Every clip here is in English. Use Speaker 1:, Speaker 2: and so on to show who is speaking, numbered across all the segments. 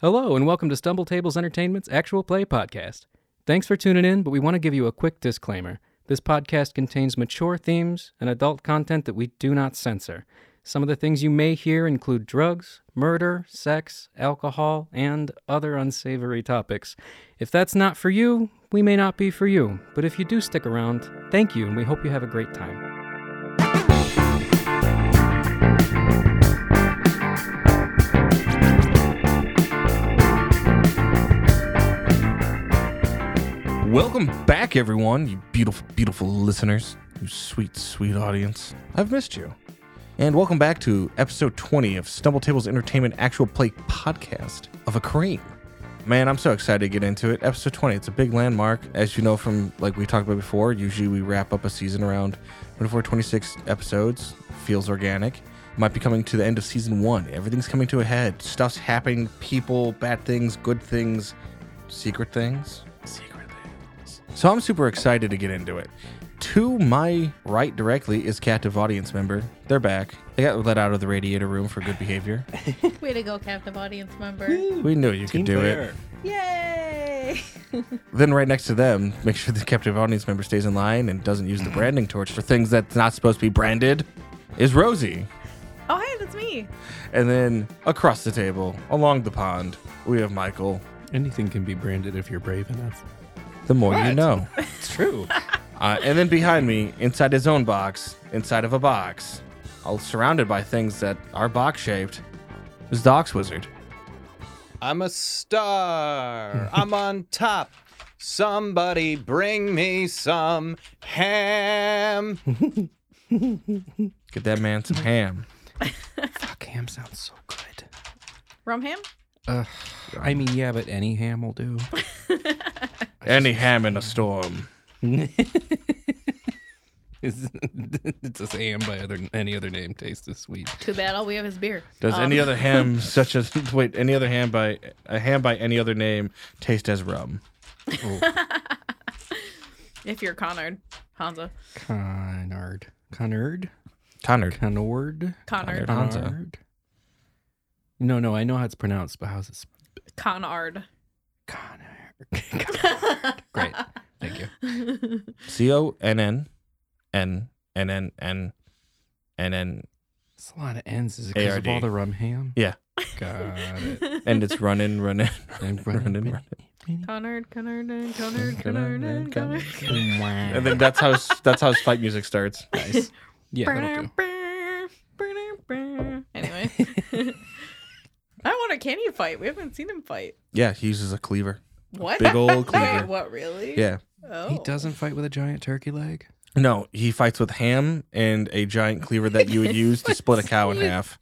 Speaker 1: Hello, and welcome to Stumble Tables Entertainment's Actual Play Podcast. Thanks for tuning in, but we want to give you a quick disclaimer. This podcast contains mature themes and adult content that we do not censor. Some of the things you may hear include drugs, murder, sex, alcohol, and other unsavory topics. If that's not for you, we may not be for you, but if you do stick around, thank you, and we hope you have a great time.
Speaker 2: Welcome back, everyone, you beautiful, beautiful listeners, you sweet, sweet audience. I've missed you. And welcome back to episode 20 of Stumble Tables Entertainment Actual Play Podcast of a Kareem. Man, I'm so excited to get into it. Episode 20, it's a big landmark. As you know from, like we talked about before, usually we wrap up a season around 24, 26 episodes. Feels organic. Might be coming to the end of season one. Everything's coming to a head. Stuff's happening. People, bad things, good things, secret things. Secret things. So I'm super excited to get into it. To my right directly is captive audience member. They're back. They got let out of the radiator room for good behavior.
Speaker 3: Way to go, captive audience member.
Speaker 2: We knew you could do it.
Speaker 3: Yay!
Speaker 2: Then right next to them, make sure the captive audience member stays in line and doesn't use the branding torch for things that's not supposed to be branded. Is Rosie.
Speaker 3: Oh, hey, that's me.
Speaker 2: And then across the table, along the pond, we have Michael.
Speaker 4: Anything can be branded if you're brave enough.
Speaker 2: The more you know.
Speaker 4: It's true.
Speaker 1: Ah,
Speaker 2: Uh, and then behind me, inside his own box, inside of a box, all surrounded by things that are box shaped, is Dox Wizard.
Speaker 5: I'm a star. I'm on top. Somebody bring me some ham.
Speaker 2: Get that man some ham.
Speaker 1: Fuck, ham sounds so good.
Speaker 3: Rum ham?
Speaker 1: I mean, yeah, but any ham will do.
Speaker 2: Any ham in a storm.
Speaker 1: it's it's a ham by other, any other name tastes as sweet.
Speaker 3: Too bad all we have is beer. Um,
Speaker 2: Does any other ham such as wait, any other ham by a ham by any other name taste as rum?
Speaker 3: If you're Connard, Hanzo.
Speaker 1: Connard. Connard?
Speaker 2: Connard.
Speaker 1: Connord?
Speaker 3: Connard.
Speaker 2: Connard. Hansa.
Speaker 1: Connard? No, no, I know how it's pronounced, but how's it sp-
Speaker 3: Connard.
Speaker 1: Connard? Great. Thank you.
Speaker 2: C O N N N N N N N N
Speaker 1: It's a lot of N's. Is it because of all
Speaker 2: ARD.
Speaker 1: the rum ham?
Speaker 2: Yeah.
Speaker 1: Got it.
Speaker 2: And it's running, running.
Speaker 1: And
Speaker 2: Running, running.
Speaker 3: Connard, Connard, and Connard, Connard, and Connard.
Speaker 2: And then that's how that's how his fight music starts.
Speaker 1: Nice. Yeah, that'll do.
Speaker 3: Anyway. I wonder, can he fight? We haven't seen him fight.
Speaker 2: Yeah, he uses a cleaver.
Speaker 3: What?
Speaker 2: Big old
Speaker 3: Wait,
Speaker 2: cleaver.
Speaker 3: what, really?
Speaker 2: Yeah.
Speaker 3: Oh.
Speaker 1: He doesn't fight with a giant turkey leg?
Speaker 2: No, he fights with ham and a giant cleaver that you would use to split a cow in half.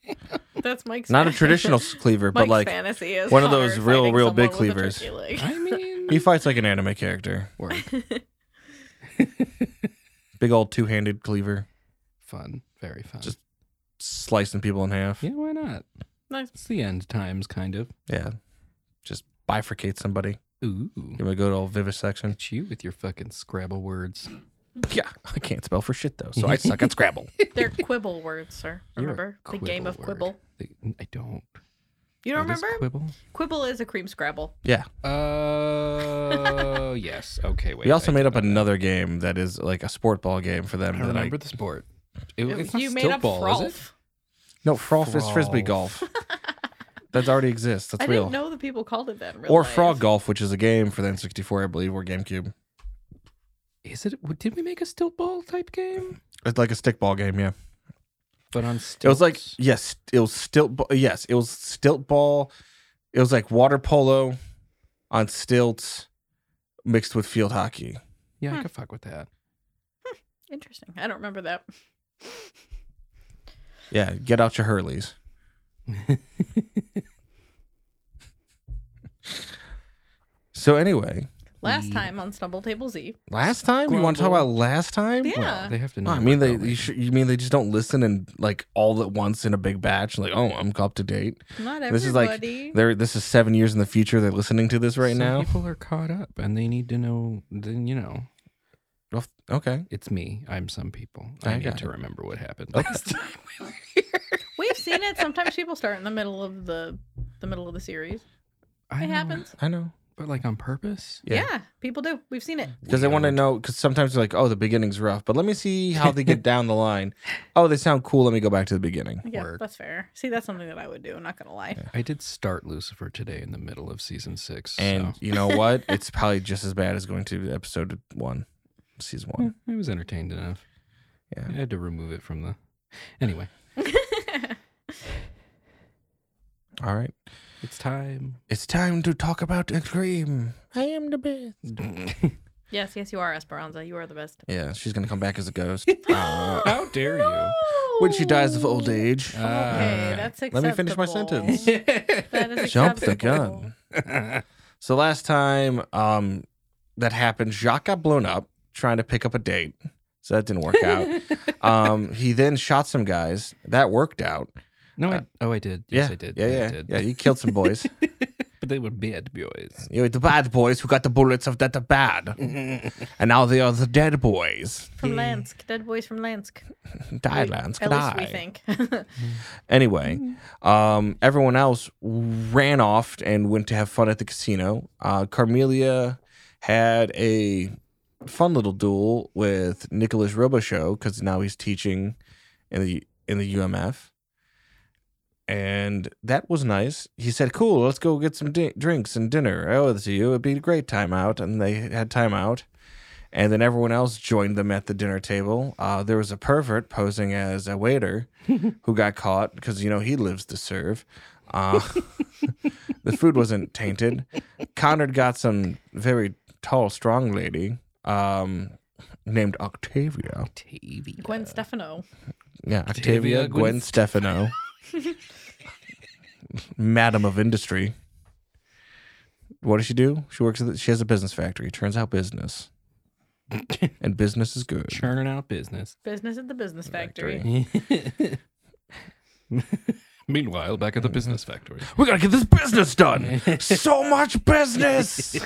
Speaker 3: That's Mike's
Speaker 2: Not a
Speaker 3: fantasy.
Speaker 2: traditional s- cleaver, but
Speaker 3: Mike's
Speaker 2: like
Speaker 3: fantasy is
Speaker 2: one of those
Speaker 3: Connor
Speaker 2: real,
Speaker 3: fighting
Speaker 2: real big
Speaker 3: someone with a
Speaker 2: cleavers.
Speaker 3: turkey leg.
Speaker 1: I mean,
Speaker 2: he fights like an anime character.
Speaker 1: work.
Speaker 2: Big old two-handed cleaver,
Speaker 1: Fun. Very fun.
Speaker 2: Just- slicing people in half.
Speaker 1: yeah, why not?
Speaker 3: Nice.
Speaker 1: It's the end times, kind of.
Speaker 2: Yeah. Just bifurcate somebody.
Speaker 1: Ooh.
Speaker 2: Give him a good old vivisection.
Speaker 1: It's you with your fucking Scrabble words.
Speaker 2: Yeah. I can't spell for shit though, so I suck at Scrabble.
Speaker 3: They're quibble words, sir.
Speaker 1: You're a
Speaker 3: Remember the game of
Speaker 1: word.
Speaker 3: quibble.
Speaker 1: The- I don't.
Speaker 3: You don't
Speaker 1: What is
Speaker 3: remember?
Speaker 1: quibble?
Speaker 3: quibble is a cream scrabble.
Speaker 2: Yeah.
Speaker 1: Oh yes. Okay. Wait.
Speaker 2: We also
Speaker 1: I
Speaker 2: made
Speaker 1: do
Speaker 2: up
Speaker 1: know.
Speaker 2: another game that is like a sport ball game for them.
Speaker 1: I
Speaker 2: that
Speaker 1: don't remember the sport. It,
Speaker 3: It-
Speaker 1: it's not
Speaker 3: you made
Speaker 1: stilt
Speaker 3: up
Speaker 1: ball, is it?
Speaker 3: frolf.
Speaker 2: No, frolf is frisbee
Speaker 1: Frolf.
Speaker 2: golf. that already exists. That's
Speaker 3: I
Speaker 2: real.
Speaker 3: didn't know the people called it that. In real
Speaker 2: Or
Speaker 3: life.
Speaker 2: frog golf, which is a game for the N64, I believe, or GameCube.
Speaker 1: Is it? w- Did we make a stilt ball type game?
Speaker 2: It's like a stickball game, yeah.
Speaker 1: But on
Speaker 2: It was like
Speaker 1: stilts?
Speaker 2: yes, it was stilt. ba- Yes, it was stilt ball. It was like water polo on stilts mixed with field hockey.
Speaker 1: yeah, I
Speaker 3: Hmm.
Speaker 1: could fuck with that.
Speaker 3: Interesting. I don't remember that.
Speaker 2: Yeah, get out your Hurleys. So anyway,
Speaker 3: Last
Speaker 1: Mm.
Speaker 3: time on Stumble Table Z.
Speaker 2: last time we want to talk
Speaker 1: Grumble.
Speaker 2: about last time.
Speaker 3: Yeah.
Speaker 1: Well, they have to know.
Speaker 2: No, I mean
Speaker 1: about
Speaker 2: they.
Speaker 1: that
Speaker 2: You,
Speaker 1: later.
Speaker 2: sh- you mean they just don't listen and like all at once in a big batch? Like, oh, I'm up to date.
Speaker 3: Not everybody.
Speaker 2: This is like-
Speaker 3: Mm-hmm.
Speaker 2: They're this is seven years in the future. They're listening to this right
Speaker 1: Some
Speaker 2: now.
Speaker 1: people are caught up and they need to know. Then you know,
Speaker 2: Okay,
Speaker 1: it's me. I'm some people. I,
Speaker 2: I
Speaker 1: need
Speaker 2: got
Speaker 1: to remember what happened
Speaker 2: Okay.
Speaker 1: last time.
Speaker 3: We've seen it. Sometimes people start in the middle of the the middle of the series.
Speaker 1: I
Speaker 3: It
Speaker 1: know,
Speaker 3: happens.
Speaker 2: I know.
Speaker 1: But like on purpose?
Speaker 2: Yeah.
Speaker 3: Yeah. people do. We've seen it.
Speaker 2: Because I want to know, because sometimes they're like, oh, the beginning's rough, but let me see how they get down the line. Oh, they sound cool. Let me go back to the beginning.
Speaker 3: Yeah,
Speaker 1: Word.
Speaker 3: that's fair. See, that's something that I would do. I'm not gonna lie.
Speaker 1: Yeah.
Speaker 6: I did start Lucifer today in the middle of season six.
Speaker 2: And
Speaker 6: so
Speaker 2: you know what? It's probably just as bad as going to episode one, season
Speaker 6: yeah,
Speaker 2: one.
Speaker 6: I was entertained enough.
Speaker 2: Yeah.
Speaker 6: I had to remove it from the. Anyway,
Speaker 2: All right.
Speaker 6: it's time.
Speaker 2: It's time to talk about a dream. I am the best.
Speaker 3: yes, yes, you are Esperanza. You are the best.
Speaker 2: Yeah, she's going to come back as a ghost. Uh,
Speaker 6: How dare
Speaker 2: when she dies of old age.
Speaker 6: Uh,
Speaker 3: Okay,
Speaker 6: Ah.
Speaker 3: that's acceptable.
Speaker 2: Let me finish my sentence.
Speaker 3: That is
Speaker 2: Jump the
Speaker 3: acceptable.
Speaker 2: gun. So last time um, that happened, Jacques got blown up trying to pick up a date. So that didn't work out. um, he then shot some guys. That worked out.
Speaker 6: No, I, oh, I did. Yes,
Speaker 2: Uh, yeah,
Speaker 6: I did.
Speaker 2: Yeah,
Speaker 6: I
Speaker 2: yeah,
Speaker 6: did.
Speaker 2: yeah. He killed some boys.
Speaker 6: But they were bad boys.
Speaker 2: you know, the bad boys who got the bullets of that the bad, and now they are the dead boys.
Speaker 3: From Lansk, dead boys from Lansk.
Speaker 2: Die, Lance,
Speaker 3: At least we
Speaker 2: die.
Speaker 3: think.
Speaker 2: Anyway, um, everyone else ran off and went to have fun at the casino. Uh, Carmelia had a fun little duel with Nicholas Robichaux because now he's teaching in the in the UMF, and that was nice. He said, "Cool, let's go get some di- drinks and dinner. I owe it to you. It'd be a great time out." And they had time out. And then everyone else joined them at the dinner table. Uh, there was a pervert posing as a waiter who got caught because you know he lives to serve. Uh, the food wasn't tainted. Conrad got some very tall, strong lady um, named Octavia.
Speaker 6: TV.
Speaker 3: Gwen Stefano.
Speaker 2: Yeah, Octavia,
Speaker 6: Octavia
Speaker 2: Gwen,
Speaker 6: Gwen
Speaker 2: Stefano, Madam of Industry. What does she do? She works. At the, she has a business factory. Turns out business, and business is good.
Speaker 6: Churning out business.
Speaker 3: Business at the business factory.
Speaker 6: Meanwhile, back at the business factory.
Speaker 2: We gotta get this business done. so much business.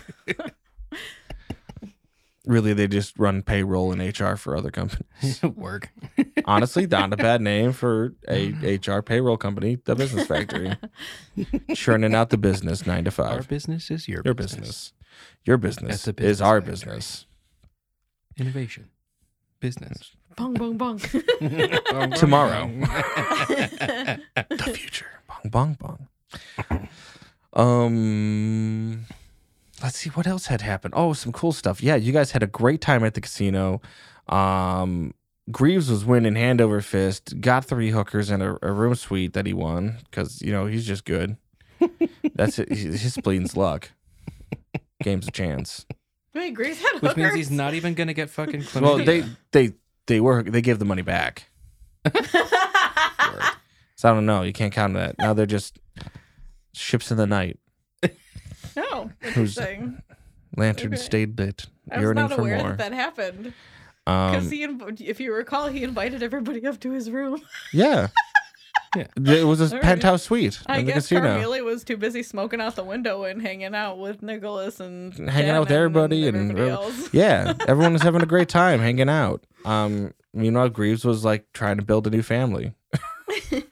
Speaker 2: really, they just run payroll and HR for other companies.
Speaker 6: Work.
Speaker 2: Honestly, not a bad name for a HR payroll company, the business factory. Churning out the business nine to
Speaker 6: Our
Speaker 2: five.
Speaker 6: business is your,
Speaker 2: Your business. Your business,
Speaker 6: At the
Speaker 2: is
Speaker 6: business
Speaker 2: our
Speaker 6: factory.
Speaker 2: business.
Speaker 6: Innovation. Business.
Speaker 3: Bong, bong, bong.
Speaker 2: Tomorrow. the future. Bong bong bong. Um let's see what else had happened. Oh, some cool stuff. Yeah, you guys had a great time at the casino. Um Greaves was winning hand over fist, got three hookers and a, a room suite that he won because, you know, he's just good. That's it. His his spleen's luck. Game's a chance.
Speaker 3: Wait, Grace had
Speaker 6: Which
Speaker 3: hookers.
Speaker 6: means he's not even going to get fucking chlamydia.
Speaker 2: Well, they they they were they gave the money back. So I don't know. You can't count that. Now they're just ships in the night.
Speaker 3: no, interesting.
Speaker 2: Lantern
Speaker 3: Okay.
Speaker 2: stayed lit,
Speaker 3: I was
Speaker 2: yearning
Speaker 3: not
Speaker 2: for
Speaker 3: aware
Speaker 2: more.
Speaker 3: that that happened. Because
Speaker 2: Um,
Speaker 3: he, inv- if you recall, he invited everybody up to his room.
Speaker 2: yeah.
Speaker 6: Yeah.
Speaker 2: It was a
Speaker 3: All right.
Speaker 2: penthouse suite
Speaker 3: I
Speaker 2: in the
Speaker 3: guess
Speaker 2: casino.
Speaker 3: Carmelia was too busy smoking out the window and hanging out with Nicholas and
Speaker 2: Hanging out with
Speaker 3: Shannon
Speaker 2: everybody and- uh,
Speaker 3: everybody else.
Speaker 2: Yeah, everyone was having a great time hanging out. Um, meanwhile, Greaves was like trying to build a new family.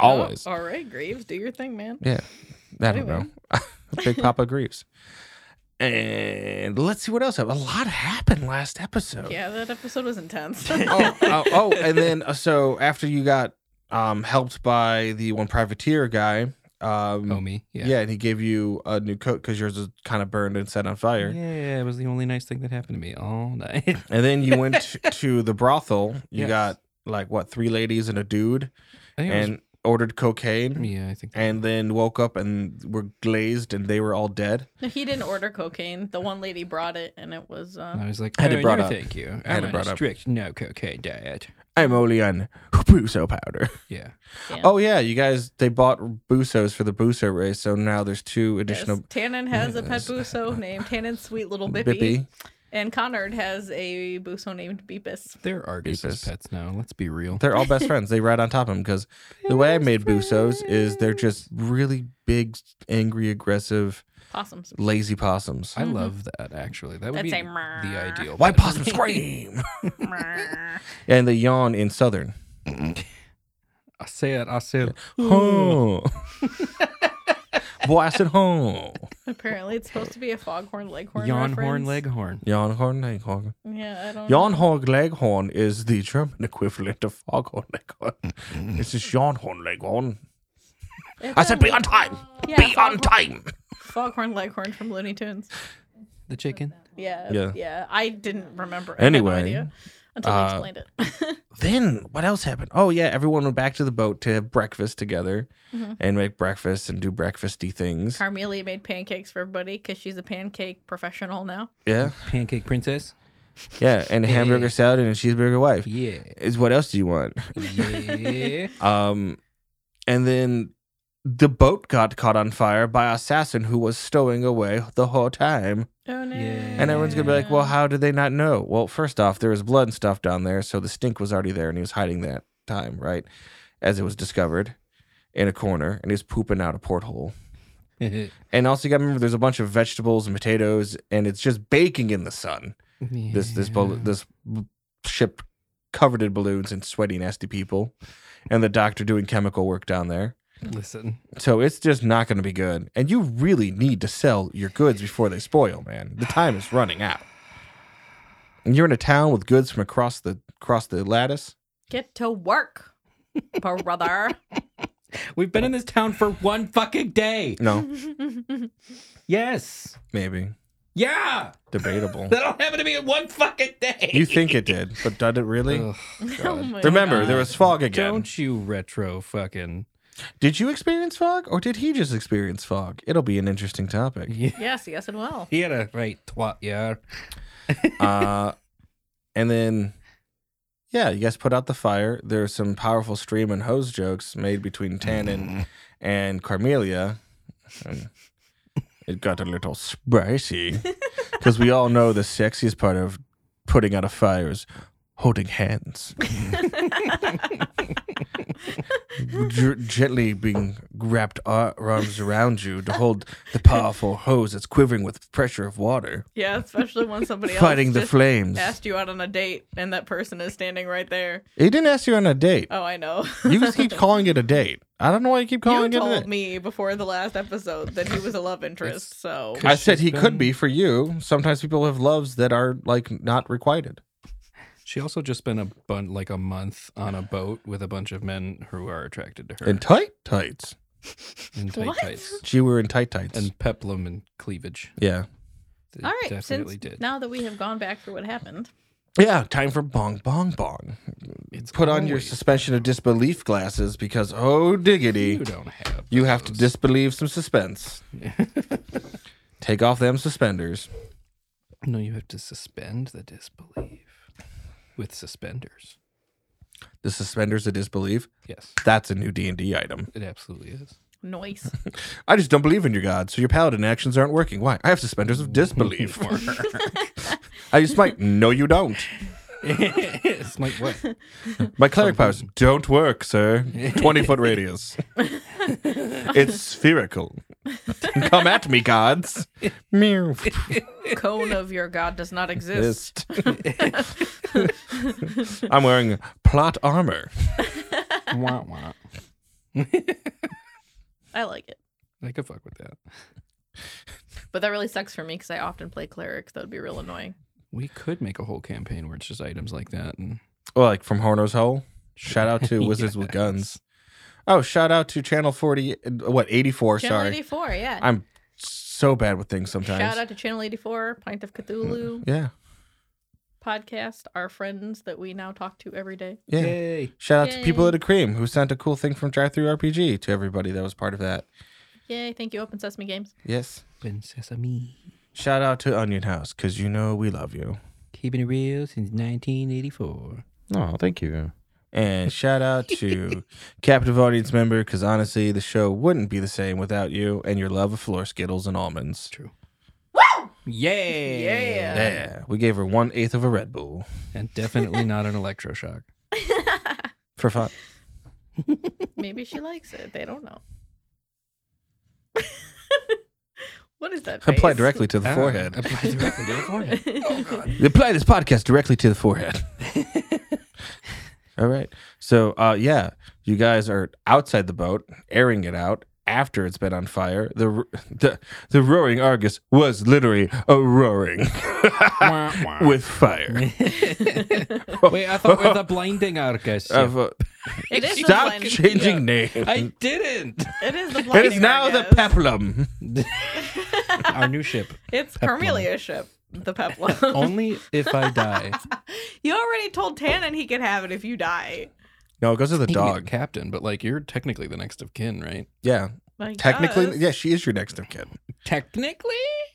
Speaker 2: Always.
Speaker 3: Oh, all right, Graves, do your thing, man.
Speaker 2: Yeah. I don't
Speaker 3: Anyway.
Speaker 2: know. Big Papa Greaves. And let's see what else happened. A lot happened last episode.
Speaker 3: Yeah, that episode was intense.
Speaker 2: oh, oh, oh, and then uh, so after you got um, helped by the one privateer guy, um,
Speaker 6: Oh, me?
Speaker 2: yeah.
Speaker 6: Yeah.
Speaker 2: and he gave you a new coat because yours is kind of burned and set on fire.
Speaker 6: Yeah, it was the only nice thing that happened to me all night.
Speaker 2: And then you went t- to the brothel. You
Speaker 6: Yes.
Speaker 2: got like what three ladies and a dude,
Speaker 6: I think it was-
Speaker 2: and ordered cocaine,
Speaker 6: yeah, I think
Speaker 2: and then woke up and were glazed, and they were all dead.
Speaker 3: No, he didn't order cocaine. The one lady brought it, and it was. Uh,
Speaker 6: I was like,
Speaker 2: I had it
Speaker 6: oh,
Speaker 2: brought
Speaker 6: no,
Speaker 2: up.
Speaker 6: thank you.
Speaker 2: I
Speaker 6: I'm
Speaker 2: had it
Speaker 6: on
Speaker 2: brought
Speaker 6: a
Speaker 2: up.
Speaker 6: strict no cocaine diet.
Speaker 2: I'm only on Buso powder.
Speaker 6: Yeah.
Speaker 3: yeah.
Speaker 2: Oh yeah, you guys they bought Busos for the Buso race, so now there's two
Speaker 3: Yes.
Speaker 2: additional
Speaker 3: Tannen has a pet buso named Tannen's sweet little Bippy,
Speaker 2: Bippy.
Speaker 3: and Conard has a buso named Beepus.
Speaker 6: They're Argus
Speaker 2: Beepus.
Speaker 6: pets now. Let's be real.
Speaker 2: They're all best friends. They ride on top of him because the way I made Busos is they're just really big, angry, aggressive,
Speaker 3: Possums.
Speaker 2: lazy possums.
Speaker 6: I love that, actually. That would
Speaker 3: Mm-hmm. That's
Speaker 6: be
Speaker 3: a
Speaker 6: the ideal.
Speaker 2: Why
Speaker 6: pet.
Speaker 2: possum scream?
Speaker 3: Mrrr.
Speaker 2: and they yawn in southern.
Speaker 6: I say it. I say it.
Speaker 2: Oh. blasted home.
Speaker 3: Apparently, it's supposed to be a foghorn leghorn.
Speaker 1: Yawnhorn
Speaker 3: reference.
Speaker 1: leghorn.
Speaker 2: Yarnhorn Leghorn.
Speaker 3: Yeah, I don't.
Speaker 2: Yarnhorn Leghorn is the German equivalent of Foghorn Leghorn. this is Yarnhorn Leghorn.
Speaker 3: It's
Speaker 2: I said
Speaker 3: a-
Speaker 2: be on time.
Speaker 3: Yeah,
Speaker 2: Be on
Speaker 3: foghorn-
Speaker 2: time.
Speaker 3: Foghorn leghorn from Looney Tunes.
Speaker 1: The chicken.
Speaker 3: Yeah,
Speaker 2: Yeah.
Speaker 3: yeah, I didn't remember. I had no
Speaker 2: Anyway,
Speaker 3: idea until you
Speaker 2: uh,
Speaker 3: explained it.
Speaker 2: Then what else happened? Oh yeah, everyone went back to the boat to have breakfast together
Speaker 3: Mhm.
Speaker 2: and make breakfast and do breakfasty things.
Speaker 3: Carmelia made pancakes for everybody because she's a pancake professional now.
Speaker 2: Yeah.
Speaker 1: Pancake princess.
Speaker 2: Yeah. And a hamburger salad and a cheeseburger wife.
Speaker 1: Yeah.
Speaker 2: Is what else do you want?
Speaker 1: Yeah.
Speaker 2: Um, and then the boat got caught on fire by an assassin who was stowing away the whole time.
Speaker 3: Oh no!
Speaker 1: Yeah.
Speaker 2: And everyone's gonna be like, "Well, how did they not know?" Well, first off, there was blood and stuff down there, so the stink was already there, and he was hiding that time, right? As it was discovered in a corner, and he was pooping out a porthole. And also, you gotta remember, there's a bunch of vegetables and potatoes, and it's just baking in the sun. This this ball this ship covered in balloons and sweaty, nasty people, and the doctor doing chemical work down there.
Speaker 1: Listen.
Speaker 2: So it's just not going to be good. And you really need to sell your goods before they spoil, man. The time is running out. And you're in a town with goods from across the across the lattice.
Speaker 3: Get to work, brother.
Speaker 1: We've been in this town for one fucking day.
Speaker 2: No,
Speaker 1: Yes.
Speaker 2: maybe
Speaker 1: Yeah.
Speaker 2: debatable.
Speaker 1: That all happened to me in one fucking day.
Speaker 2: you think it did, but did it really?
Speaker 1: Ugh,
Speaker 3: Oh my
Speaker 2: Remember,
Speaker 3: God.
Speaker 2: there was fog again.
Speaker 1: don't you retro fucking.
Speaker 2: Did you experience fog, or did he just experience fog? It'll be an interesting topic.
Speaker 3: Yes, yes, and well.
Speaker 1: He had a right twat, yeah.
Speaker 2: uh, and then, yeah, you guys put out the fire. There's some powerful stream and hose jokes made between Tannen and Carmelia. And it got a little spicy because we all know the sexiest part of putting out a fire is holding hands. Dr- gently being wrapped ar- arms around you to hold the powerful hose that's quivering with pressure of water,
Speaker 3: Yeah, especially when somebody else
Speaker 2: fighting the
Speaker 3: just
Speaker 2: flames.
Speaker 3: asked you out on a date and that person is standing right there.
Speaker 2: He didn't ask you on a date.
Speaker 3: Oh, I know.
Speaker 2: You just keep calling it a date. I don't know why you keep
Speaker 3: You
Speaker 2: calling it a
Speaker 3: told
Speaker 2: date.
Speaker 3: me before the last episode that he was a love interest, so
Speaker 2: I said he
Speaker 1: She's
Speaker 2: could
Speaker 1: been-
Speaker 2: be for you. Sometimes people have loves that are like not requited.
Speaker 1: She also just spent a bun- like a month on a boat with a bunch of men who are attracted to her
Speaker 2: In tight tights.
Speaker 1: in tight
Speaker 3: What?
Speaker 1: tights
Speaker 2: She were in tight tights.
Speaker 1: and peplum and cleavage.
Speaker 2: yeah.
Speaker 1: It
Speaker 3: all right.
Speaker 1: definitely
Speaker 3: Since
Speaker 1: did.
Speaker 3: now that we have gone back through what happened,
Speaker 2: Yeah, time for bong bong bong.
Speaker 1: It's
Speaker 2: Put on your
Speaker 1: always-
Speaker 2: suspension of disbelief glasses because oh diggity.
Speaker 1: You don't have.
Speaker 2: You have to
Speaker 1: those.
Speaker 2: disbelieve some suspense. Take off them suspenders.
Speaker 1: No, you have to suspend the disbelief with suspenders.
Speaker 2: The suspenders of disbelief.
Speaker 1: Yes,
Speaker 2: That's a new D&D item.
Speaker 1: it absolutely is.
Speaker 3: noise.
Speaker 2: I just don't believe in your god, so your paladin actions aren't working. Why? I have suspenders of disbelief. I just might. No, you don't.
Speaker 1: it's like what?
Speaker 2: My cleric powers don't work, sir. 20 foot radius. it's spherical. Come at me, gods. Meow.
Speaker 3: Cone of your god does not exist.
Speaker 2: Fist. I'm wearing plot armor.
Speaker 1: wah, wah.
Speaker 3: I like it,
Speaker 1: I could fuck with that.
Speaker 3: but that really sucks for me because I often play cleric. That would be real annoying.
Speaker 1: We could make a whole campaign where it's just items like that. And
Speaker 2: Well, Oh, like from Horner's Hole. Shout out to Wizards with Guns. Oh, shout out to Channel 40, what, 84,
Speaker 3: Channel
Speaker 2: sorry.
Speaker 3: eighty four, yeah.
Speaker 2: I'm so bad with things sometimes.
Speaker 3: Shout out to Channel eighty four, Pint of Cthulhu
Speaker 2: Yeah.
Speaker 3: podcast, our friends that we now talk to every day.
Speaker 2: Yeah.
Speaker 1: Yay!
Speaker 2: Shout out to people
Speaker 3: Yay.
Speaker 2: at a cream who sent a cool thing from Drive Through RPG to everybody that was part of that.
Speaker 3: Yay! Thank you, Open Sesame Games.
Speaker 2: Yes.
Speaker 1: Been sesame.
Speaker 2: Shout out to Onion House because you know we love you.
Speaker 1: Keeping it real since 1984.
Speaker 7: Oh, thank you.
Speaker 2: And shout out to captive audience member because honestly, the show wouldn't be the same without you and your love of floor skittles and almonds.
Speaker 1: True. Yay!
Speaker 3: Yeah.
Speaker 2: Yeah, we gave her one eighth of a Red Bull
Speaker 1: And definitely not an electroshock.
Speaker 2: for fun.
Speaker 3: Maybe she likes it. They don't know. what is that?
Speaker 2: Apply
Speaker 3: face?
Speaker 2: directly to the
Speaker 7: Ah.
Speaker 2: forehead.
Speaker 1: Apply directly to Ah, the forehead.
Speaker 2: Oh, Apply this podcast directly to the forehead. All right. So, uh, yeah, you guys are outside the boat, airing it out, after it's been on fire. The r- the, the roaring Argus was literally a roaring with fire.
Speaker 1: Wait, I thought we were the blinding Argus.
Speaker 2: Of, uh,
Speaker 3: It is
Speaker 2: stop
Speaker 3: the blind-
Speaker 2: changing names.
Speaker 1: I didn't.
Speaker 3: It is the
Speaker 2: It
Speaker 3: blinding
Speaker 2: is now the
Speaker 3: Argus.
Speaker 2: peplum.
Speaker 1: Our new ship.
Speaker 3: It's Cornelia's ship, the peplum.
Speaker 1: Only if I die.
Speaker 3: you already told Tannen he could have it if you die.
Speaker 2: No, it goes to the
Speaker 1: He can be the
Speaker 2: dog.
Speaker 1: captain, but like you're technically the next of kin, right?
Speaker 2: Yeah,
Speaker 3: I
Speaker 2: technically,
Speaker 3: guess.
Speaker 2: yeah, she is your next of kin.
Speaker 1: Technically,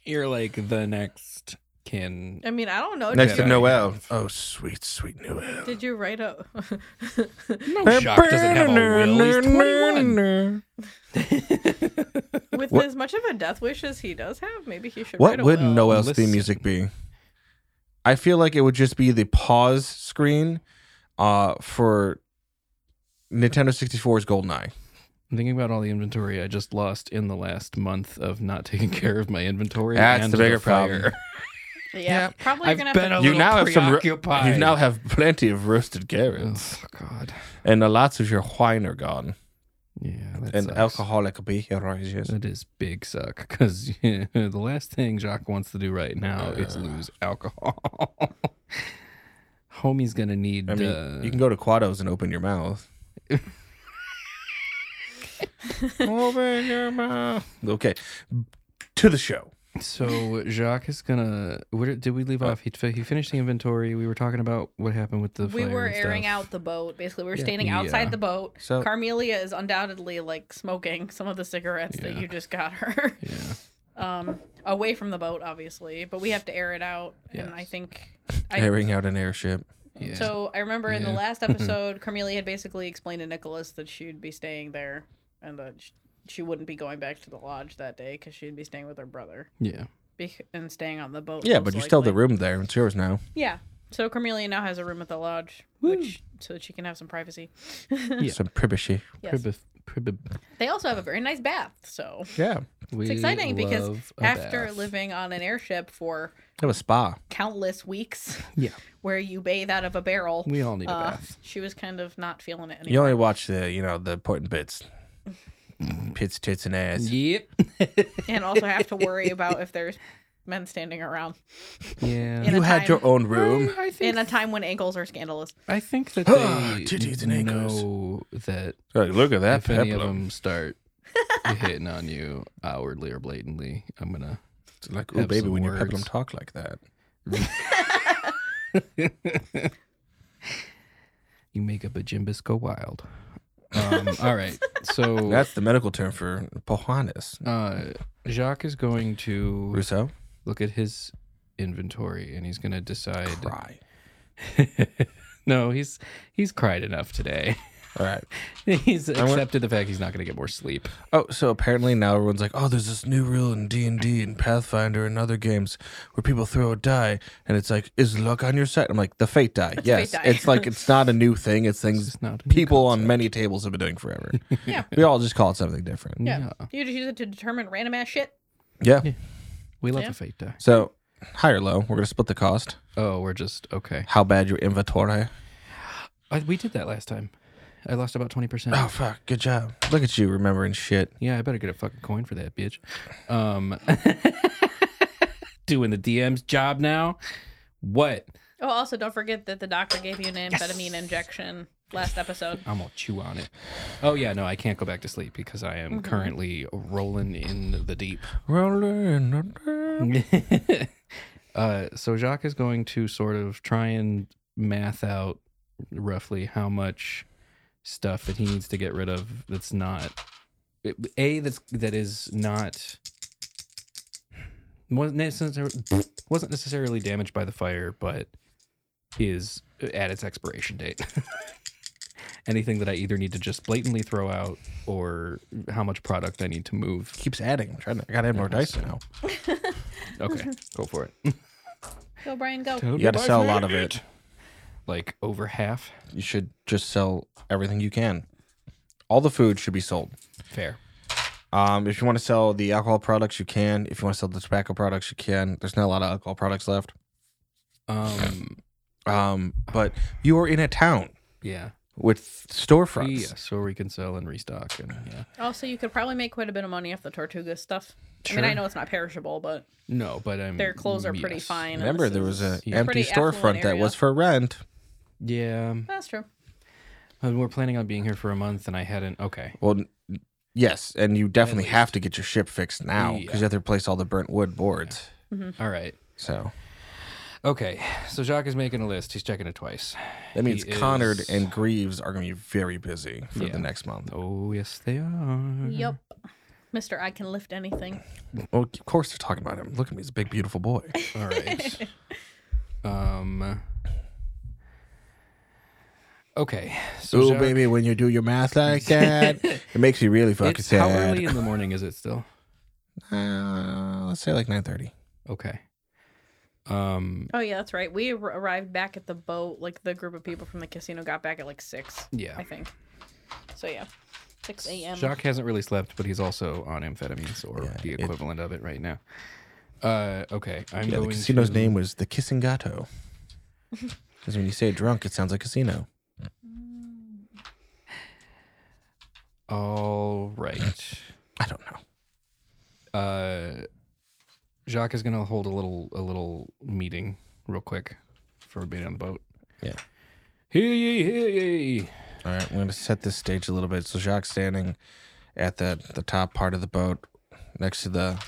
Speaker 1: you're like the next kin.
Speaker 3: I mean, I don't know.
Speaker 2: Next
Speaker 3: did,
Speaker 2: to
Speaker 1: Jedi.
Speaker 2: Noel. Oh, sweet, sweet Noel.
Speaker 3: did you write a?
Speaker 1: No shock doesn't have a will. He's 21.
Speaker 3: With
Speaker 2: What-
Speaker 3: as much of a death wish as he does have, maybe he should.
Speaker 2: What
Speaker 3: write a
Speaker 2: would
Speaker 3: will.
Speaker 2: Noel's theme
Speaker 1: Listen.
Speaker 2: music be? I feel like it would just be the pause screen uh, for Nintendo 64's GoldenEye.
Speaker 1: I'm thinking about all the inventory I just lost in the last month of not taking care of my inventory.
Speaker 2: That's
Speaker 1: and
Speaker 2: the bigger
Speaker 1: fire.
Speaker 2: problem.
Speaker 3: Yeah,
Speaker 1: Yeah,
Speaker 3: probably
Speaker 1: I've
Speaker 3: gonna have
Speaker 1: been
Speaker 3: to.
Speaker 1: a
Speaker 2: You
Speaker 1: little
Speaker 2: now have some ro-
Speaker 1: preoccupied.
Speaker 2: You now have plenty of roasted carrots,
Speaker 1: Oh, God.
Speaker 2: and the lots of your wine are gone,
Speaker 1: Yeah, that
Speaker 2: and
Speaker 1: sucks.
Speaker 2: alcoholic behaviors.
Speaker 1: That is big suck because the last thing Jacques wants to do right now is lose alcohol. Homie's gonna need.
Speaker 2: I mean,
Speaker 1: uh,
Speaker 2: you can go to Quados and open your mouth. open your mouth. Okay, to the show.
Speaker 1: so Jacques is gonna. Where did we
Speaker 2: Uh,
Speaker 1: leave off? He, fi- he finished the inventory. We were talking about what happened with the.
Speaker 3: we
Speaker 1: fire
Speaker 3: were
Speaker 1: and
Speaker 3: airing
Speaker 1: stuff.
Speaker 3: out the boat. Basically, we were standing outside
Speaker 1: Yeah.
Speaker 3: the boat.
Speaker 2: So-
Speaker 3: Carmelia is undoubtedly like smoking some of the cigarettes that
Speaker 1: Yeah.
Speaker 3: you just got her.
Speaker 1: Yeah.
Speaker 3: um, away from the boat, obviously, but we have to air it out. And I
Speaker 1: Yes.
Speaker 3: think
Speaker 2: Airing out an airship.
Speaker 1: Yeah.
Speaker 3: So I remember in the
Speaker 1: Yeah.
Speaker 3: last episode, Carmelia had basically explained to Nicholas that she'd be staying there and that sh- she wouldn't be going back to the lodge that day because she'd be staying with her brother
Speaker 1: yeah.
Speaker 3: be- and staying on the boat.
Speaker 2: Yeah,
Speaker 3: most
Speaker 2: but you still have the
Speaker 3: likely.
Speaker 2: room there. It's yours now.
Speaker 3: Yeah. So Carmelia now has a room at the lodge, which so that she can have some privacy.
Speaker 1: Yeah.
Speaker 2: Some privacy.
Speaker 3: Yes.
Speaker 1: Pribif, pribif,
Speaker 3: They also have a very nice bath. So
Speaker 2: Yeah.
Speaker 1: we
Speaker 3: it's exciting because
Speaker 1: love a
Speaker 3: after
Speaker 1: bath.
Speaker 3: living on an airship for
Speaker 2: Have a spa.
Speaker 3: countless weeks,
Speaker 1: Yeah.
Speaker 3: where you bathe out of a barrel,
Speaker 1: we all need a
Speaker 3: uh,
Speaker 1: bath.
Speaker 3: she was kind of not feeling it anymore.
Speaker 2: You only watch the, you know, the important bits. Mm, Pits, tits, and ass.
Speaker 1: Yep.
Speaker 3: and also have to worry about if there's men standing around
Speaker 1: Yeah.
Speaker 3: In a
Speaker 2: You had your
Speaker 3: time-
Speaker 2: own room.
Speaker 1: I think
Speaker 3: in a time when ankles are scandalous.
Speaker 1: I think that they
Speaker 2: Titties and ankles.
Speaker 1: know that
Speaker 2: Hey, look at that
Speaker 1: if any of
Speaker 2: peplum.
Speaker 1: them start hitting on you outwardly or blatantly, I'm gonna.
Speaker 2: It's like, oh,
Speaker 1: have
Speaker 2: baby,
Speaker 1: some
Speaker 2: when your peplum
Speaker 1: words.
Speaker 2: talk like that.
Speaker 1: You make up a Jimbus go wild. Um, all right, so
Speaker 2: That's the medical term for pohanas.
Speaker 1: uh, Jacques is going to
Speaker 2: Rousseau?
Speaker 1: look at his inventory and he's gonna decide.
Speaker 2: Cry.
Speaker 1: No, he's he's cried enough today.
Speaker 2: All right.
Speaker 1: he's
Speaker 2: want-
Speaker 1: accepted the fact he's not gonna get more sleep.
Speaker 2: Oh, so apparently now everyone's like, oh, there's this new rule in D and D and Pathfinder and other games where people throw a die, and it's like, is luck on your side? I'm like, the fate die. yes,
Speaker 3: fate die.
Speaker 2: it's like it's not a new thing. It's things
Speaker 1: It's not a new
Speaker 2: people on many tables have been doing forever.
Speaker 3: Yeah.
Speaker 2: we all just call it something different.
Speaker 3: Yeah. You just use it to determine random ass shit.
Speaker 2: Yeah.
Speaker 1: we love
Speaker 3: Yeah.
Speaker 1: the fate die.
Speaker 2: So high or low, we're gonna split the cost.
Speaker 1: Oh, we're just okay.
Speaker 2: How bad your inventory?
Speaker 1: I, we did that last time. I lost about twenty percent.
Speaker 2: Oh fuck, good job. Look at you remembering shit.
Speaker 1: Yeah, I better get a fucking coin for that, bitch. Um, doing the DM's job now. What?
Speaker 3: Oh, also don't forget that the doctor gave you an amphetamine injection last episode.
Speaker 1: I'm gonna chew on it. Oh yeah, no, I can't go back to sleep because I am currently rolling in the deep.
Speaker 2: Rolling. around.
Speaker 1: uh, so Jacques is going to sort of try and math out roughly how much stuff that he needs to get rid of that's not a that's that is not wasn't necessarily, wasn't necessarily damaged by the fire, but is at its expiration date. Anything that I either need to just blatantly throw out, or how much product I need to move
Speaker 2: Keeps adding. I'm trying to. I gotta add more dice now.
Speaker 1: Okay, go for it.
Speaker 3: Go, Brian, go.
Speaker 2: You gotta sell a lot of it.
Speaker 1: Like over half.
Speaker 2: you should just sell everything you can. All the food should be sold.
Speaker 1: Fair.
Speaker 2: Um, if you want to sell the alcohol products, you can. If you want to sell the tobacco products, you can. There's not a lot of alcohol products left.
Speaker 1: Um.
Speaker 2: Um, but you are in a town.
Speaker 1: Yeah.
Speaker 2: with storefronts.
Speaker 1: Yes, so we can sell and restock and yeah.
Speaker 3: Also, you could probably make quite a bit of money off the Tortuga stuff. I mean, I know it's not perishable, but
Speaker 1: No, but I'm
Speaker 3: their clothes are pretty
Speaker 1: yes.
Speaker 3: fine. and
Speaker 2: Remember,
Speaker 3: this
Speaker 2: there was
Speaker 3: is-
Speaker 2: an
Speaker 1: a
Speaker 2: empty
Speaker 3: pretty affluent
Speaker 2: storefront that
Speaker 3: area.
Speaker 2: was for rent.
Speaker 1: Yeah,
Speaker 3: That's true.
Speaker 1: and we're planning on being here for a month, and I hadn't. Okay,
Speaker 2: Well, n- yes, and you definitely have to get your ship fixed now because
Speaker 1: Yeah.
Speaker 2: you have to replace all the burnt wood boards.
Speaker 3: Mm-hmm.
Speaker 1: all right.
Speaker 2: So
Speaker 1: Okay, so Jacques is making a list. He's checking it twice.
Speaker 2: that means
Speaker 1: He
Speaker 2: Connard
Speaker 1: is-
Speaker 2: and Greaves are going to be very busy for
Speaker 1: Yeah.
Speaker 2: the next month.
Speaker 1: Oh yes, they are.
Speaker 3: Yep. Mister, I can lift anything.
Speaker 2: Well, of course they're talking about him. Look at me, he's a big, beautiful boy.
Speaker 1: All right. um. Okay. So
Speaker 2: Ooh,
Speaker 1: Jacques-
Speaker 2: Oh, baby, when you do your math like that, it makes me really fucking
Speaker 1: It's, how
Speaker 2: sad.
Speaker 1: early in the morning is it still?
Speaker 2: Uh, let's say like nine thirty.
Speaker 1: Okay. Um.
Speaker 3: Oh yeah, that's right. We ar- arrived back at the boat. Like the group of people from the casino got back at like six,
Speaker 1: Yeah.
Speaker 3: I think. So yeah, six a.m.
Speaker 1: Jacques hasn't really slept, but he's also on amphetamines or
Speaker 2: Yeah,
Speaker 1: the
Speaker 2: it-
Speaker 1: equivalent of it right now. Uh. Okay. I'm
Speaker 2: Yeah, the
Speaker 1: going.
Speaker 2: casino's
Speaker 1: to-
Speaker 2: name was the Kissing Gato. Because when you say drunk, it sounds like casino.
Speaker 1: All right.
Speaker 2: I don't know.
Speaker 1: Uh, Jacques is gonna hold a little a little meeting real quick for everybody on the boat.
Speaker 2: Yeah.
Speaker 1: Hear ye, hear ye.
Speaker 2: All right, I'm going to set this stage a little bit. So Jacques standing at the the top part of the boat, next to the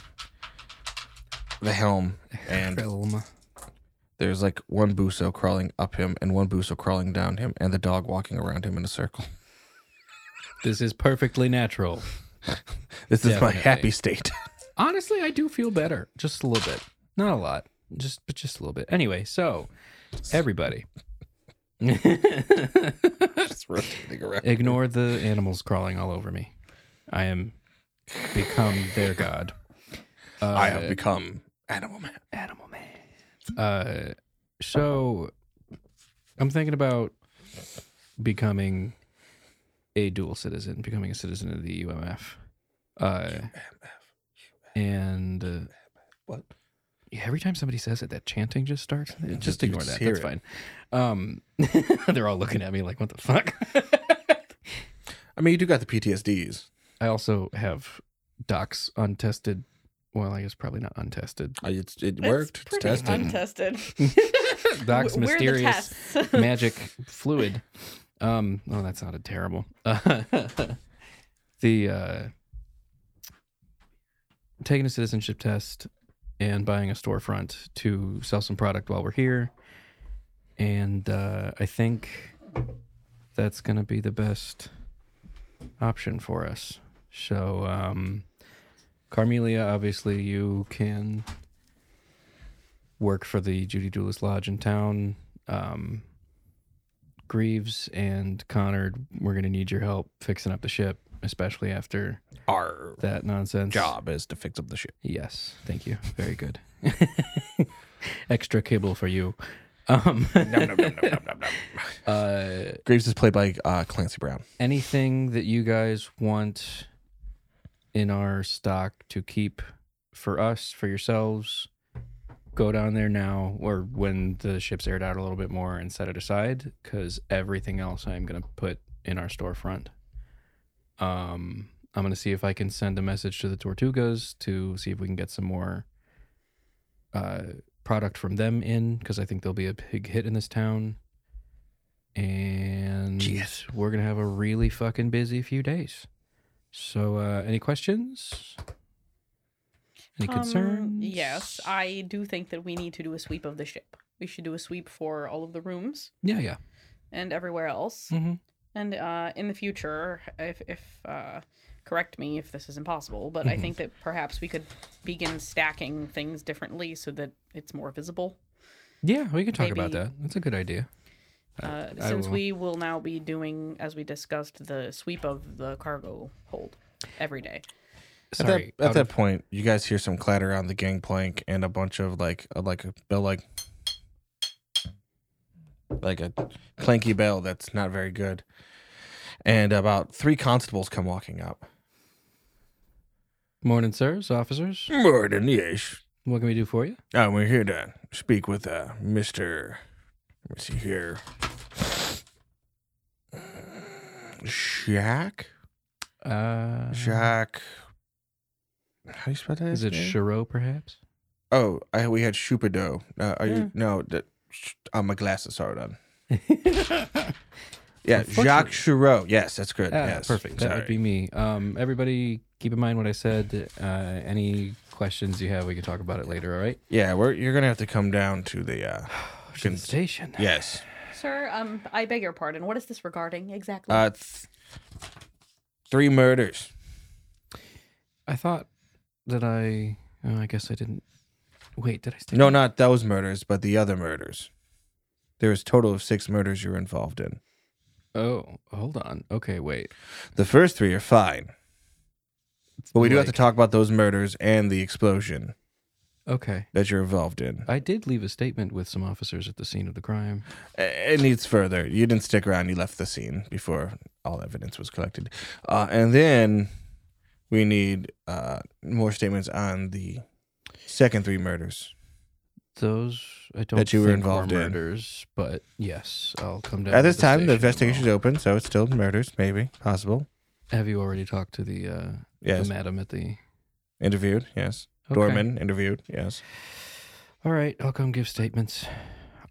Speaker 2: the helm, and
Speaker 1: Film.
Speaker 2: there's like one buso crawling up him and one buso crawling down him, and the dog walking around him in a circle.
Speaker 1: This is perfectly natural.
Speaker 2: This is my
Speaker 1: Definitely.
Speaker 2: happy state.
Speaker 1: Honestly, I do feel better. Just a little bit. Not a lot. Just but just a little bit. Anyway, so everybody.
Speaker 2: Just rotating around.
Speaker 1: Ignore the animals crawling all over me. I am become their god. Uh,
Speaker 2: I have become animal man.
Speaker 1: Animal Man. Uh, so I'm thinking about becoming a dual citizen, becoming a citizen of the UMF. Uh, and uh,
Speaker 2: What?
Speaker 1: yeah, every time somebody says it, that chanting just starts. Just,
Speaker 2: just- you
Speaker 1: ignore
Speaker 2: just
Speaker 1: that.
Speaker 2: hear
Speaker 1: That's fine.
Speaker 2: it.
Speaker 1: Um, they're all looking at me like, what the fuck?
Speaker 2: I mean, you do got the PTSDs.
Speaker 1: I also have Doc's untested. Well, I guess probably not untested.
Speaker 2: I- It's, it worked. It's,
Speaker 3: pretty
Speaker 2: tested.
Speaker 3: untested.
Speaker 1: Doc's
Speaker 3: W- we're the
Speaker 1: mysterious
Speaker 3: tests.
Speaker 1: magic fluid. Um, oh, that sounded terrible. the uh, taking a citizenship test and buying a storefront to sell some product while we're here, and uh, I think that's going to be the best option for us. So, um, Carmelia, obviously, you can work for the Judy Doulas Lodge in town. Um, Greaves and Connard, we're going to need your help fixing up the ship, especially after
Speaker 2: Our
Speaker 1: that nonsense.
Speaker 2: job is to fix up the ship.
Speaker 1: Yes. Thank you. Very good. Extra cable for you. Um,
Speaker 2: Nom, nom, nom, nom, nom, nom, nom.
Speaker 1: uh,
Speaker 2: Graves is played by uh, Clancy Brown.
Speaker 1: anything that you guys want in our stock to keep for us, for yourselves, go down there now or when the ship's aired out a little bit more and set it aside because everything else I'm going to put in our storefront. Um, I'm going to see if I can send a message to the Tortugas to see if we can get some more uh, product from them in because I think they'll be a big hit in this town. And
Speaker 2: Jeez.
Speaker 1: we're going to have a really fucking busy few days. So, uh, any questions? Any
Speaker 3: Um,
Speaker 1: concerns?
Speaker 3: yes, I do think that we need to do a sweep of the ship. We should do a sweep for all of the rooms
Speaker 1: Yeah, yeah.
Speaker 3: and everywhere else.
Speaker 1: Mhm.
Speaker 3: And uh, in the future, if, if uh, correct me if this is impossible, but
Speaker 1: Mm-hmm.
Speaker 3: I think that perhaps we could begin stacking things differently so that it's more visible.
Speaker 1: Yeah, we can talk about
Speaker 3: Maybe-
Speaker 1: that. That's a good idea.
Speaker 3: Uh,
Speaker 1: I
Speaker 3: since
Speaker 1: will-
Speaker 3: we will now be doing, as we discussed, the sweep of the cargo hold every day.
Speaker 1: Sorry.
Speaker 2: at that, at
Speaker 1: out
Speaker 2: that
Speaker 1: of-
Speaker 2: point, you guys hear some clatter on the gangplank and a bunch of like a, like a bell like like a clanky bell that's not very good. And about three constables come walking up.
Speaker 1: Morning, sirs, officers.
Speaker 2: Morning, yes.
Speaker 1: What can we do for you?
Speaker 2: Uh, we're here to speak with uh, Mr. Let me see here. Jacques?
Speaker 1: Uh,
Speaker 2: Jacques. How do you spell that?
Speaker 1: is it Shiro, perhaps?
Speaker 2: Oh, I, we had Shupido. Uh, are
Speaker 1: Mm.
Speaker 2: you no? That, sh- oh, my glasses are on. yeah, Jacques Chiro. Yes, that's good.
Speaker 1: Ah,
Speaker 2: Uh, yes,
Speaker 1: Perfect. That would
Speaker 2: Sorry.
Speaker 1: be me. Um, everybody, keep in mind what I said. Uh, any questions you have, we can talk about it later. All right.
Speaker 2: Yeah, we're, you're gonna have to come down to the.
Speaker 1: Oh,
Speaker 2: Uh, Can-
Speaker 1: station.
Speaker 2: yes,
Speaker 3: Sir, um, I beg your pardon. What is this regarding exactly?
Speaker 2: uh, th- three murders.
Speaker 1: I thought that I. Oh, I guess I didn't. Wait, did I? Still...
Speaker 2: No, not those murders, but the other murders. There was total of six murders you're involved in.
Speaker 1: Oh, hold on. Okay, wait.
Speaker 2: The first three are fine, but we do have to
Speaker 1: Like-
Speaker 2: talk about those murders and the explosion
Speaker 1: Okay.
Speaker 2: that you're involved in.
Speaker 1: I did leave a statement with some officers at the scene of the crime.
Speaker 2: It needs further. You didn't stick around. You left the scene before all evidence was collected. Uh, and then we need uh, more statements on the second three murders.
Speaker 1: Those I don't
Speaker 2: That you were
Speaker 1: think
Speaker 2: involved in.
Speaker 1: murders, but yes, I'll come down. to
Speaker 2: At this
Speaker 1: the
Speaker 2: time, the
Speaker 1: station and
Speaker 2: investigation's open, so it's still murders, maybe possible.
Speaker 1: I'll- Have you already talked to the uh,
Speaker 2: Yes.
Speaker 1: the madam at the
Speaker 2: Interviewed, yes.
Speaker 1: Okay.
Speaker 2: Dorman interviewed, yes.
Speaker 1: All right, I'll come give statements.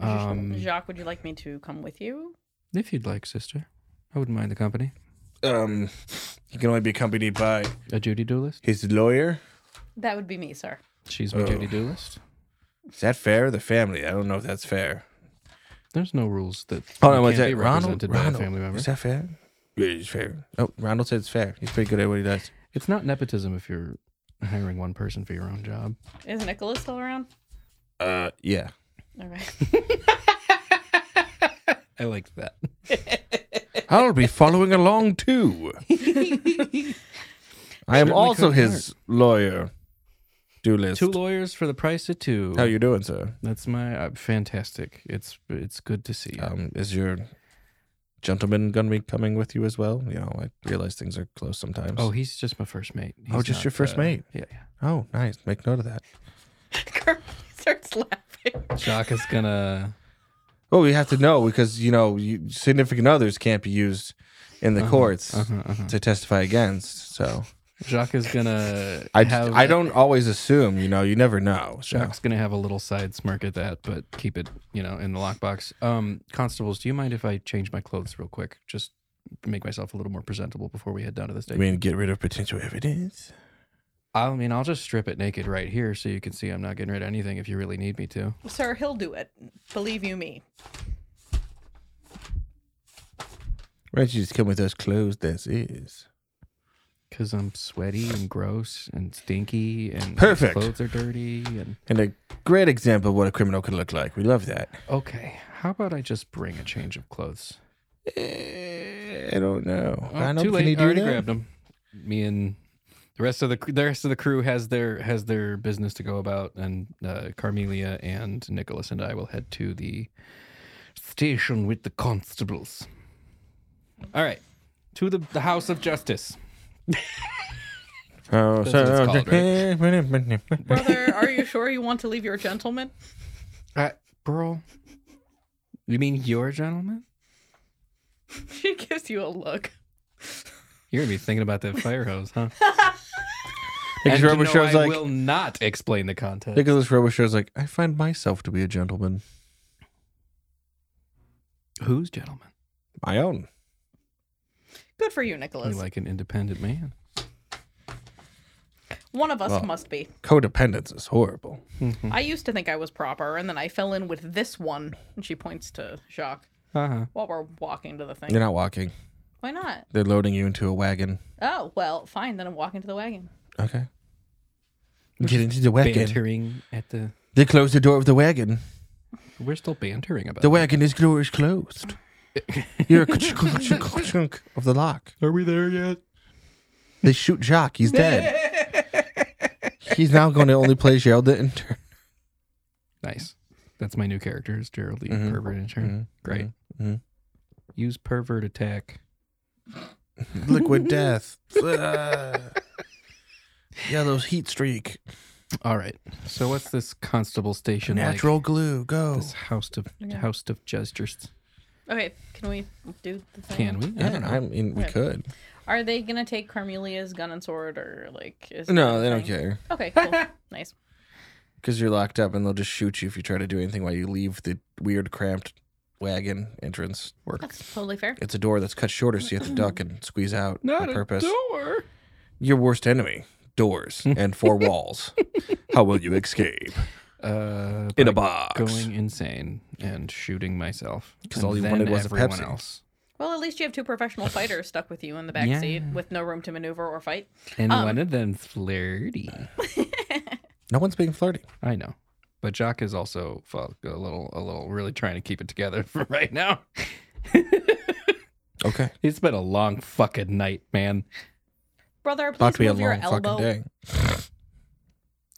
Speaker 1: Um,
Speaker 3: Jacques, would you like me to come with you?
Speaker 1: if you'd like, sister, I wouldn't mind the company.
Speaker 2: Um, he can only be accompanied by
Speaker 1: A Judy Doolist.
Speaker 2: his lawyer.
Speaker 3: That would be me, sir.
Speaker 1: She's my
Speaker 2: Oh.
Speaker 1: Judy Doolist.
Speaker 2: Is that fair? The family? I don't know if that's fair.
Speaker 1: There's no rules that
Speaker 2: Hold
Speaker 1: you
Speaker 2: on, was
Speaker 1: can't
Speaker 2: that
Speaker 1: be
Speaker 2: Ronald?
Speaker 1: represented by
Speaker 2: Ronald,
Speaker 1: a family member.
Speaker 2: is that fair? Yeah, it's fair. Oh, Ronald said it's fair. He's pretty good at what he does.
Speaker 1: It's not nepotism if you're hiring one person for your own job.
Speaker 3: Is Nicholas still around?
Speaker 2: Uh, yeah.
Speaker 3: All right.
Speaker 1: I liked that.
Speaker 2: I'll be following along too. I am
Speaker 1: Certainly
Speaker 2: also
Speaker 1: couldn't
Speaker 2: his lawyer. Do list.
Speaker 1: Two lawyers for the price of two.
Speaker 2: How Oh, you doing, sir?
Speaker 1: That's my uh, fantastic. It's it's good to see you.
Speaker 2: Um, is your gentleman gonna be coming with you as well? You know, I realize things are close sometimes.
Speaker 1: oh, he's just my first mate.
Speaker 2: Oh,
Speaker 1: He's
Speaker 2: just
Speaker 1: not,
Speaker 2: your first
Speaker 1: uh,
Speaker 2: mate.
Speaker 1: Yeah, yeah.
Speaker 2: oh, nice. Make note of that.
Speaker 3: Kirby starts laughing.
Speaker 1: Jock is gonna.
Speaker 2: Well, we have to know because you know you, significant others can't be used in the courts
Speaker 1: Uh-huh, uh-huh.
Speaker 2: to testify against. So
Speaker 1: Jacques is gonna.
Speaker 2: I,
Speaker 1: have
Speaker 2: I don't always assume. You know, you never know. So.
Speaker 1: Jacques gonna have a little side smirk at that, but keep it, you know, in the lockbox. Um, constables, do you mind if I change my clothes real quick? Just make myself a little more presentable before we head down to the
Speaker 2: I
Speaker 1: station.
Speaker 2: mean, get rid of potential evidence.
Speaker 1: I mean, I'll just strip it naked right here, so you can see I'm not getting rid of anything. If you really need me to,
Speaker 3: Sir, he'll do it. Believe you me.
Speaker 2: Why don't you just come with us clothes? This is
Speaker 1: because I'm sweaty and gross and stinky and my
Speaker 2: Perfect.
Speaker 1: clothes are dirty and
Speaker 2: and a great example of what a criminal can look like. We love that.
Speaker 1: okay. How about I just bring a change of clothes?
Speaker 2: Eh, I don't know.
Speaker 1: Oh,
Speaker 2: I don't
Speaker 1: too
Speaker 2: can
Speaker 1: late.
Speaker 2: he
Speaker 1: I
Speaker 2: do
Speaker 1: already
Speaker 2: that?
Speaker 1: grabbed them. Me and the rest of the the rest of the crew has their has their business to go about, and uh, Carmelia and Nicholas and I will head to the station with the constables. All right, to the, the House of Justice.
Speaker 2: Oh,
Speaker 1: That's what it's
Speaker 2: so-
Speaker 3: Brother, are you sure you want to leave your gentleman?
Speaker 1: Uh, Burl, you mean your gentleman?
Speaker 3: She gives you a look.
Speaker 1: You're gonna be thinking about that fire hose, huh?
Speaker 2: Nicholas
Speaker 1: And you know,
Speaker 2: Robichaud's
Speaker 1: I
Speaker 2: like-
Speaker 1: will not explain the context.
Speaker 2: Nicholas Robichaud's like, I find myself to be a gentleman.
Speaker 1: Who's gentleman?
Speaker 2: My own.
Speaker 3: Good for you,
Speaker 1: You're
Speaker 3: Nicholas.
Speaker 1: like an independent man.
Speaker 3: One of us
Speaker 2: Well. hmm.
Speaker 3: must be.
Speaker 2: Codependence is horrible.
Speaker 3: I used to think I was proper, and then I fell in with this one. And she points to Jacques
Speaker 1: Uh
Speaker 2: Uh-huh.
Speaker 1: huh.
Speaker 3: while we're walking to the thing.
Speaker 2: You're not walking.
Speaker 3: Why not?
Speaker 2: They're loading you into a wagon.
Speaker 3: Oh, well, fine. Then I'm walking to the wagon.
Speaker 2: Okay. Get into the wagon.
Speaker 1: Bantering at the
Speaker 2: They closed the door of the wagon.
Speaker 1: We're still bantering about
Speaker 2: The wagon is glorious closed. You're a chunk of the lock.
Speaker 1: Are we there yet?
Speaker 2: They shoot Jacques. He's dead. He's now going to only play Gerald the intern.
Speaker 1: Nice. That's my new character is Geraldine
Speaker 2: Mm-hmm.
Speaker 1: Pervert Intern. Great.
Speaker 2: mhm.
Speaker 1: Use pervert attack.
Speaker 2: Liquid death. Ugh. Yellow's heat streak.
Speaker 1: All right. So what's this constable station
Speaker 2: Natural glue. Go.
Speaker 1: like? This house of house of justice.
Speaker 3: Okay, can we do the thing?
Speaker 1: Can we? I
Speaker 2: Yeah,
Speaker 1: don't know.
Speaker 2: I mean, we
Speaker 3: Right.
Speaker 2: could.
Speaker 3: Are they gonna take Carmelia's gun and sword, or like? Is
Speaker 2: No,
Speaker 3: that
Speaker 2: they
Speaker 3: a
Speaker 2: don't
Speaker 3: thing?
Speaker 2: care
Speaker 3: Okay, cool, nice.
Speaker 2: because you're locked up, and they'll just shoot you if you try to do anything while you leave the weird cramped wagon entrance. Work.
Speaker 3: That's totally fair.
Speaker 2: It's a door that's cut shorter, so you have to duck and squeeze out
Speaker 1: Not
Speaker 2: on
Speaker 1: a
Speaker 2: purpose.
Speaker 1: door.
Speaker 2: Your worst enemy: doors and four walls. How will you escape
Speaker 1: Uh,
Speaker 2: in a
Speaker 1: by
Speaker 2: box?
Speaker 1: Going insane and shooting myself
Speaker 2: 'Cause
Speaker 1: and
Speaker 2: all you
Speaker 1: then
Speaker 2: wanted was a
Speaker 1: everyone
Speaker 2: Pepsi.
Speaker 1: else.
Speaker 3: Well, at least you have two professional fighters stuck with you in the back
Speaker 1: Yeah.
Speaker 3: seat with no room to maneuver or fight.
Speaker 1: And
Speaker 3: Um,
Speaker 1: one of them flirty.
Speaker 2: No one's being flirty.
Speaker 1: I know. But Jock is also fuck a little a little really trying to keep it together for right now.
Speaker 2: Okay,
Speaker 1: It's been a long fucking night, man.
Speaker 3: Brother,
Speaker 2: about
Speaker 3: please
Speaker 2: to be a
Speaker 3: move your
Speaker 2: long fucking
Speaker 3: elbow.
Speaker 2: day.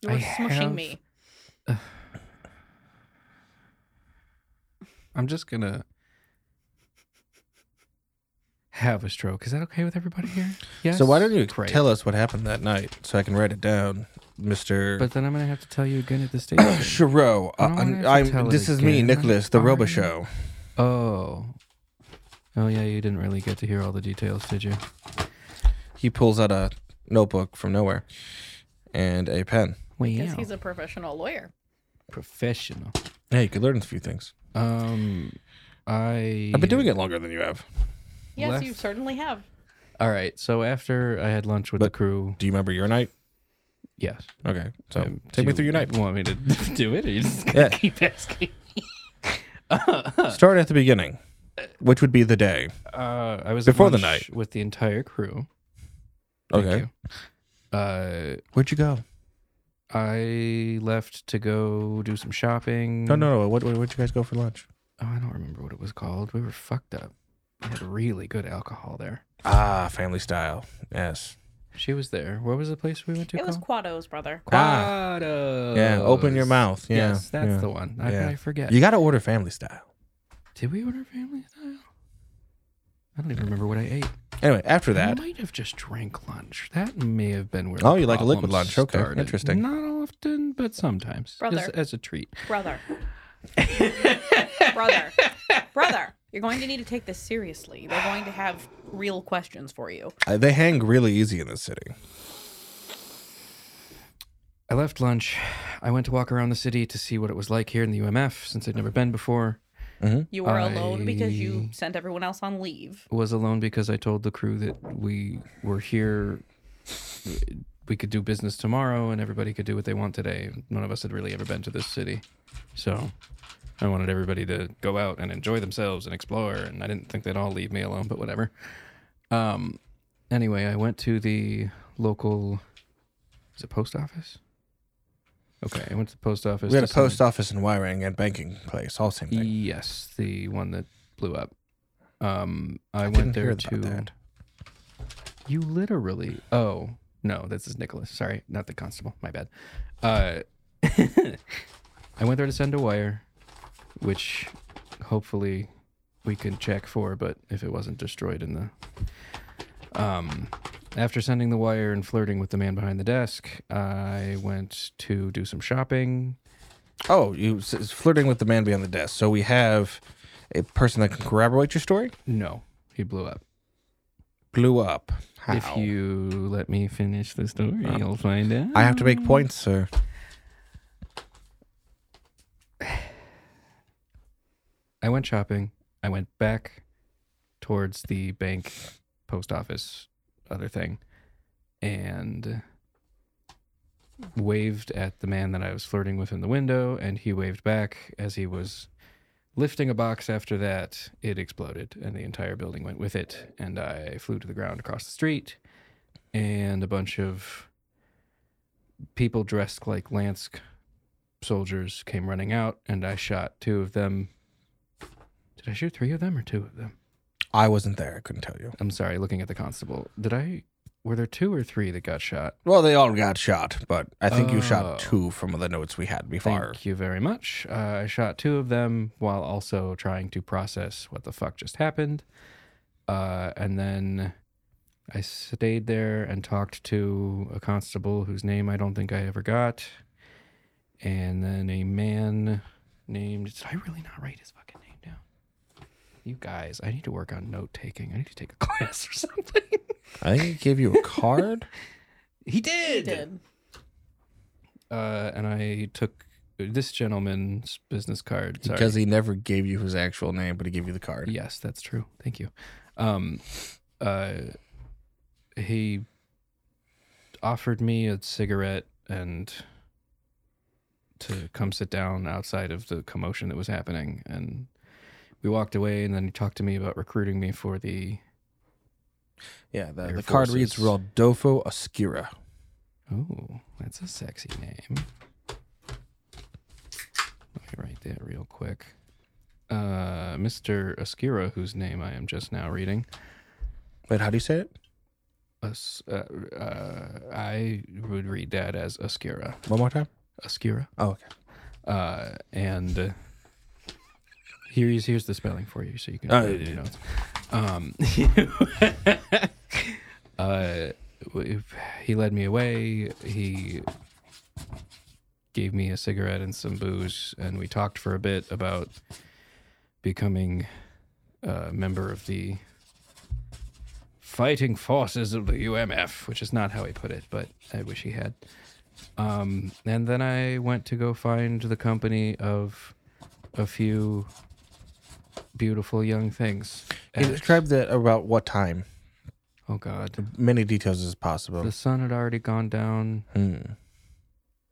Speaker 3: You're
Speaker 1: I
Speaker 3: smushing
Speaker 1: have-
Speaker 3: me.
Speaker 1: I'm just gonna have a stroke. Is that okay with everybody here? Yes.
Speaker 2: So why don't you
Speaker 1: Great.
Speaker 2: tell us what happened that night so I can write it down, Mister?
Speaker 1: But then I'm gonna have to tell you again at the station.
Speaker 2: Chiro,
Speaker 1: I don't wanna have
Speaker 2: I'm,
Speaker 1: to tell
Speaker 2: I'm,
Speaker 1: it
Speaker 2: this is me,
Speaker 1: again.
Speaker 2: Nicholas, the
Speaker 1: I'm
Speaker 2: Robo
Speaker 1: sorry.
Speaker 2: Show.
Speaker 1: oh. Oh yeah, you didn't really get to hear all the details, did you?
Speaker 2: He pulls out a notebook from nowhere and a pen.
Speaker 1: Well,
Speaker 3: Because
Speaker 1: yeah.
Speaker 3: he's a professional lawyer.
Speaker 1: professional.
Speaker 2: Yeah, you could learn a few things.
Speaker 1: Um, I.
Speaker 2: I've been doing it longer than you have.
Speaker 3: Yes,
Speaker 1: Left.
Speaker 3: you certainly have.
Speaker 1: All right. So after I had lunch with
Speaker 2: But-
Speaker 1: the crew,
Speaker 2: Do you remember your night?
Speaker 1: yes.
Speaker 2: Okay, so
Speaker 1: Um,
Speaker 2: Oh, take
Speaker 1: do
Speaker 2: me
Speaker 1: you
Speaker 2: through your night.
Speaker 1: Want me to do it? Or you just gonna
Speaker 2: Yeah.
Speaker 1: keep asking?
Speaker 2: Start at the beginning, which would be the day.
Speaker 1: Uh, I was
Speaker 2: Before
Speaker 1: at
Speaker 2: the
Speaker 1: lunch with the entire crew. Thank
Speaker 2: Okay,
Speaker 1: you. Uh,
Speaker 2: where'd you go?
Speaker 1: I left to go do some shopping.
Speaker 2: No, no, no. What, where'd you guys go for lunch?
Speaker 1: Oh, I don't remember what it was called. We were fucked up. We had really good alcohol there.
Speaker 2: Ah, family style. Yes.
Speaker 1: She was there. What was the place we went to?
Speaker 3: It was
Speaker 1: called?
Speaker 3: Quado's brother.
Speaker 2: Ah.
Speaker 1: Quados.
Speaker 2: Yeah, open your mouth. Yeah,
Speaker 1: yes, that's
Speaker 2: yeah.
Speaker 1: the one. I,
Speaker 2: Yeah.
Speaker 1: I forget.
Speaker 2: You got to order family style.
Speaker 1: Did we order family style? I don't even remember what I ate.
Speaker 2: Anyway, after that,
Speaker 1: I might have just drank lunch. That may have been where.
Speaker 2: Oh,
Speaker 1: the
Speaker 2: you like a
Speaker 1: problem
Speaker 2: liquid lunch. Okay,
Speaker 1: started.
Speaker 2: interesting.
Speaker 1: Not often, but sometimes.
Speaker 3: Brother.
Speaker 1: As, as a treat.
Speaker 3: Brother. brother. Brother. You're going to need to take this seriously. They're going to have real questions for you.
Speaker 1: Mm-hmm.
Speaker 2: uh, they hang really easy in this city.
Speaker 1: I left lunch. I went to walk around the city to see what it was like here in the UMF since I'd never been before.
Speaker 3: You were alone because you
Speaker 1: I-
Speaker 3: sent everyone else on leave.
Speaker 1: Was alone because I told the crew that we were here. We could do business tomorrow, and everybody could do what they want today. None of us had really ever been to this city, so I wanted everybody to go out and enjoy themselves and explore. And I didn't think they'd all leave me alone, but whatever. Um. Anyway, I went to the local. Is it post office? Okay, I went to the post office.
Speaker 2: We had
Speaker 1: to
Speaker 2: a
Speaker 1: send-
Speaker 2: post office and wiring and banking place, all same
Speaker 1: Mm.
Speaker 2: thing.
Speaker 1: Yes, the one that blew up. Um, I,
Speaker 2: didn't
Speaker 1: went there
Speaker 2: hear about
Speaker 1: to.
Speaker 2: that.
Speaker 1: You literally. Oh no, this is Nicholas. Sorry, not the constable. My bad. Uh, I went there to send a wire, which hopefully we can check for. But if it wasn't destroyed in the um, after sending the wire and flirting with the man behind the desk, I went to do some shopping.
Speaker 2: Oh, you s- s- flirting with the man behind the desk. So we have a person that can corroborate your story.
Speaker 1: No, he blew up.
Speaker 2: Blew up. How?
Speaker 1: If you let me finish the story, you'll find out.
Speaker 2: I have to make points, sir.
Speaker 1: I went shopping. I went back towards the bank, post office, other thing, and waved at the man that I was flirting with in the window, and he waved back as he was lifting a box. After that, it exploded, and the entire building went with it, and I flew to the ground across the street, and a bunch of people dressed like Lansk soldiers came running out, and I shot two of them. Did I shoot three of them or two of them?
Speaker 2: I wasn't there. I couldn't tell you.
Speaker 1: I'm sorry, looking at the constable. Did I were there two or three that got shot?
Speaker 2: Well, they all got shot, but I think you
Speaker 1: Oh.
Speaker 2: shot two from the notes we had before.
Speaker 1: Thank you very much. Uh, I shot two of them while also trying to process what the fuck just happened. Uh, and then I stayed there and talked to a constable whose name I don't think I ever got. And then a man named. Did I really not write his fucking name down? You guys, I need to work on note taking. I need to take a class or something.
Speaker 2: I think he gave you a card.
Speaker 1: he did.
Speaker 3: He did.
Speaker 1: Uh, and I took this gentleman's business card. Sorry.
Speaker 2: Because he never gave you his actual name, but he gave you the card.
Speaker 1: Yes, that's true. Thank you. Um, uh, he offered me a cigarette and to come sit down outside of the commotion that was happening, and we walked away. And then he talked to me about recruiting me for the.
Speaker 2: Yeah, the,
Speaker 1: Air
Speaker 2: the card reads
Speaker 1: Forces.
Speaker 2: Rodolfo Oscura.
Speaker 1: Oh, that's a sexy name. Let me write that real quick. Uh, Mr. Askira, whose name I am just now reading,
Speaker 2: Wait, how do you say it?
Speaker 1: As, uh, uh, I would read that as Oscura.
Speaker 2: One more time?
Speaker 1: Oscura.
Speaker 2: Oh, okay.
Speaker 1: Uh, and uh, here's here's the spelling for you, so you can.
Speaker 2: Oh,
Speaker 1: you
Speaker 2: yeah.
Speaker 1: know, it's- um, uh, w- he led me away. He gave me a cigarette and some booze, and we talked for a bit about becoming a uh, member of the fighting forces of the UMF, which is not how he put it, but I wish he had. Um, and then I went to go find the company of a few beautiful young things.
Speaker 2: Can you
Speaker 1: And-
Speaker 2: describe that about what time?
Speaker 1: oh God,
Speaker 2: Many details as possible.
Speaker 1: the sun had already gone down.
Speaker 2: Hmm.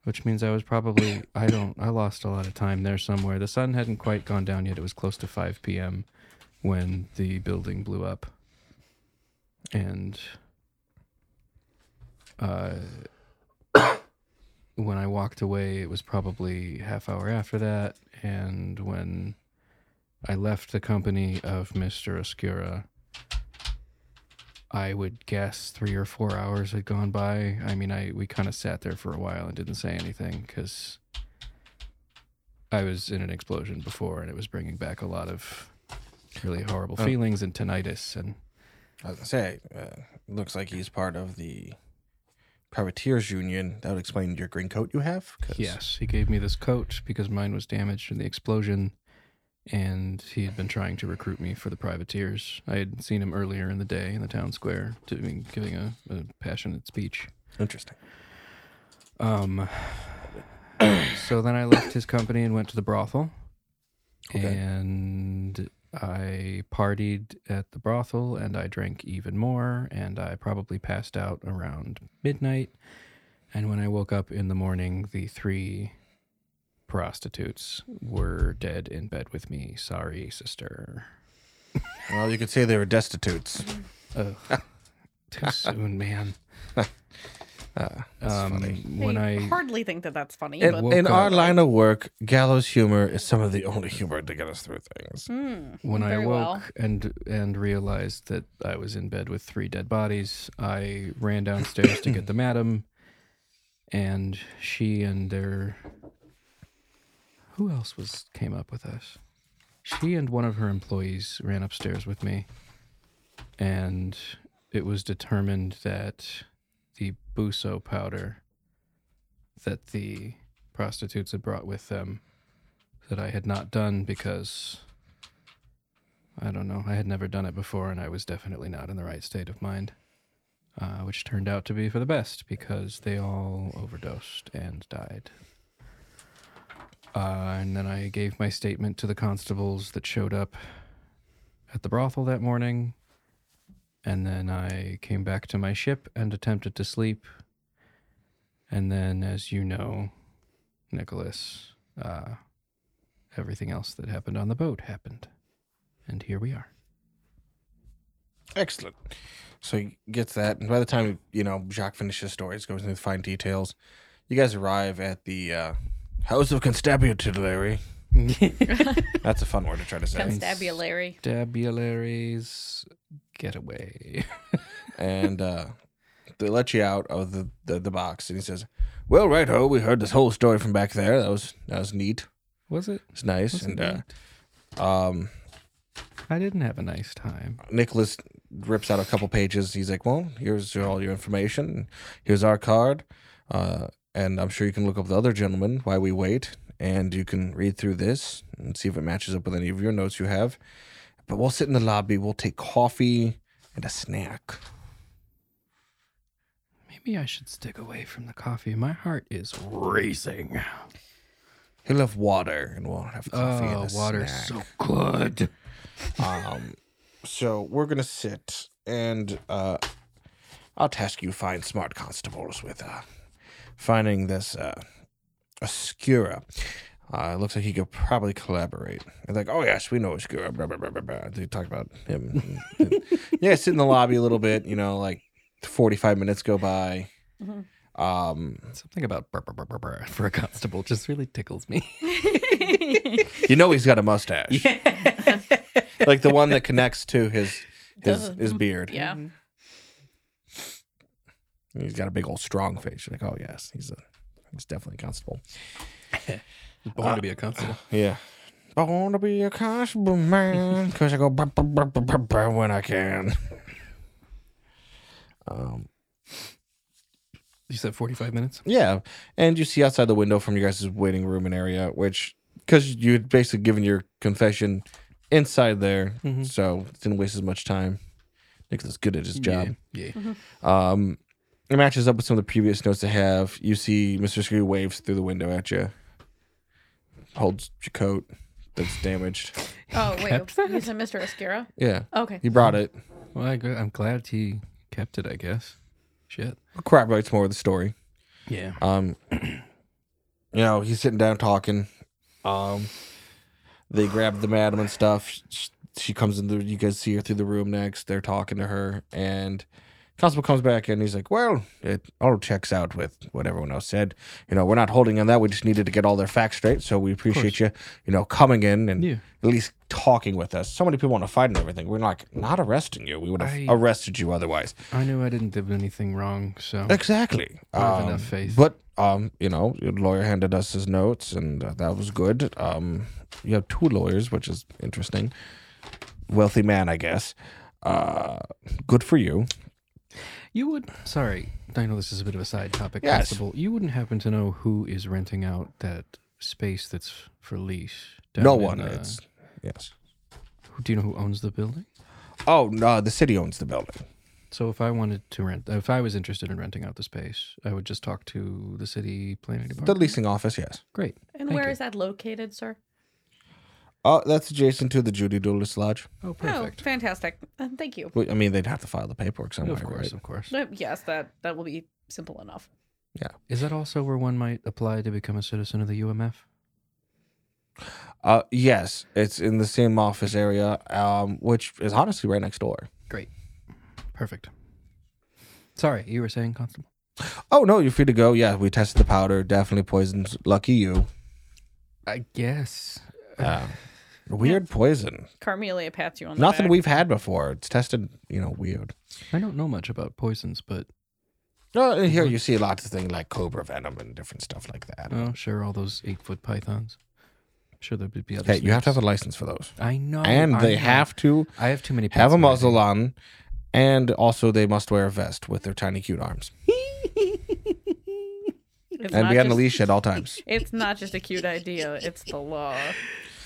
Speaker 1: which means I was probably I don't I lost a lot of time there somewhere. The sun hadn't quite gone down yet. It was close to 5 p.m. when the building blew up. And uh when I walked away, it was probably half hour after that and when I left the company of Mr. Oscura I would guess three or four hours had gone by. I mean, I we kind of sat there for a while and didn't say anything because I was in an explosion before, and it was bringing back a lot of really horrible
Speaker 2: Oh.
Speaker 1: feelings and tinnitus. And
Speaker 2: I was gonna say, uh, looks like he's part of the privateers union. That would explain your green coat you have. 'cause-
Speaker 1: yes, he gave me this coat because mine was damaged in the explosion, and he had been trying to recruit me for the privateers. I had seen him earlier in the day in the town square doing giving a, a passionate speech.
Speaker 2: interesting.
Speaker 1: Um, so then I left his company and went to the brothel.
Speaker 2: Okay.
Speaker 1: And I partied at the brothel and I drank even more. And I probably passed out around midnight. And when I woke up in the morning, the three prostitutes were dead in bed with me. Sorry, sister.
Speaker 2: Well, you could say they were destitutes.
Speaker 1: Ugh. Too soon, man.
Speaker 2: Uh, that's
Speaker 1: Um,
Speaker 2: funny.
Speaker 1: when
Speaker 3: I,
Speaker 1: I
Speaker 3: hardly think that that's funny,
Speaker 2: In,
Speaker 3: but
Speaker 1: woke
Speaker 2: in our
Speaker 1: up-
Speaker 2: line of work, gallows humor is some of the only humor to get us through things.
Speaker 3: Hmm,
Speaker 1: when I
Speaker 3: very
Speaker 1: woke
Speaker 3: well.
Speaker 1: and and realized that I was in bed with three dead bodies, I ran downstairs to get the madam, and she and their who else was came up with us? She and one of her employees ran upstairs with me, and it was determined that the buso powder that the prostitutes had brought with them that I had not done because I don't know. I had never done it before, and I was definitely not in the right state of mind, uh, which turned out to be for the best because they all overdosed and died. Uh, and then I gave my statement to the constables that showed up at the brothel that morning. And then I came back to my ship and attempted to sleep. And then, as you know, Nicholas, uh, everything else that happened on the boat happened. And here we are.
Speaker 2: Excellent. So he gets that, and by the time you know Jacques finishes his stories, goes into the fine details, you guys arrive at the uh, House of Constabulary. That's a fun word to try to say.
Speaker 3: constabulary.
Speaker 1: Constabulary's getaway.
Speaker 2: and uh, they let you out of the, the, the box. And he says, "Well, right ho, we heard this whole story from back there. That was that was neat.
Speaker 1: Was it?
Speaker 2: It's nice."
Speaker 1: Was it
Speaker 2: and
Speaker 1: neat?
Speaker 2: uh, um,
Speaker 1: I didn't have a nice time.
Speaker 2: Nicholas rips out a couple pages. He's like, "Well, here's your, all your information. Here's our card, uh, and I'm sure you can look up the other gentleman while we wait, and you can read through this and see if it matches up with any of your notes you have." But we'll sit in the lobby. We'll take coffee and a snack.
Speaker 1: Maybe I should stick away from the coffee. My heart is racing.
Speaker 2: He'll have water, and we'll have coffee
Speaker 1: Oh,
Speaker 2: and a
Speaker 1: water's
Speaker 2: snack.
Speaker 1: so good.
Speaker 2: Um, so we're gonna sit, and uh, I'll task you find smart constables with uh, finding this uh, Oscura. Uh, it looks like he could probably collaborate. It's like, oh yes, we know Oscura. Blah, blah, blah, blah, blah. They talk about him. yeah, sit in the lobby a little bit. You know, like forty-five minutes go by.
Speaker 3: Mhm.
Speaker 2: Um,
Speaker 1: Something about brr, brr, brr, brr, brr for a constable just really tickles me.
Speaker 2: you know, he's got a mustache, like the one that connects to his his
Speaker 3: Duh.
Speaker 2: his beard.
Speaker 3: yeah.
Speaker 1: Mm-hmm.
Speaker 2: He's got a big old strong face. You're like, oh yes, he's a he's definitely a constable.
Speaker 1: Born to be a constable.
Speaker 2: Yeah. I want to be a constable man because I go bah, bah, bah, bah, bah, bah, when I can. Um,
Speaker 1: You said 45 minutes?
Speaker 2: yeah, and you see outside the window from your guys' waiting room and area, which because you had basically given your confession inside there,
Speaker 1: Mhm.
Speaker 2: so it didn't waste as much time. Nicholas is good at his job.
Speaker 1: Yeah. yeah.
Speaker 2: Um, it matches up with some of the previous notes I have. You see Mr. Screw waves through the window at you, holds your coat that's damaged.
Speaker 3: Oh wait,
Speaker 1: kept
Speaker 3: you said Mr. Escara?
Speaker 2: Yeah,
Speaker 3: Okay.
Speaker 2: he brought it.
Speaker 1: Well, I, gu- I'm glad he kept it, I guess. Shit.
Speaker 2: Corroborates more of the story.
Speaker 1: Yeah.
Speaker 2: Um, you know, he's sitting down talking. Um, they grab the madam and stuff. She, she comes in. The, you guys see her through the room next. They're talking to her, and constable comes back and he's like, "Well, it all checks out with what everyone else said. You know, we're not holding on that. We just needed to get all their facts straight. So we appreciate you, you know, coming in and
Speaker 1: Yeah.
Speaker 2: at least talking with us. So many people want to fight and everything. We're like not arresting you. We would have
Speaker 1: I-
Speaker 2: arrested you otherwise.
Speaker 1: I knew I didn't do anything wrong, so.
Speaker 2: Exactly.
Speaker 1: I have
Speaker 2: Um,
Speaker 1: enough faith.
Speaker 2: But um, you know, your lawyer handed us his notes, and uh, that was good. Um, you have two lawyers, which is interesting. Wealthy man, I guess. Uh, good for you.
Speaker 1: You would. Sorry, I know this is a bit of a side topic.
Speaker 2: Yes.
Speaker 1: Constable. You wouldn't happen to know who is renting out that space that's for lease? down
Speaker 2: no
Speaker 1: in,
Speaker 2: one.
Speaker 1: uh,
Speaker 2: It's yes.
Speaker 1: who- do you know who owns the building?
Speaker 2: Oh no, the city owns the building.
Speaker 1: So if I wanted to rent, if I was interested in renting out the space, I would just talk to the city planning
Speaker 2: The
Speaker 1: department.
Speaker 2: leasing office, yes.
Speaker 1: Great.
Speaker 3: And
Speaker 1: Thank
Speaker 3: where is
Speaker 1: you.
Speaker 3: that located, sir?
Speaker 2: Oh, that's adjacent to the Judy Doulis Lodge.
Speaker 1: Oh, perfect.
Speaker 3: Oh, fantastic. Uh, thank you.
Speaker 2: Well, I mean, they'd have to file the paperwork somewhere,
Speaker 1: of course,
Speaker 2: right?
Speaker 1: of course.
Speaker 3: Uh, Yes, that that will be simple enough.
Speaker 1: Is that also where one might apply to become a citizen of the UMF?
Speaker 2: Uh, yes, it's in the same office area, um, which is honestly right next door.
Speaker 1: Perfect. Sorry, you were saying, Constable.
Speaker 2: Oh no, you're free to go. Yeah, we tested the powder. Definitely poisons. Lucky you.
Speaker 1: I guess.
Speaker 2: Um, weird poison.
Speaker 3: Carmelia pats you on the
Speaker 2: Nothing
Speaker 3: back.
Speaker 2: we've had before. It's tested. You know, weird.
Speaker 1: I don't know much about poisons, but
Speaker 2: No, and here you see lots of things like cobra venom and different stuff like that.
Speaker 1: oh, sure, all those eight-foot pythons. I'm sure there would be other.
Speaker 2: Hey, you have to have
Speaker 1: snakes.
Speaker 2: a license for those,
Speaker 1: I know.
Speaker 2: and
Speaker 1: I
Speaker 2: they
Speaker 1: know.
Speaker 2: have to
Speaker 1: I have too many. pets
Speaker 2: have a
Speaker 1: in my
Speaker 2: muzzle
Speaker 1: head.
Speaker 2: on, and also they must wear a vest with their tiny cute arms
Speaker 3: It's
Speaker 2: and
Speaker 3: not
Speaker 2: be on the
Speaker 3: just-
Speaker 2: leash at all times.
Speaker 3: It's not just a cute idea. It's the law.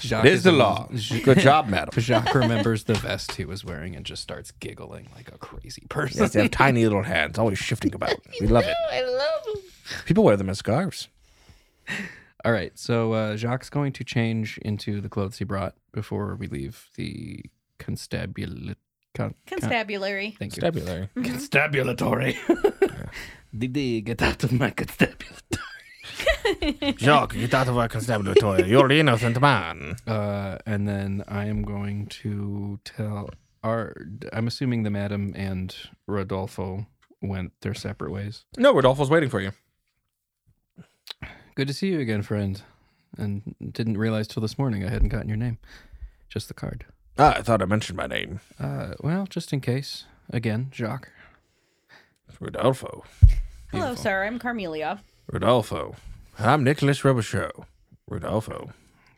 Speaker 1: Jacques
Speaker 2: It is the
Speaker 1: a-
Speaker 2: law.
Speaker 1: Ja-
Speaker 2: Good job, madam.
Speaker 1: Jacques remembers the vest he was wearing and just starts giggling like a crazy person.
Speaker 2: Yes, they have tiny little hands, always shifting about. We love it.
Speaker 3: I love him.
Speaker 2: People wear them as scarves.
Speaker 1: All right, so uh, Jacques going to change into the clothes he brought before we leave the constabulary. Con- con-
Speaker 3: Constabulary.
Speaker 1: thank you.
Speaker 2: Stabulary.
Speaker 1: constabulary. Didi, get out of my constabulary.
Speaker 2: Jacques, get out of our constabulary. You're innocent man.
Speaker 1: Uh, and then I am going to tell our. I'm assuming the madam and Rodolfo went their separate ways.
Speaker 2: No, Rodolfo's waiting for you.
Speaker 1: Good to see you again, friend. And didn't realize till this morning I hadn't gotten your name, just the card.
Speaker 2: Ah, I thought I mentioned my name.
Speaker 1: Uh, well, just in case. Again, Jacques.
Speaker 2: Rodolfo.
Speaker 3: Hello, sir. I'm Carmelia.
Speaker 2: Rodolfo. I'm Nicholas Robichaux. Rodolfo.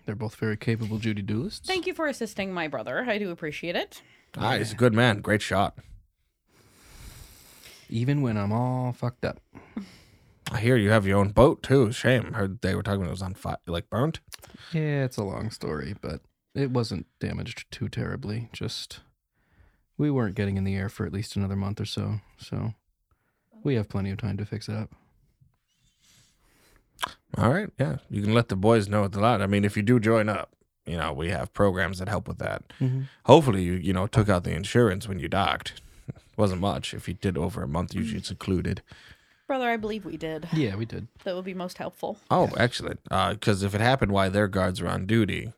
Speaker 1: They're both very capable Judy duelists.
Speaker 3: Thank you for assisting my brother. I do appreciate it.
Speaker 2: Ah, he's a good man. Great shot.
Speaker 1: Even when I'm all fucked up.
Speaker 2: I hear you have your own boat too. Shame. Heard they were talking about it was on fire, like burnt.
Speaker 1: Yeah, it's a long story, but it wasn't damaged too terribly. Just we weren't getting in the air for at least another month or so. So we have plenty of time to fix it up.
Speaker 2: All right, yeah. You can let the boys know at the lot. I mean, if you do join up, you know, we have programs that help with that. Hopefully, you you know took out the insurance when you docked. Wasn't much. If you did over a month, usually it's included.
Speaker 3: Brother, I believe we did.
Speaker 1: Yeah, we did.
Speaker 3: That would be most helpful.
Speaker 2: Oh, excellent. Because if it happened while their guards were on duty,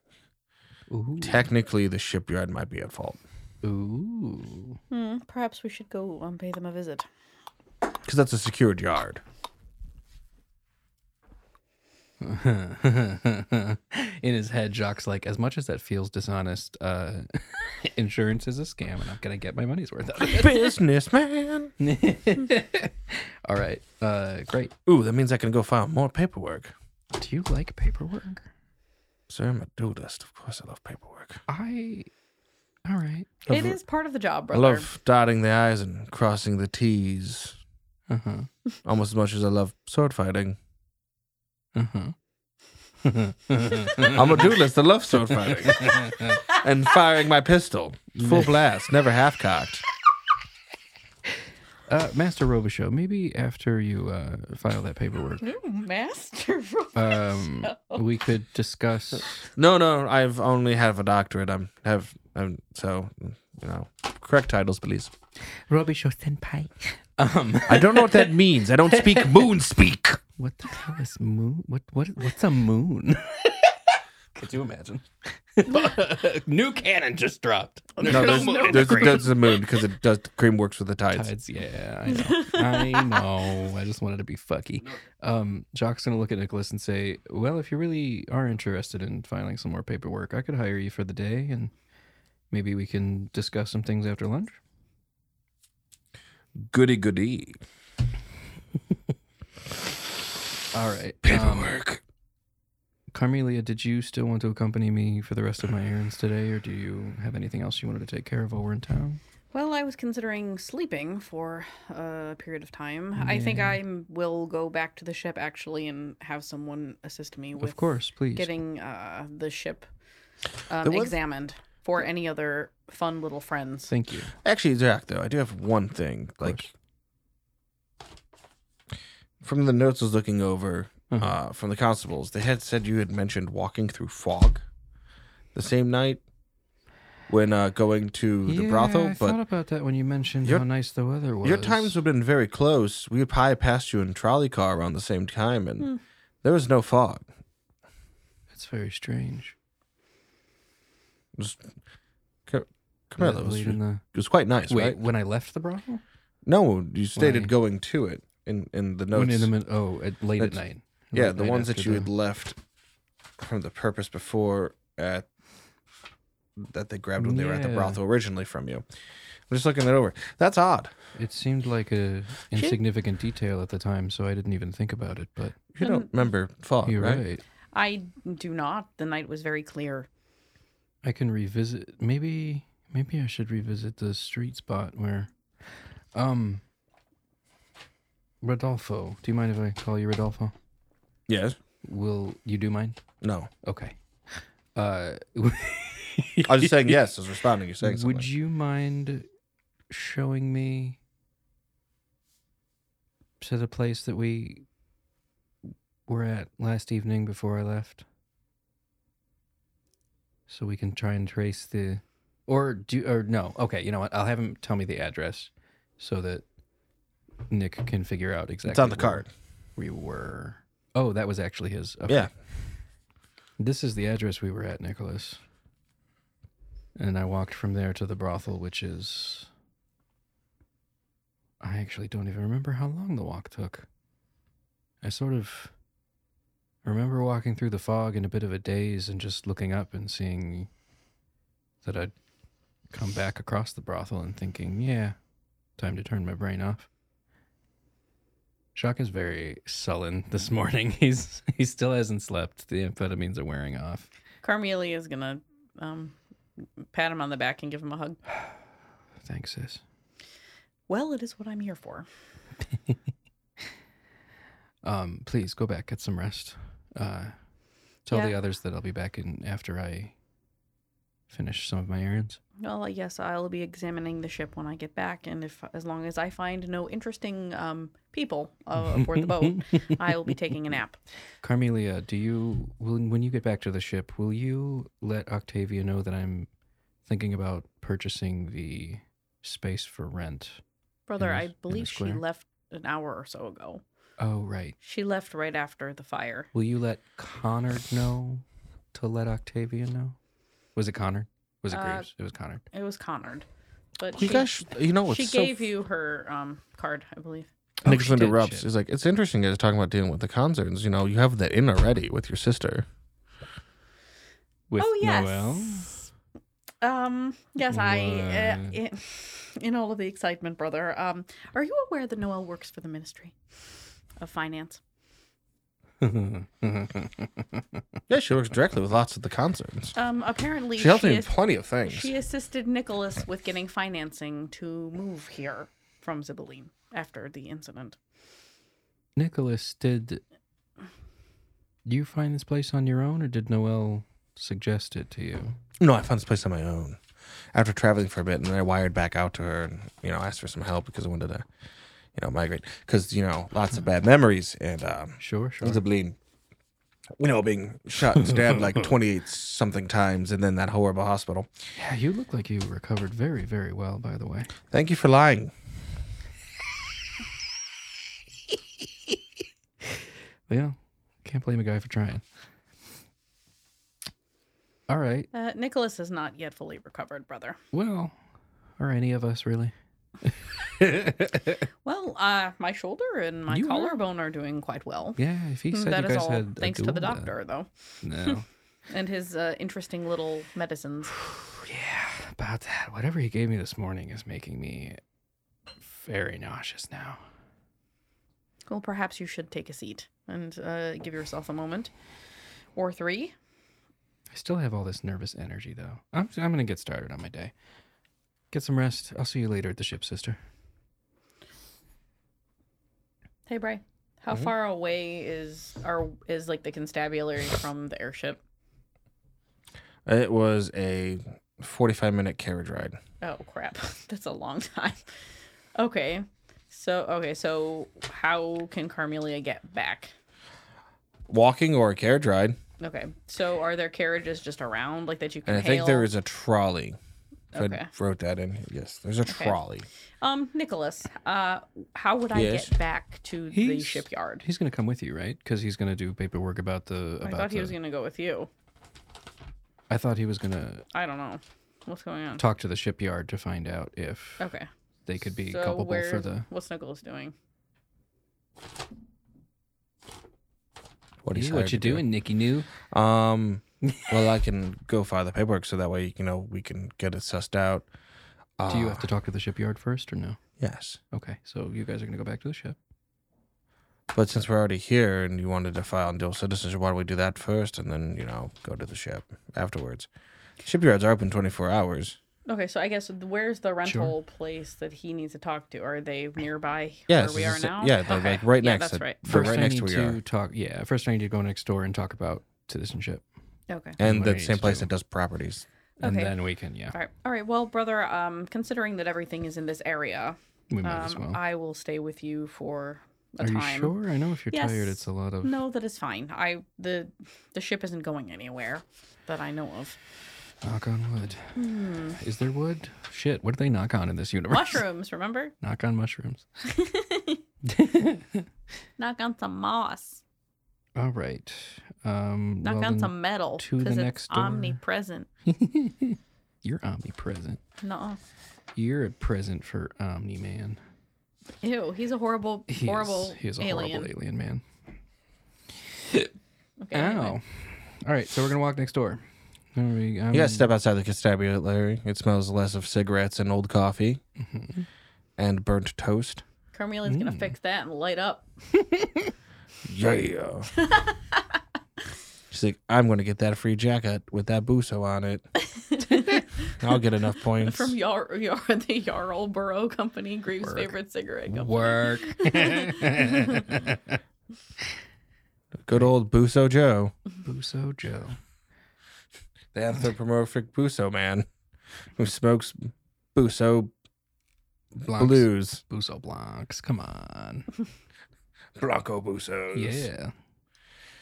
Speaker 1: Ooh.
Speaker 2: technically the shipyard might be at fault.
Speaker 1: Ooh.
Speaker 3: Hmm, perhaps we should go um, pay them a visit.
Speaker 2: Because that's a secured yard.
Speaker 1: In his head, Jacques like, as much as that feels dishonest, uh, insurance is a scam, and I'm gonna get my money's worth out of
Speaker 2: Businessman.
Speaker 1: it. All right, uh, great.
Speaker 2: Ooh, that means I can go file more paperwork.
Speaker 1: Do you like paperwork?
Speaker 2: Sir, I'm a duelist. Of course, I love paperwork.
Speaker 1: I. All right.
Speaker 3: It is part of the job, brother.
Speaker 2: I love dotting the I's and crossing the T's
Speaker 1: Uh huh.
Speaker 2: almost as much as I love sword fighting.
Speaker 1: Uh
Speaker 2: I'm a duelist. I love sword fighting
Speaker 1: huh.
Speaker 2: and firing my pistol full blast, never half cocked.
Speaker 1: uh, Master Robichaux, maybe after you uh, file that paperwork,
Speaker 3: Ooh, master.
Speaker 1: um, we could discuss.
Speaker 2: No, no, I've only have a doctorate. I'm have I'm so you know correct titles, please.
Speaker 1: Robichaux senpai. Um,
Speaker 2: I don't know what that means. I don't speak moon speak.
Speaker 1: What the hell is moon? What what what's a moon? Could you imagine? New cannon just dropped. There's
Speaker 2: No, there's,
Speaker 1: moon in the
Speaker 2: there's,
Speaker 1: green.
Speaker 2: there's the moon because it does the cream works with the tides.
Speaker 1: Tides, yeah, I know. I know. I just wanted to be fucky. Um, Jock's gonna look at Nicholas and say, "Well, if you really are interested in filing some more paperwork, I could hire you for the day, and maybe we can discuss some things after lunch."
Speaker 2: Goody goody.
Speaker 1: All right. Um,
Speaker 2: Paperwork.
Speaker 1: Carmelia, did you still want to accompany me for the rest of my errands today, or do you have anything else you wanted to take care of while we're in town?
Speaker 3: Well, I was considering sleeping for a period of time. I think I will go back to the ship actually and have someone assist me with
Speaker 1: Of course, please.
Speaker 3: getting uh, the ship um,
Speaker 2: There was-
Speaker 3: examined for any other fun little friends.
Speaker 1: Thank you.
Speaker 2: Actually, Zach, though, I do have one thing. Like from the notes I was looking over
Speaker 1: Mhm.
Speaker 2: uh, from the constables, they had said you had mentioned walking through fog the same night when uh, going to the brothel,
Speaker 1: I
Speaker 2: but
Speaker 1: thought about that when you mentioned
Speaker 2: Your-
Speaker 1: how nice the weather was.
Speaker 2: Your times would have been very close. We would probably passed you in trolley car around the same time, and
Speaker 1: Hmm.
Speaker 2: there was no fog.
Speaker 1: It's very strange.
Speaker 2: It was, Ca- Carmelo,
Speaker 1: That
Speaker 2: it was,
Speaker 1: late in
Speaker 2: it
Speaker 1: the-
Speaker 2: was quite nice,
Speaker 1: Wait,
Speaker 2: right?
Speaker 1: when I left the brothel?
Speaker 2: No, you stated
Speaker 1: Why?
Speaker 2: going to it in, in the
Speaker 1: When
Speaker 2: notes.
Speaker 1: in the min- oh, at, late at
Speaker 2: That's-
Speaker 1: night.
Speaker 2: yeah,
Speaker 1: Late
Speaker 2: the
Speaker 1: night
Speaker 2: ones that
Speaker 1: after
Speaker 2: you
Speaker 1: the-
Speaker 2: had left from the purpose before at that they grabbed when they were at the
Speaker 1: Yeah.
Speaker 2: brothel originally from you. I'm just looking that over. That's odd.
Speaker 1: It seemed like a insignificant detail at the time, so I didn't even think about it. But
Speaker 2: You don't remember fog,
Speaker 1: you're
Speaker 2: right?
Speaker 1: right.
Speaker 3: I do not. The night was very clear.
Speaker 1: I can revisit. Maybe, maybe I should revisit the street spot where, um, Rodolfo. Do you mind if I call you Rodolfo?
Speaker 2: Yes.
Speaker 1: Will you do mind?
Speaker 2: No.
Speaker 1: Okay. Uh,
Speaker 2: I was just saying yes. I was responding. You're saying something.
Speaker 1: Would you mind showing me to the place that we were at last evening before I left? So we can try and trace the or do or no. Okay, you know what? I'll have him tell me the address so that Nick can figure out exactly
Speaker 2: it's on the
Speaker 1: where
Speaker 2: card.
Speaker 1: We were Oh, that was actually his. Okay.
Speaker 2: Yeah.
Speaker 1: This is the address we were at, Nicholas. And I walked from there to the brothel, which is. I actually don't even remember how long the walk took. I sort of remember walking through the fog in a bit of a daze and just looking up and seeing that I'd come back across the brothel and thinking, yeah, time to turn my brain off. Shock is very sullen this morning. He's he still hasn't slept. The amphetamines are wearing off.
Speaker 3: Carmelia is going to um, pat him on the back and give him a hug.
Speaker 1: Thanks, sis.
Speaker 3: Well, it is what I'm here for.
Speaker 1: Um, please go back, get some rest. Uh, tell the
Speaker 3: Yeah.
Speaker 1: others that I'll be back in after I finish some of my errands.
Speaker 3: Well, I guess I'll be examining the ship when I get back, and if as long as I find no interesting um, people uh, aboard the boat, I will be taking a nap.
Speaker 1: Carmelia, do you will, when you get back to the ship, will you let Octavia know that I'm thinking about purchasing the space for rent?
Speaker 3: Brother,
Speaker 1: the-
Speaker 3: I
Speaker 1: in the
Speaker 3: believe she
Speaker 1: square.
Speaker 3: left an hour or so ago.
Speaker 1: Oh, right.
Speaker 3: She left right after the fire.
Speaker 1: Will you let Connard know to let Octavia know? Was it Connard? Was it
Speaker 3: Uh,
Speaker 1: Graves? It was Connard.
Speaker 3: It was Connard, but
Speaker 2: You
Speaker 3: she,
Speaker 2: guys, should- you know, it's
Speaker 3: she
Speaker 2: so
Speaker 3: gave
Speaker 2: f-
Speaker 3: you her um, card, I believe.
Speaker 2: Nicholas
Speaker 1: Oh, shit,
Speaker 2: interrupts.
Speaker 1: shit.
Speaker 2: He's like, it's interesting guys talking about dealing with the concerns. You know, you have that in already with your sister.
Speaker 1: With
Speaker 3: oh yes.
Speaker 1: Noel?
Speaker 3: Um. Yes, I. Uh,
Speaker 1: What?
Speaker 3: in, in all of the excitement, brother. Um. Are you aware that Noel works for the Ministry of Finance?
Speaker 2: Yeah, she works directly with lots of the concerns.
Speaker 3: Um. Apparently,
Speaker 2: She helps
Speaker 3: she
Speaker 2: me
Speaker 3: is-
Speaker 2: with plenty of things.
Speaker 3: She assisted Nicholas with getting financing to move here from Zibeline after the incident.
Speaker 1: Nicholas, did you find this place on your own or did Noel suggest it to you?
Speaker 2: No, I found this place on my own after traveling for a bit, and then I wired back out to her and you know asked for some help because I wanted to, you know, migrate because you know lots of bad memories and um,
Speaker 1: Sure, sure.
Speaker 2: Zablin, you know, being shot and stabbed like twenty eight something times, and then that horrible hospital.
Speaker 1: Yeah, you look like you recovered very, very well, by the way.
Speaker 2: Thank you for lying.
Speaker 1: Yeah, can't blame a guy for trying. All right.
Speaker 3: Uh, Nicholas is not yet fully recovered, brother.
Speaker 1: Well, or any of us really.
Speaker 3: Well, uh, my shoulder and my
Speaker 1: You are-
Speaker 3: collarbone are doing quite well.
Speaker 1: Yeah, if he
Speaker 3: Mm,
Speaker 1: said
Speaker 3: That
Speaker 1: you
Speaker 3: is
Speaker 1: guys
Speaker 3: all
Speaker 1: had a uh,
Speaker 3: thanks to
Speaker 1: doula.
Speaker 3: the doctor, though,
Speaker 1: No.
Speaker 3: and his uh, interesting little medicines.
Speaker 1: yeah, about that. Whatever he gave me this morning is making me very nauseous now.
Speaker 3: Well, perhaps you should take a seat and uh, give yourself a moment or three.
Speaker 1: I still have all this nervous energy though. I'm I'm gonna get started on my day. Get some rest. I'll see you later at the ship, sister.
Speaker 3: Hey, Bray, how
Speaker 1: Mm-hmm.
Speaker 3: far away is our is like the constabulary from the airship?
Speaker 2: It was a forty five minute carriage ride.
Speaker 3: Oh crap, that's a long time. Okay, so okay, so how can Carmelia get back?
Speaker 2: Walking or a carriage ride,
Speaker 3: Okay, so are there carriages just around like that you can?
Speaker 2: and I think
Speaker 3: hail?
Speaker 2: there is a trolley. So
Speaker 3: Okay.
Speaker 2: I wrote that in. Yes, there's a trolley.
Speaker 3: Um, Nicholas, uh, how would I
Speaker 2: Yes.
Speaker 3: get back to the
Speaker 1: He's-
Speaker 3: shipyard?
Speaker 1: He's gonna come with you, right? Because he's gonna do paperwork about the.
Speaker 3: I
Speaker 1: About
Speaker 3: thought he
Speaker 1: the-
Speaker 3: was gonna go with you.
Speaker 1: I thought he was gonna
Speaker 3: I don't know what's going on.
Speaker 1: talk to the shipyard to find out if
Speaker 3: Okay,
Speaker 1: they could be
Speaker 3: Oh, so
Speaker 1: culpable
Speaker 3: where,
Speaker 1: for the.
Speaker 3: what's Nicholas doing?
Speaker 2: What, he's
Speaker 1: Yeah, what
Speaker 2: hired
Speaker 1: you
Speaker 2: to do.
Speaker 1: doing, Nicky? New?
Speaker 2: Um, well, I can go file the paperwork so that way you know we can get it sussed out. Uh,
Speaker 1: Do you have to talk to the shipyard first or no?
Speaker 2: Yes,
Speaker 1: Okay, so you guys are gonna go back to the ship.
Speaker 2: but since we're already here and you wanted to file on dual citizenship, why don't we do that first and then you know go to the ship afterwards? Shipyards are open twenty four hours.
Speaker 3: Okay, so I guess where's the rental place that he needs to talk to? Are they nearby
Speaker 2: Yes,
Speaker 3: where we
Speaker 2: it's
Speaker 3: are
Speaker 2: just-
Speaker 3: now?
Speaker 2: yeah, they're,
Speaker 3: Okay.
Speaker 2: like, right
Speaker 3: Yeah,
Speaker 2: next
Speaker 3: That's
Speaker 2: to-
Speaker 3: right.
Speaker 2: They're
Speaker 1: First,
Speaker 2: right
Speaker 1: I
Speaker 2: next
Speaker 1: need
Speaker 2: to where you
Speaker 1: to
Speaker 2: are.
Speaker 1: talk. Yeah, first I need to go next door and talk about citizenship,
Speaker 3: Okay.
Speaker 2: and
Speaker 1: what
Speaker 2: the
Speaker 1: it
Speaker 2: same
Speaker 1: is,
Speaker 2: place
Speaker 1: too.
Speaker 2: that does properties.
Speaker 1: and
Speaker 3: Okay.
Speaker 1: then we can yeah,
Speaker 3: All right. All right. Well, brother, um, considering that everything is in this area,
Speaker 1: we might as
Speaker 3: um,
Speaker 1: well.
Speaker 3: I will stay with you for a
Speaker 1: are
Speaker 3: time.
Speaker 1: you sure? I know if you're tired,
Speaker 3: Yes.
Speaker 1: it's a lot of.
Speaker 3: No, that is fine. I the the ship isn't going anywhere that I know of.
Speaker 1: Knock on wood. Is there wood? Shit, what do they knock on in this universe?
Speaker 3: Hmm. Mushrooms, remember?
Speaker 1: knock on mushrooms.
Speaker 3: Knock on some moss.
Speaker 1: All right. Um,
Speaker 3: Knock
Speaker 1: well
Speaker 3: on
Speaker 1: then
Speaker 3: some metal
Speaker 1: to the
Speaker 3: because it's
Speaker 1: next door.
Speaker 3: omnipresent.
Speaker 1: You're omnipresent.
Speaker 3: No,
Speaker 1: You're a present for Omni Man.
Speaker 3: ew, he's a horrible,
Speaker 1: He
Speaker 3: horrible
Speaker 1: is, he is a
Speaker 3: alien.
Speaker 1: horrible alien man.
Speaker 3: Okay, anyway.
Speaker 1: Ow. All right, so we're gonna walk next door. Are we- I'm-
Speaker 2: You got to step outside the constabulary. It smells less of cigarettes and old coffee,
Speaker 1: Mm-hmm.
Speaker 2: and burnt toast.
Speaker 3: Carmelia's
Speaker 1: Hmm.
Speaker 3: gonna fix that and light up.
Speaker 2: Yeah. She's like, I'm going to get that free jacket with that buso on it. I'll get enough points.
Speaker 3: From Yar, Yar the Jarl Burrow Company, Greaves' favorite cigarette company.
Speaker 1: work.
Speaker 2: Good old buso Joe.
Speaker 1: Buso Joe.
Speaker 2: the anthropomorphic Buso man who smokes Buso
Speaker 1: Blancs.
Speaker 2: blues.
Speaker 1: Buso Blancs. Come on.
Speaker 2: Bronco Busos.
Speaker 1: Yeah.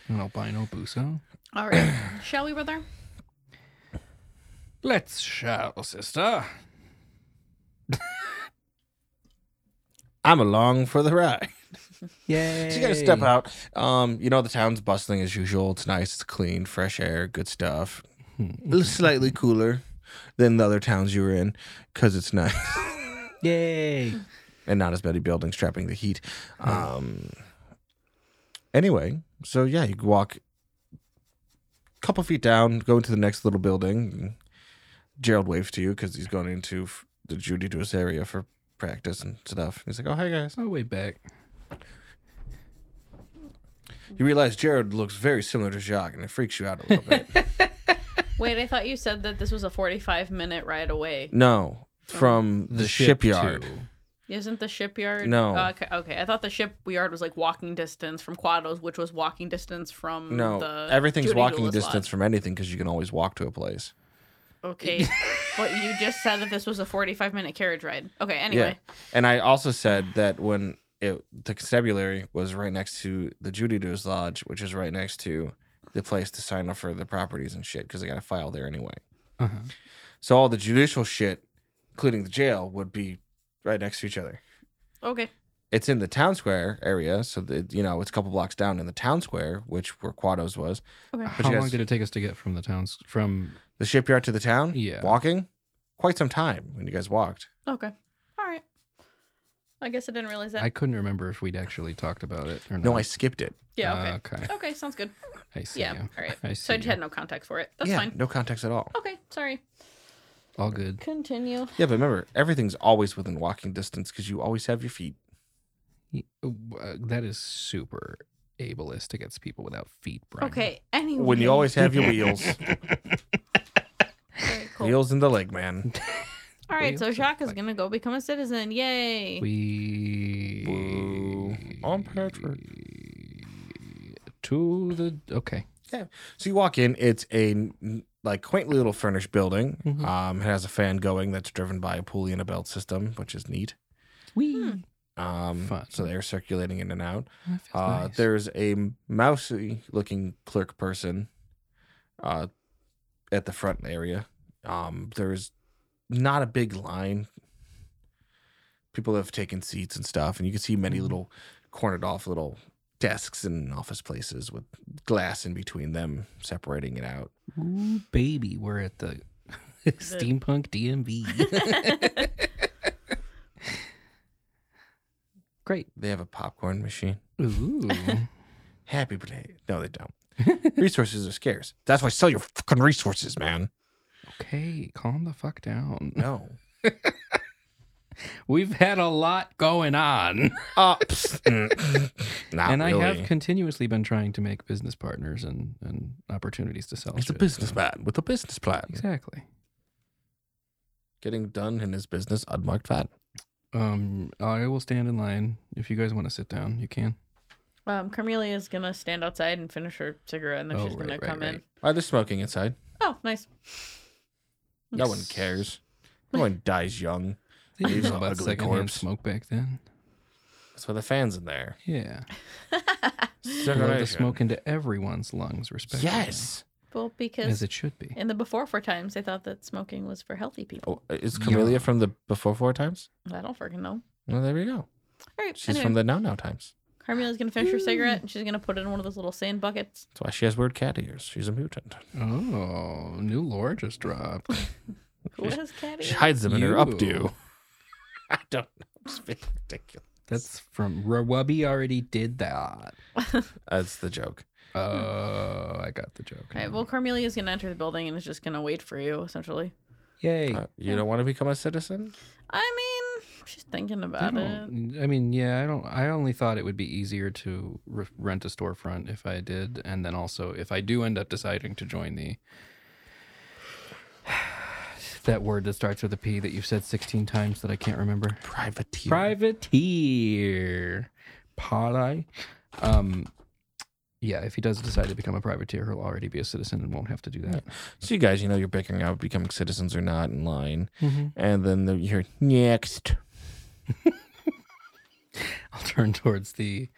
Speaker 1: An albino Buso.
Speaker 3: All right. Shall we, brother?
Speaker 1: Let's shall, sister.
Speaker 2: I'm along for the ride.
Speaker 1: Yay.
Speaker 2: So you gotta step out. Um, you know, the town's bustling as usual. It's nice, it's clean, fresh air, good stuff. Slightly cooler than the other towns you were in because it's nice
Speaker 1: Yay.
Speaker 2: and not as many buildings trapping the heat. Um, anyway, so yeah, you walk a couple feet down, go into the next little building. Gerald waves to you because he's going into f- the Judy Dewis area for practice and stuff. He's like, oh, hey guys.
Speaker 1: It's our way back.
Speaker 2: You realize Jared looks very similar to Jacques, and it freaks you out a little bit.
Speaker 3: Wait, I thought you said that this was a 45 minute ride away.
Speaker 2: no, from the,
Speaker 1: ship
Speaker 2: shipyard.
Speaker 1: too.
Speaker 3: Isn't the shipyard?
Speaker 2: No.
Speaker 3: Oh, okay, okay. I thought the shipyard was like walking distance from Quados, which was walking distance from
Speaker 2: No,
Speaker 3: the.
Speaker 2: everything's
Speaker 3: Judy
Speaker 2: walking
Speaker 3: Dulles
Speaker 2: distance
Speaker 3: lot.
Speaker 2: from anything because you can always walk to a place.
Speaker 3: Okay. but you just said that this was a 45 minute carriage ride. Okay, anyway.
Speaker 2: Yeah, and I also said that when it, the constabulary was right next to the Judy Do's lodge, which is right next to the place to sign up for the properties and shit because they got to file there anyway.
Speaker 1: Uh-huh.
Speaker 2: So all the judicial shit, including the jail, would be right next to each other.
Speaker 3: Okay.
Speaker 2: it's in the town square area, so that you know it's a couple blocks down in the town square, which where Quados was. But
Speaker 1: How
Speaker 2: you
Speaker 1: long
Speaker 2: guys-
Speaker 1: did it take us to get from the towns? From
Speaker 2: The shipyard to the town,
Speaker 1: Yeah.
Speaker 2: walking, quite some time when you guys walked.
Speaker 3: Okay. All right. I guess I didn't realize that.
Speaker 1: I couldn't remember if we'd actually talked about it or not.
Speaker 2: No, I skipped it.
Speaker 3: yeah, okay.
Speaker 1: Ah, okay.
Speaker 3: Okay, sounds good.
Speaker 1: I see.
Speaker 3: Yeah,
Speaker 1: you.
Speaker 3: all right.
Speaker 1: I
Speaker 3: So
Speaker 1: see
Speaker 3: I just
Speaker 1: you.
Speaker 3: had no context for it. That's
Speaker 2: yeah,
Speaker 3: fine.
Speaker 2: no context at all.
Speaker 3: Okay, sorry.
Speaker 1: All good.
Speaker 3: Continue.
Speaker 2: Yeah, but remember, everything's always within walking distance because you always have your feet.
Speaker 1: Y- uh, That is super ableist against people without feet, Brian.
Speaker 3: Okay, anyway.
Speaker 2: When you always have your wheels,
Speaker 3: Very cool.
Speaker 2: wheels in the leg, man.
Speaker 3: All right, so
Speaker 1: Wheels.
Speaker 3: Jacques is going to go become a citizen. Yay.
Speaker 1: We.
Speaker 2: Boo. I'm Patrick.
Speaker 1: To the. Okay.
Speaker 2: So you walk in, it's a like quaint little furnished building. Um, it has a fan going that's driven by a pulley and a belt system, which is neat.
Speaker 1: We.
Speaker 3: Hmm.
Speaker 2: Um,
Speaker 1: Fun.
Speaker 2: so the air circulating in and out.
Speaker 1: That feels
Speaker 2: Uh,
Speaker 1: nice.
Speaker 2: There's a mousy looking clerk person uh, at the front area. Um, there's not a big line. People have taken seats and stuff, and you can see
Speaker 1: Mm-hmm.
Speaker 2: many little cornered off little desks and office places with glass in between them, separating it out.
Speaker 1: Ooh, baby, we're at the steampunk DMV. Great.
Speaker 2: They have a popcorn machine.
Speaker 1: Ooh.
Speaker 2: Happy play. No, they don't. resources are scarce. That's why sell your fucking resources, man.
Speaker 1: okay, calm the fuck down.
Speaker 2: No.
Speaker 1: We've had a lot going on.
Speaker 2: Uh, pfft, mm, not
Speaker 1: and
Speaker 2: really.
Speaker 1: I have continuously been trying to make business partners and, and opportunities to sell.
Speaker 2: He's a
Speaker 1: shit, so-
Speaker 2: businessman with a business plan.
Speaker 1: Exactly.
Speaker 2: Getting done in his business, unmarked van.
Speaker 1: Um, I will stand in line. If you guys want to sit down, you can.
Speaker 3: Um, Carmelia is going to stand outside and finish her cigarette, and then
Speaker 1: Oh,
Speaker 3: she's going
Speaker 1: right,
Speaker 3: to
Speaker 1: right,
Speaker 3: come in.
Speaker 1: right.
Speaker 2: Why they're smoking inside?
Speaker 3: Oh, nice.
Speaker 2: No one cares. No one dies young.
Speaker 1: They
Speaker 2: He's
Speaker 1: didn't know
Speaker 2: an
Speaker 1: about
Speaker 2: ugly
Speaker 1: secondhand
Speaker 2: corpse.
Speaker 1: smoke back then.
Speaker 2: That's why the fans in there.
Speaker 1: Yeah. Blow the
Speaker 2: Circulation.
Speaker 1: smoke into everyone's lungs, respectively.
Speaker 2: Yes.
Speaker 3: Well, because
Speaker 1: As it should be.
Speaker 3: in the before four times, they thought that smoking was for healthy people.
Speaker 2: Oh, is Camellia
Speaker 1: Yeah.
Speaker 2: from the before four times?
Speaker 3: I don't freaking know.
Speaker 2: Well, there we go.
Speaker 3: All right,
Speaker 2: Oh. She's
Speaker 3: anyway,
Speaker 2: from the now now times.
Speaker 3: Carmelia's going to finish her cigarette, and she's going to put it in one of those little sand buckets.
Speaker 2: That's why she has weird cat ears. She's a mutant.
Speaker 1: Oh, new lore just dropped.
Speaker 3: What is cat
Speaker 2: She hides them in her
Speaker 1: You.
Speaker 2: updo. I don't know. It's been ridiculous.
Speaker 1: That's from Rawabi already did that.
Speaker 2: That's the joke.
Speaker 1: Oh, I got the joke.
Speaker 3: Hmm. All right, well, Carmelia is going to enter the building and is just going to wait for you, essentially.
Speaker 1: Yay.
Speaker 2: Uh, you don't want to become a citizen?
Speaker 3: I mean, she's thinking
Speaker 1: I,
Speaker 3: about it.
Speaker 1: don't- I mean, yeah, I don't. I only thought it would be easier to re- rent a storefront if I did, and then also if I do end up deciding to join the that word that starts with a P that you've said sixteen times that I can't remember.
Speaker 2: Privateer.
Speaker 1: Privateer, party. Um, yeah, if he does decide to become a privateer, he'll already be a citizen and won't have to do that.
Speaker 2: So you guys, you know, you're bickering out becoming citizens or not in line,
Speaker 1: Mhm.
Speaker 2: and then the, you hear next.
Speaker 1: I'll turn towards the,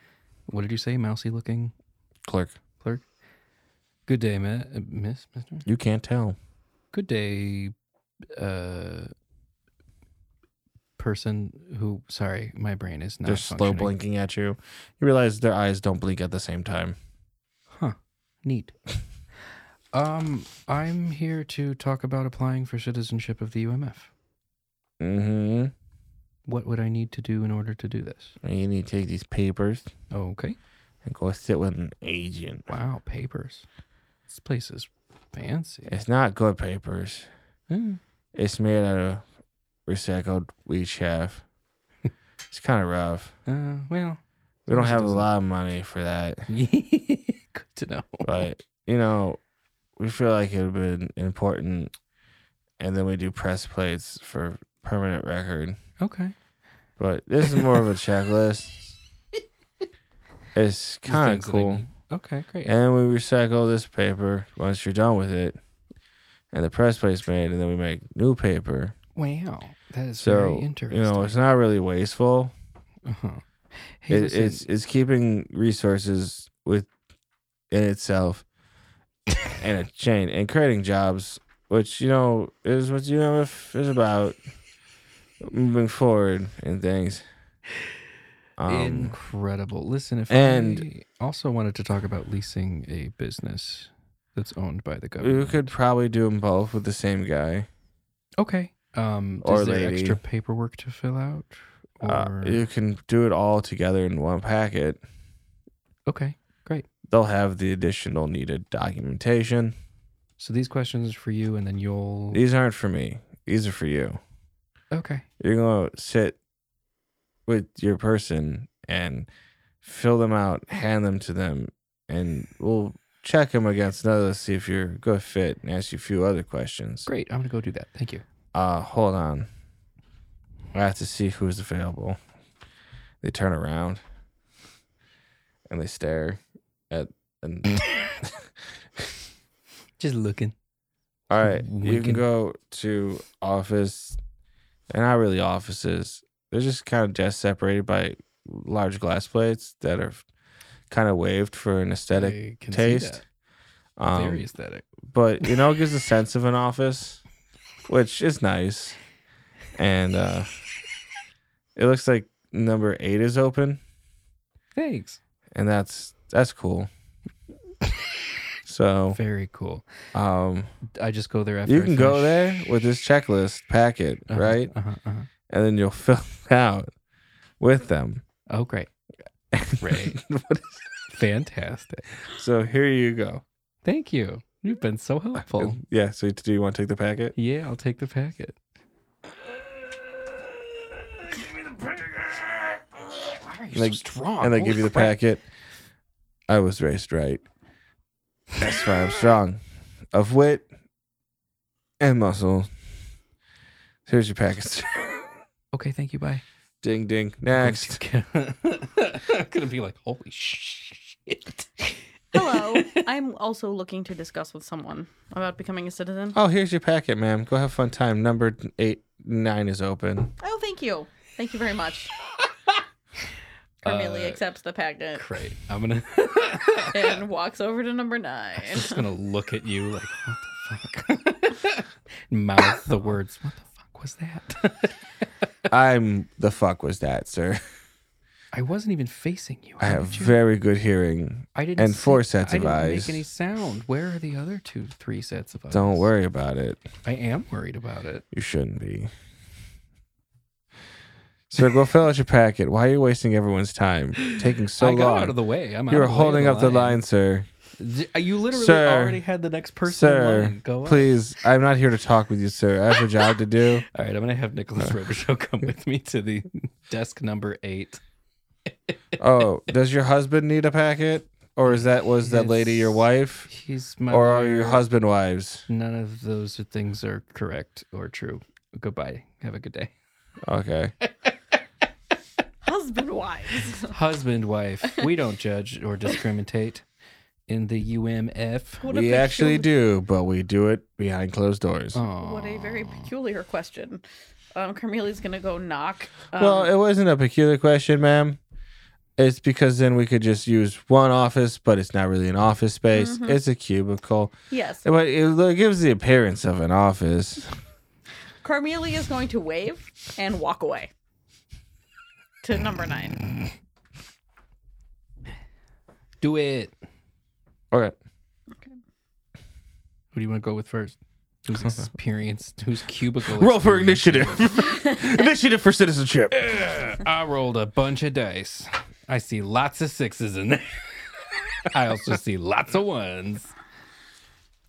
Speaker 1: what did you say, mousy looking
Speaker 2: Clerk,
Speaker 1: clerk? Good day, ma- uh, miss, mister.
Speaker 2: you can't tell.
Speaker 1: Good day, uh, person who, sorry, my brain is not.
Speaker 2: They're slow
Speaker 1: functioning.
Speaker 2: blinking at you. You realize their eyes don't blink at the same time.
Speaker 1: Huh. Neat. um, I'm here to talk about applying for citizenship of the UMF.
Speaker 2: Mm-hmm.
Speaker 1: What would I need to do in order to do this?
Speaker 2: You need to take these papers
Speaker 1: Okay.
Speaker 2: and go sit with an agent.
Speaker 1: Wow, papers. This place is fancy.
Speaker 2: It's not good papers.
Speaker 1: Mm.
Speaker 2: It's made out of recycled wheat chaff. it's kind of rough.
Speaker 1: Uh, well,
Speaker 2: We don't
Speaker 1: Yes, it
Speaker 2: have a
Speaker 1: doesn't-
Speaker 2: lot of money for that,
Speaker 1: good to know.
Speaker 2: but you know, we feel like it would have been important. And then we do press plates for permanent record.
Speaker 1: Okay.
Speaker 2: But this is more of a checklist. It's
Speaker 1: The
Speaker 2: kind
Speaker 1: things
Speaker 2: of
Speaker 1: that I
Speaker 2: cool.
Speaker 1: need. Okay, great.
Speaker 2: And we recycle this paper once you're done with it. And the press plate's made, and then we make new paper.
Speaker 1: wow, that is
Speaker 2: So
Speaker 1: very
Speaker 2: you
Speaker 1: interesting.
Speaker 2: know, it's not really wasteful.
Speaker 1: uh-huh. Hey,
Speaker 2: It,
Speaker 1: listen,
Speaker 2: it's it's keeping resources with in itself and a chain and creating jobs, which you know is what UMF is about moving forward and things. Um,
Speaker 1: incredible. Listen, if
Speaker 2: and-
Speaker 1: I also wanted to talk about leasing a business that's owned by the
Speaker 2: we
Speaker 1: government.
Speaker 2: could probably do them both with the same guy.
Speaker 1: Okay. Um,
Speaker 2: Or
Speaker 1: is there
Speaker 2: lady.
Speaker 1: extra paperwork to fill out?
Speaker 2: Uh,
Speaker 1: Or...
Speaker 2: you can do it all together in one packet.
Speaker 1: okay.
Speaker 2: They'll have the additional needed documentation.
Speaker 1: So these questions are for you, and then you'll.
Speaker 2: These aren't for me. These are for you.
Speaker 1: Okay.
Speaker 2: you're gonna sit with your person and fill them out, hand them to them, and we'll check them against another, see if you're a good fit, and ask you a few other questions.
Speaker 1: Great. I'm gonna go do that. Thank you.
Speaker 2: Uh, hold on. I have to see who's available. They turn around and they stare at and
Speaker 1: Just looking.
Speaker 2: all right, you
Speaker 1: Winking.
Speaker 2: can go to office. They're not really offices. They're just kind of desks separated by large glass plates that are kind of waved for an aesthetic
Speaker 1: I can see that.
Speaker 2: taste.
Speaker 1: Very
Speaker 2: Um,
Speaker 1: aesthetic.
Speaker 2: but you know, it gives a sense of an office, which is nice. And uh, it looks like number eight is open,
Speaker 1: Thanks.
Speaker 2: and that's that's cool. So
Speaker 1: Very cool.
Speaker 2: um,
Speaker 1: I just go there after.
Speaker 2: you
Speaker 1: I
Speaker 2: can go
Speaker 1: finish-
Speaker 2: there with this checklist packet,
Speaker 1: Uh-huh,
Speaker 2: right?
Speaker 1: Uh-huh, uh-huh.
Speaker 2: and then you'll fill it out with them.
Speaker 1: Oh, great. Great. Fantastic.
Speaker 2: So here you go.
Speaker 1: Thank you. You've been so helpful.
Speaker 2: Yeah. So do you want to take the packet?
Speaker 1: Yeah, I'll take the packet.
Speaker 5: Why are you
Speaker 2: so Like-
Speaker 5: strong?
Speaker 2: And they give you the packet. I was raised right. That's why I'm strong, of wit and muscle. Here's your packet. sir.
Speaker 1: Okay. Thank you. Bye.
Speaker 2: ding ding. Next.
Speaker 1: I'm gonna be like, holy shit.
Speaker 3: Hello. I'm also looking to discuss with someone about becoming a citizen.
Speaker 2: Oh, here's your packet, ma'am. Go have fun time. Number eight nine is open.
Speaker 3: Oh, thank you. Thank you very much. Cornelia
Speaker 1: Uh,
Speaker 3: accepts the packet
Speaker 1: Great. I'm gonna.
Speaker 3: and walks over to number nine.
Speaker 1: I'm just gonna look at you like, what the fuck? Mouth the words. What the fuck was that?
Speaker 2: I'm the fuck was that, sir?
Speaker 1: I wasn't even facing you.
Speaker 2: I
Speaker 1: How
Speaker 2: have
Speaker 1: did you-
Speaker 2: very good hearing.
Speaker 1: I didn't
Speaker 2: and
Speaker 1: see-
Speaker 2: four sets
Speaker 1: I
Speaker 2: of
Speaker 1: didn't
Speaker 2: eyes.
Speaker 1: Make any sound. Where are the other two, three sets of eyes?
Speaker 2: Don't worry about it.
Speaker 1: I am worried about it.
Speaker 2: You shouldn't be. So go fill out your packet. Why are you wasting everyone's time? Taking so
Speaker 1: I got
Speaker 2: long.
Speaker 1: out of the way. I'm out
Speaker 2: you were
Speaker 1: of the way of
Speaker 2: holding
Speaker 1: the
Speaker 2: up the line, sir.
Speaker 1: D- You literally
Speaker 2: Sir.
Speaker 1: already had the next person. in
Speaker 2: Sir,
Speaker 1: line. Go up.
Speaker 2: please. I'm not here to talk with you, sir. I have a job to do.
Speaker 1: All right, I'm gonna have Nicholas Robichaux come with me to the desk number eight.
Speaker 2: Oh, does your husband need a packet? Or is that was that lady your
Speaker 1: Yes.
Speaker 2: wife?
Speaker 1: He's my.
Speaker 2: Or are your
Speaker 1: lawyer.
Speaker 2: husband wives?
Speaker 1: None of those things are correct or true. Goodbye. Have a good day.
Speaker 2: Okay.
Speaker 3: Husband wives.
Speaker 1: Husband, wife, we don't judge or discriminate. in the UMF?
Speaker 3: What a
Speaker 2: We
Speaker 3: peculiar-
Speaker 2: actually do, but we do it behind closed
Speaker 1: Oh,
Speaker 2: doors.
Speaker 3: What a very peculiar question. Um, Carmelia's gonna go knock. Um,
Speaker 2: well, it wasn't a peculiar question, ma'am. It's because then we could just use one office, but it's not really an office space.
Speaker 3: Mhm.
Speaker 2: It's a cubicle.
Speaker 3: yes.
Speaker 2: But it lo- gives the appearance of an office.
Speaker 3: Carmelia is going to wave and walk away to number nine.
Speaker 1: Do it.
Speaker 2: All right.
Speaker 1: Who do you want to go with first? Who's experienced? Who's cubicle?
Speaker 2: Roll for
Speaker 1: experienced?
Speaker 2: initiative. initiative for citizenship.
Speaker 1: I rolled a bunch of dice. I see lots of sixes in there. I also see lots of ones.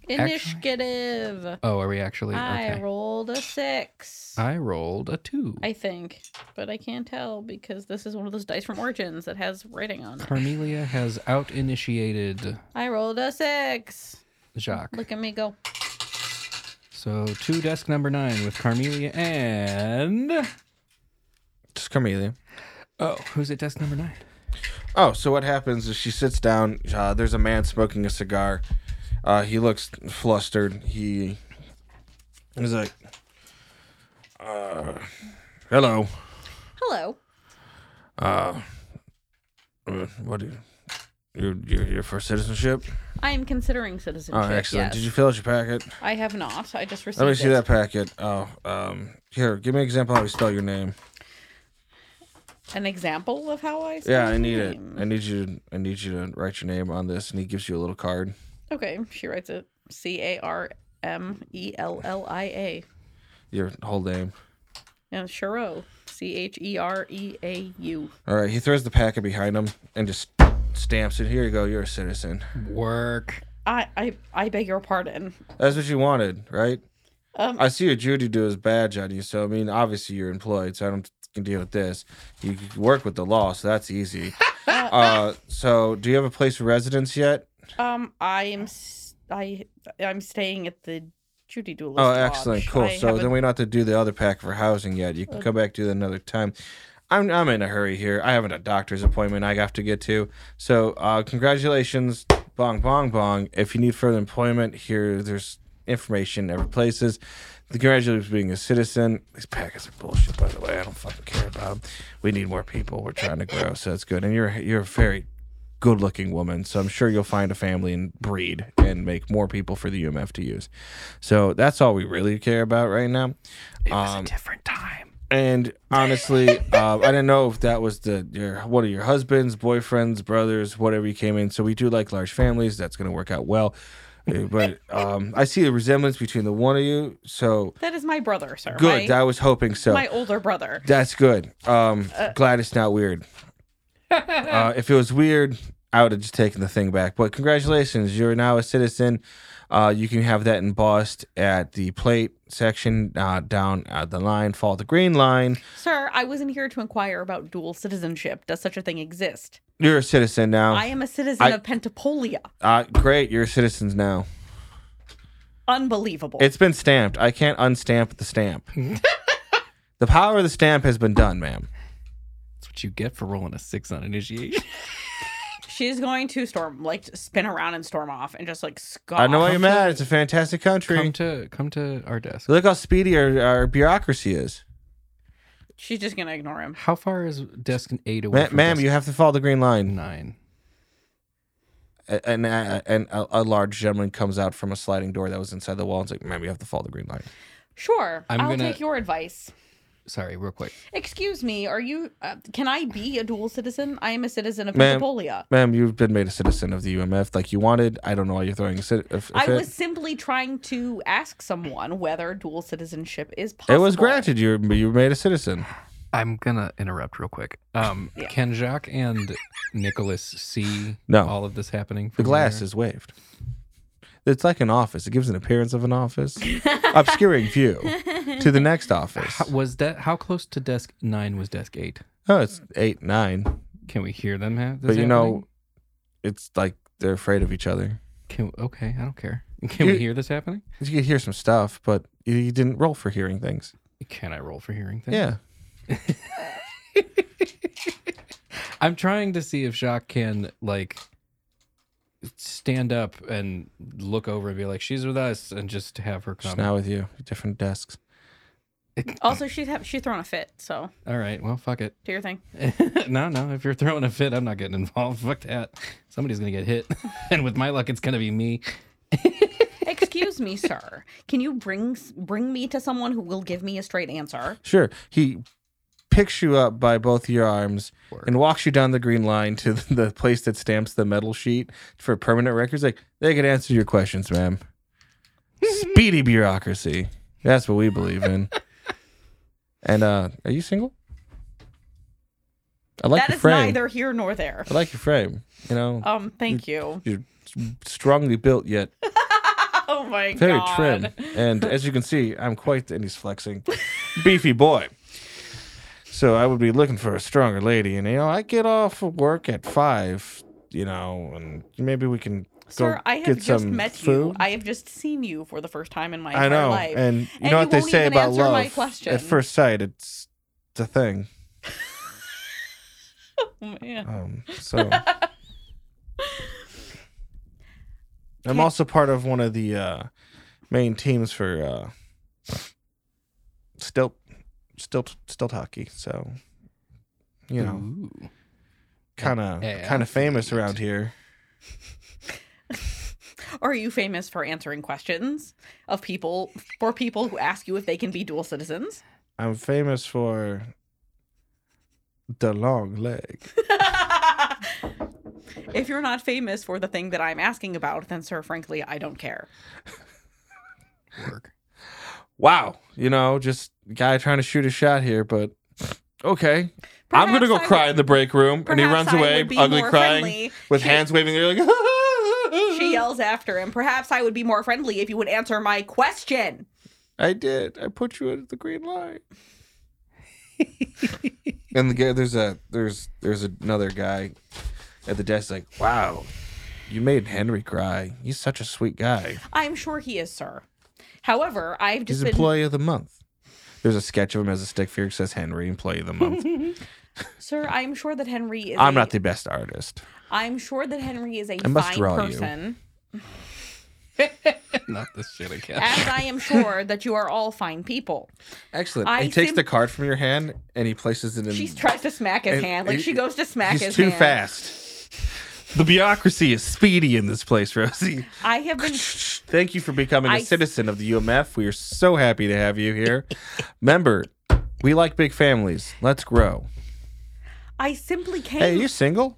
Speaker 3: Initiative.
Speaker 1: Oh, are we actually?
Speaker 3: I
Speaker 1: okay.
Speaker 3: rolled a six.
Speaker 2: Uh,
Speaker 1: I rolled a two.
Speaker 3: I think, but I can't tell because this is one of those dice from Origins that has writing on it.
Speaker 1: Carmelia has out initiated
Speaker 3: I rolled a six.
Speaker 1: Jacques.
Speaker 3: Look at me go.
Speaker 1: So to desk number nine with Carmelia and
Speaker 2: Just Carmelia.
Speaker 1: oh, who's at desk number nine?
Speaker 2: Oh, so what happens is she sits down. Uh, there's a man smoking a cigar. Uh, he looks flustered. He is like, uh, "Hello,
Speaker 3: Hello.
Speaker 2: Uh, what do you, you're, you're here for citizenship?
Speaker 3: I am considering
Speaker 2: Oh,
Speaker 3: citizenship.
Speaker 2: excellent.
Speaker 3: yes.
Speaker 2: Did you fill out your packet?
Speaker 3: I have not. I just received
Speaker 2: Let me see
Speaker 3: it.
Speaker 2: that packet. Oh, um, here, give me an example how you spell your name.
Speaker 3: An example of how I. spell
Speaker 2: Yeah, I
Speaker 3: your
Speaker 2: need it.
Speaker 3: name.
Speaker 2: I need you. To, I need you to write your name on this, and he gives you a little card.
Speaker 3: Okay, she writes it C A R M E L L I A.
Speaker 2: Your whole name.
Speaker 3: And Chero. C H E R E A U.
Speaker 2: All right, he throws the packet behind him and just stamps it. Here you go, you're a citizen.
Speaker 1: Work.
Speaker 3: I, I I beg your pardon.
Speaker 2: That's what you wanted, right?
Speaker 3: Um,
Speaker 2: I see a Judy do his badge on you, so I mean, obviously you're employed, so I don't can deal with this. You can work with the law, so that's easy. uh, so, do you have a place of residence yet?
Speaker 3: Um, I am s- I I'm staying at the Judy Duelist.
Speaker 2: Oh,
Speaker 3: Lodge.
Speaker 2: excellent, cool.
Speaker 3: I
Speaker 2: so
Speaker 3: haven't-
Speaker 2: then we don't have to do the other pack for housing yet. You can come back to that another time. I'm I'm in a hurry here. I have a doctor's appointment I have to get to. So uh, congratulations, bong bong bong. If you need further employment, here there's information every places. Congratulations for being a citizen. These packets are bullshit, by the way. I don't fucking care about 'em. We need more people. We're trying to grow, so that's good. And you're you're a very good-looking woman, so I'm sure you'll find a family and breed and make more people for the UMF to use. So that's all we really care about right now.
Speaker 1: It was
Speaker 2: Um,
Speaker 1: a different time.
Speaker 2: And honestly, uh, I didn't know if that was the your one of your husbands, boyfriends, brothers, whatever you came in. So we do like large families. That's going to work out well. Uh, But um, I see a resemblance between the one of you. So
Speaker 3: that is my brother, sir.
Speaker 2: good.
Speaker 3: My,
Speaker 2: I was hoping so.
Speaker 3: my older brother.
Speaker 2: That's good. Um, glad it's not weird. uh, if it was weird, I would have just taken the thing back. But congratulations, you're now a citizen. Uh, you can have that embossed at the plate section uh, down uh, the line. Follow the green line.
Speaker 3: Sir, I wasn't here to inquire about dual citizenship. Does such a thing exist?
Speaker 2: You're a citizen now.
Speaker 3: I am a citizen
Speaker 2: I-
Speaker 3: of Pentapolia.
Speaker 2: uh, great, you're citizens now.
Speaker 3: Unbelievable.
Speaker 2: It's been stamped. I can't unstamp the stamp. the power of the stamp has been done, ma'am.
Speaker 1: That's what you get for rolling a six on initiation.
Speaker 3: She's going to storm, like spin around and storm off, and just like scoff.
Speaker 2: I know why you're mad. It's a fantastic country.
Speaker 1: come to come to our desk.
Speaker 2: Look how speedy our, our bureaucracy is.
Speaker 3: She's just gonna ignore him.
Speaker 1: How far is desk eight away?
Speaker 2: Ma-
Speaker 1: from
Speaker 2: ma'am,
Speaker 1: desk
Speaker 2: you have to follow the green line.
Speaker 1: nine.
Speaker 2: A- And, a- and a, a large gentleman comes out from a sliding door that was inside the wall and's like, ma'am, you have to follow the green line.
Speaker 3: Sure,
Speaker 1: I'm
Speaker 3: I'll
Speaker 1: gonna-
Speaker 3: take your advice.
Speaker 1: Sorry, real quick.
Speaker 3: Excuse me, are you? Uh, can I be a dual citizen? I am a citizen of
Speaker 2: Ma'am,
Speaker 3: Pentapolia.
Speaker 2: Ma'am, you've been made a citizen of the UMF like you wanted. I don't know why you're throwing a, cit- a f- a
Speaker 3: I
Speaker 2: fit.
Speaker 3: was simply trying to ask someone whether dual citizenship is possible.
Speaker 2: it was granted. You were, you were made a citizen.
Speaker 1: I'm gonna interrupt real quick. Um,
Speaker 3: Yeah.
Speaker 1: can Jacques and Nicholas see
Speaker 2: No.
Speaker 1: all of this happening?
Speaker 2: The
Speaker 1: from
Speaker 2: glass
Speaker 1: there?
Speaker 2: is waved. It's like an office. It gives an appearance of an office, obscuring view to the next office.
Speaker 1: How, was that how close to desk nine was desk eight?
Speaker 2: Oh, it's eight, nine.
Speaker 1: Can we hear them? Ha- this
Speaker 2: but you know,
Speaker 1: happening?
Speaker 2: it's like they're afraid of each other.
Speaker 1: Can, okay, I don't care. Can
Speaker 2: You-
Speaker 1: we hear this happening?
Speaker 2: You could hear some stuff, but you, you didn't roll for hearing things.
Speaker 1: Can I roll for hearing things?
Speaker 2: Yeah.
Speaker 1: I'm trying to see if Jacques can like stand up and look over and be like, "She's with us," and just have her
Speaker 2: Just
Speaker 1: come.
Speaker 2: now with you, different desks.
Speaker 3: Also, she's ha- she's thrown a fit, so
Speaker 1: All right, well, fuck it.
Speaker 3: do your thing.
Speaker 1: no, no. If you're throwing a fit, I'm not getting involved. Fuck that. Somebody's gonna get hit, and with my luck, it's gonna be me.
Speaker 3: Excuse me, sir. Can you bring s- bring me to someone who will give me a straight answer?
Speaker 2: Sure. He picks you up by both your arms and walks you down the green line to the the place that stamps the metal sheet for permanent records. Like, they can answer your questions, ma'am. Speedy bureaucracy. That's what we believe in. and uh are you single? I like
Speaker 3: that
Speaker 2: your
Speaker 3: is
Speaker 2: frame.
Speaker 3: neither here nor there.
Speaker 2: I like your frame. You know,
Speaker 3: Um,
Speaker 2: Mm.
Speaker 3: thank you.
Speaker 2: you're strongly built yet
Speaker 3: Oh my
Speaker 2: very
Speaker 3: god.
Speaker 2: trim. And as you can see, I'm quite, and he's flexing, beefy boy. So I would be looking for a stronger lady. And, you know, I get off of work at five, you know, and maybe we can
Speaker 3: Sir,
Speaker 2: go
Speaker 3: I have
Speaker 2: get
Speaker 3: just
Speaker 2: some
Speaker 3: met you.
Speaker 2: food.
Speaker 3: I have just seen you for the first time in my
Speaker 2: I
Speaker 3: entire
Speaker 2: know.
Speaker 3: life.
Speaker 2: And you
Speaker 3: And
Speaker 2: know
Speaker 3: you
Speaker 2: what they
Speaker 3: won't
Speaker 2: say
Speaker 3: even
Speaker 2: about
Speaker 3: answer my
Speaker 2: love?
Speaker 3: question.
Speaker 2: At first sight, it's, it's a thing.
Speaker 3: Oh, man.
Speaker 2: Um, so. I'm also part of one of the uh, main teams for uh, stilt, stilt, stilt hockey. So, you know,
Speaker 1: Ooh.
Speaker 2: kind of,
Speaker 1: Mm-hmm. Yeah,
Speaker 2: kind of famous
Speaker 1: athlete.
Speaker 2: around here.
Speaker 3: Are you famous for answering questions of people for people who ask you if they can be dual citizens?
Speaker 2: I'm famous for the long leg.
Speaker 3: if you're not famous for the thing that I'm asking about, then sir, frankly, I don't care.
Speaker 1: Work.
Speaker 2: Wow, you know, just guy trying to shoot a shot here, but okay. I'm gonna go
Speaker 3: Perhaps I
Speaker 2: cry
Speaker 3: would-
Speaker 2: in the break room, and he
Speaker 3: perhaps
Speaker 2: runs
Speaker 3: I
Speaker 2: away,
Speaker 3: would be
Speaker 2: ugly
Speaker 3: more
Speaker 2: crying,
Speaker 3: friendly.
Speaker 2: with
Speaker 3: She-
Speaker 2: hands waving. They're like,
Speaker 3: She yells after him. Perhaps I would be more friendly if you would answer my question.
Speaker 2: I did. I put you at the green light. and the guy, there's a there's there's another guy at the desk like, wow, you made Henry cry. He's such a sweet guy.
Speaker 3: I'm sure he is, sir. However, I've
Speaker 2: He's
Speaker 3: just been
Speaker 2: employee of the month. There's a sketch of him as a stick figure that says Henry, employee of the month.
Speaker 3: sir. I'm sure that Henry is.
Speaker 2: I'm
Speaker 3: a-
Speaker 2: not the best artist.
Speaker 3: I'm sure that Henry is a
Speaker 2: I must
Speaker 3: fine
Speaker 2: draw you.
Speaker 3: person.
Speaker 1: Not this shit again.
Speaker 3: As I am sure that you are all fine people.
Speaker 2: Excellent.
Speaker 3: I
Speaker 2: he takes
Speaker 3: sim-
Speaker 2: the card from your hand and he places it in.
Speaker 3: She tries to smack his
Speaker 2: And
Speaker 3: hand. Like
Speaker 2: he-
Speaker 3: she goes to smack
Speaker 2: He's
Speaker 3: his
Speaker 2: too
Speaker 3: hand.
Speaker 2: fast. The bureaucracy is speedy in this place, Rosie.
Speaker 3: I have been
Speaker 2: Thank you for becoming a
Speaker 3: I-
Speaker 2: citizen of the UMF. We are so happy to have you here. Remember, we like big families. Let's grow.
Speaker 3: I simply came
Speaker 2: Hey, you single?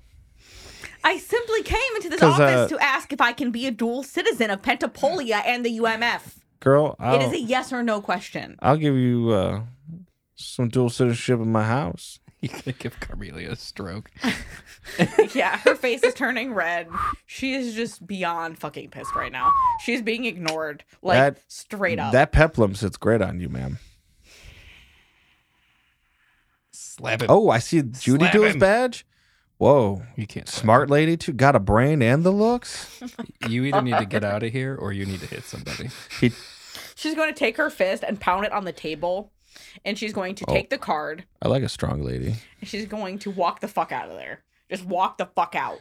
Speaker 3: I simply came into this
Speaker 2: 'Cause,
Speaker 3: office
Speaker 2: uh,
Speaker 3: to ask if I can be a dual citizen of Pentapolia and the UMF.
Speaker 2: Girl, I'll,
Speaker 3: It is a yes or no question.
Speaker 2: I'll give you uh, some dual citizenship in my house.
Speaker 1: You're gonna give Carmelia a stroke.
Speaker 3: yeah, her face is turning red. She is just beyond fucking pissed right now. She's being ignored like
Speaker 2: That-
Speaker 3: straight up.
Speaker 2: That peplum sits great on you, ma'am.
Speaker 1: Slap it.
Speaker 2: Oh, I see Judy
Speaker 1: Slap
Speaker 2: Dool's
Speaker 1: him.
Speaker 2: badge. Whoa.
Speaker 1: You can't. slap
Speaker 2: Smart lady, too. Got a brain and the looks.
Speaker 1: You either need to get out of here or you need to hit somebody.
Speaker 2: He,
Speaker 3: she's going to take her fist and pound it on the table and she's going
Speaker 2: Oh.
Speaker 3: to take the card
Speaker 2: I like a strong lady.
Speaker 3: and she's going to walk the fuck out of there. Just walk the fuck out.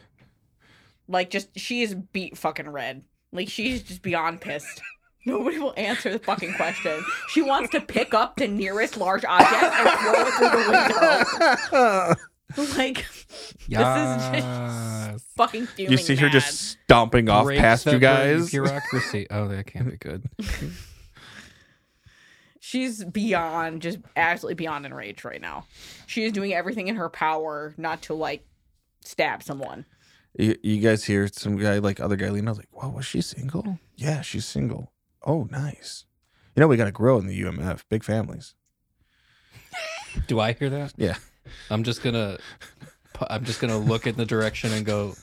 Speaker 3: Like just she is beat fucking red. Like she's just beyond pissed. Nobody will answer the fucking question. She wants to pick up the nearest large object and throw it through the window. Like
Speaker 1: Yes.
Speaker 3: fucking fuming.
Speaker 2: You see her
Speaker 3: mad.
Speaker 2: just stomping off
Speaker 1: Break
Speaker 2: past
Speaker 1: the
Speaker 2: you
Speaker 1: bu-
Speaker 2: guys.
Speaker 1: Bureaucracy. Oh, that can't be good.
Speaker 3: she's beyond just absolutely beyond enraged right now. She is doing everything in her power not to like stab someone.
Speaker 2: you, you guys hear some guy like other guy leaning. I was like, "Whoa, was she single? Yeah, she's single. Oh, nice. You know, we got to grow in the UMF. Big families.
Speaker 1: Do I hear that?
Speaker 2: Yeah.
Speaker 1: I'm just gonna. pu- I'm just gonna look in the direction and go.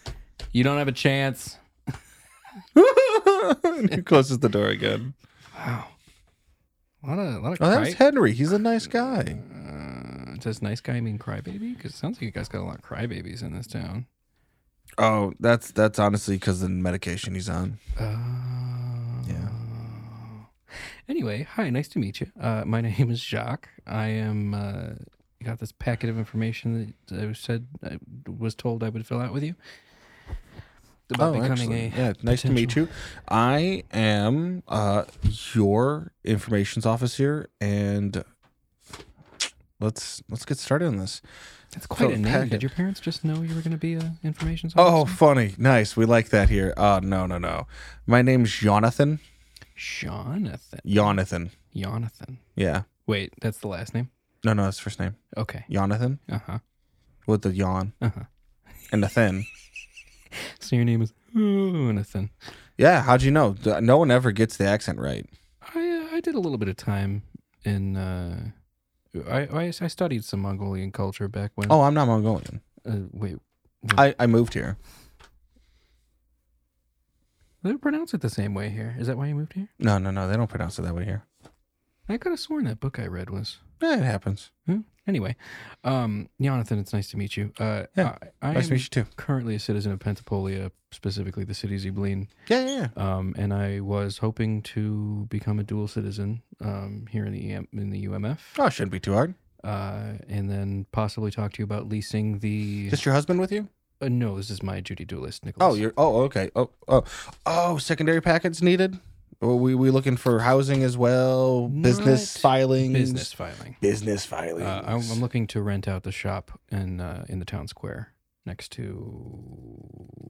Speaker 1: You don't have a chance.
Speaker 2: he closes the door again.
Speaker 1: Wow. A lot of, a lot of
Speaker 2: Oh, that was
Speaker 1: cry.
Speaker 2: Henry. He's a nice guy.
Speaker 1: Uh, does nice guy mean crybaby? Because it sounds like you guys got a lot of crybabies in this town.
Speaker 2: Oh, that's that's honestly because of the medication he's on.
Speaker 1: Oh. Uh, Anyway, hi, nice to meet you. Uh, my name is Jacques. I am uh, got this packet of information that I was said I was told I would fill out with you. about
Speaker 2: Oh,
Speaker 1: becoming
Speaker 2: excellent.
Speaker 1: a
Speaker 2: yeah, it's nice to meet you. I am uh, your information's officer, and let's let's get started on this.
Speaker 1: That's quite
Speaker 2: So,
Speaker 1: a name.
Speaker 2: packet.
Speaker 1: Did your parents just know you were going to be a information
Speaker 2: Oh,
Speaker 1: officer?
Speaker 2: funny, nice. We like that here. Uh, no, no, no. My name's Jonathan.
Speaker 1: Jonathan.
Speaker 2: Jonathan.
Speaker 1: Jonathan.
Speaker 2: Yeah.
Speaker 1: Wait, that's the last name.
Speaker 2: No, no, that's first name.
Speaker 1: Okay.
Speaker 2: Jonathan
Speaker 1: Uh huh.
Speaker 2: with the yawn
Speaker 1: Uh huh.
Speaker 2: and the thin.
Speaker 1: So your name is Jonathan.
Speaker 2: Yeah, how'd you know? D- No one ever gets the accent right.
Speaker 1: I uh, I did a little bit of time in. Uh, I, I I studied some Mongolian culture back when.
Speaker 2: Oh, I'm not Mongolian.
Speaker 1: Uh, wait,
Speaker 2: I, I moved here.
Speaker 1: they pronounce it the same way here. Is that why you moved here?
Speaker 2: No, no, no. They don't pronounce it that way here.
Speaker 1: I could have sworn that book I read was.
Speaker 2: Yeah, it happens.
Speaker 1: Hmm? Anyway, um, Jonathan, it's nice to meet you. Uh,
Speaker 2: Yeah,
Speaker 1: I, I
Speaker 2: Nice to
Speaker 1: am
Speaker 2: meet you too.
Speaker 1: currently a citizen of Pentapolia, specifically the city Ziblin,
Speaker 2: Yeah, yeah, yeah.
Speaker 1: um, and I was hoping to become a dual citizen um, here in the EM, in the UMF,
Speaker 2: Oh, it shouldn't be too hard.
Speaker 1: uh, and then possibly talk to you about leasing the.
Speaker 2: Just your husband with you?
Speaker 1: Uh, no, this is my duty duelist, Nicholas.
Speaker 2: Oh, you're. Oh, okay. Oh, oh, oh. Secondary packets needed. Are we we looking for housing as well? Business
Speaker 1: Not
Speaker 2: filings.
Speaker 1: business filing.
Speaker 2: Business filings.
Speaker 1: Uh, I'm, I'm looking to rent out the shop in uh, in the town square next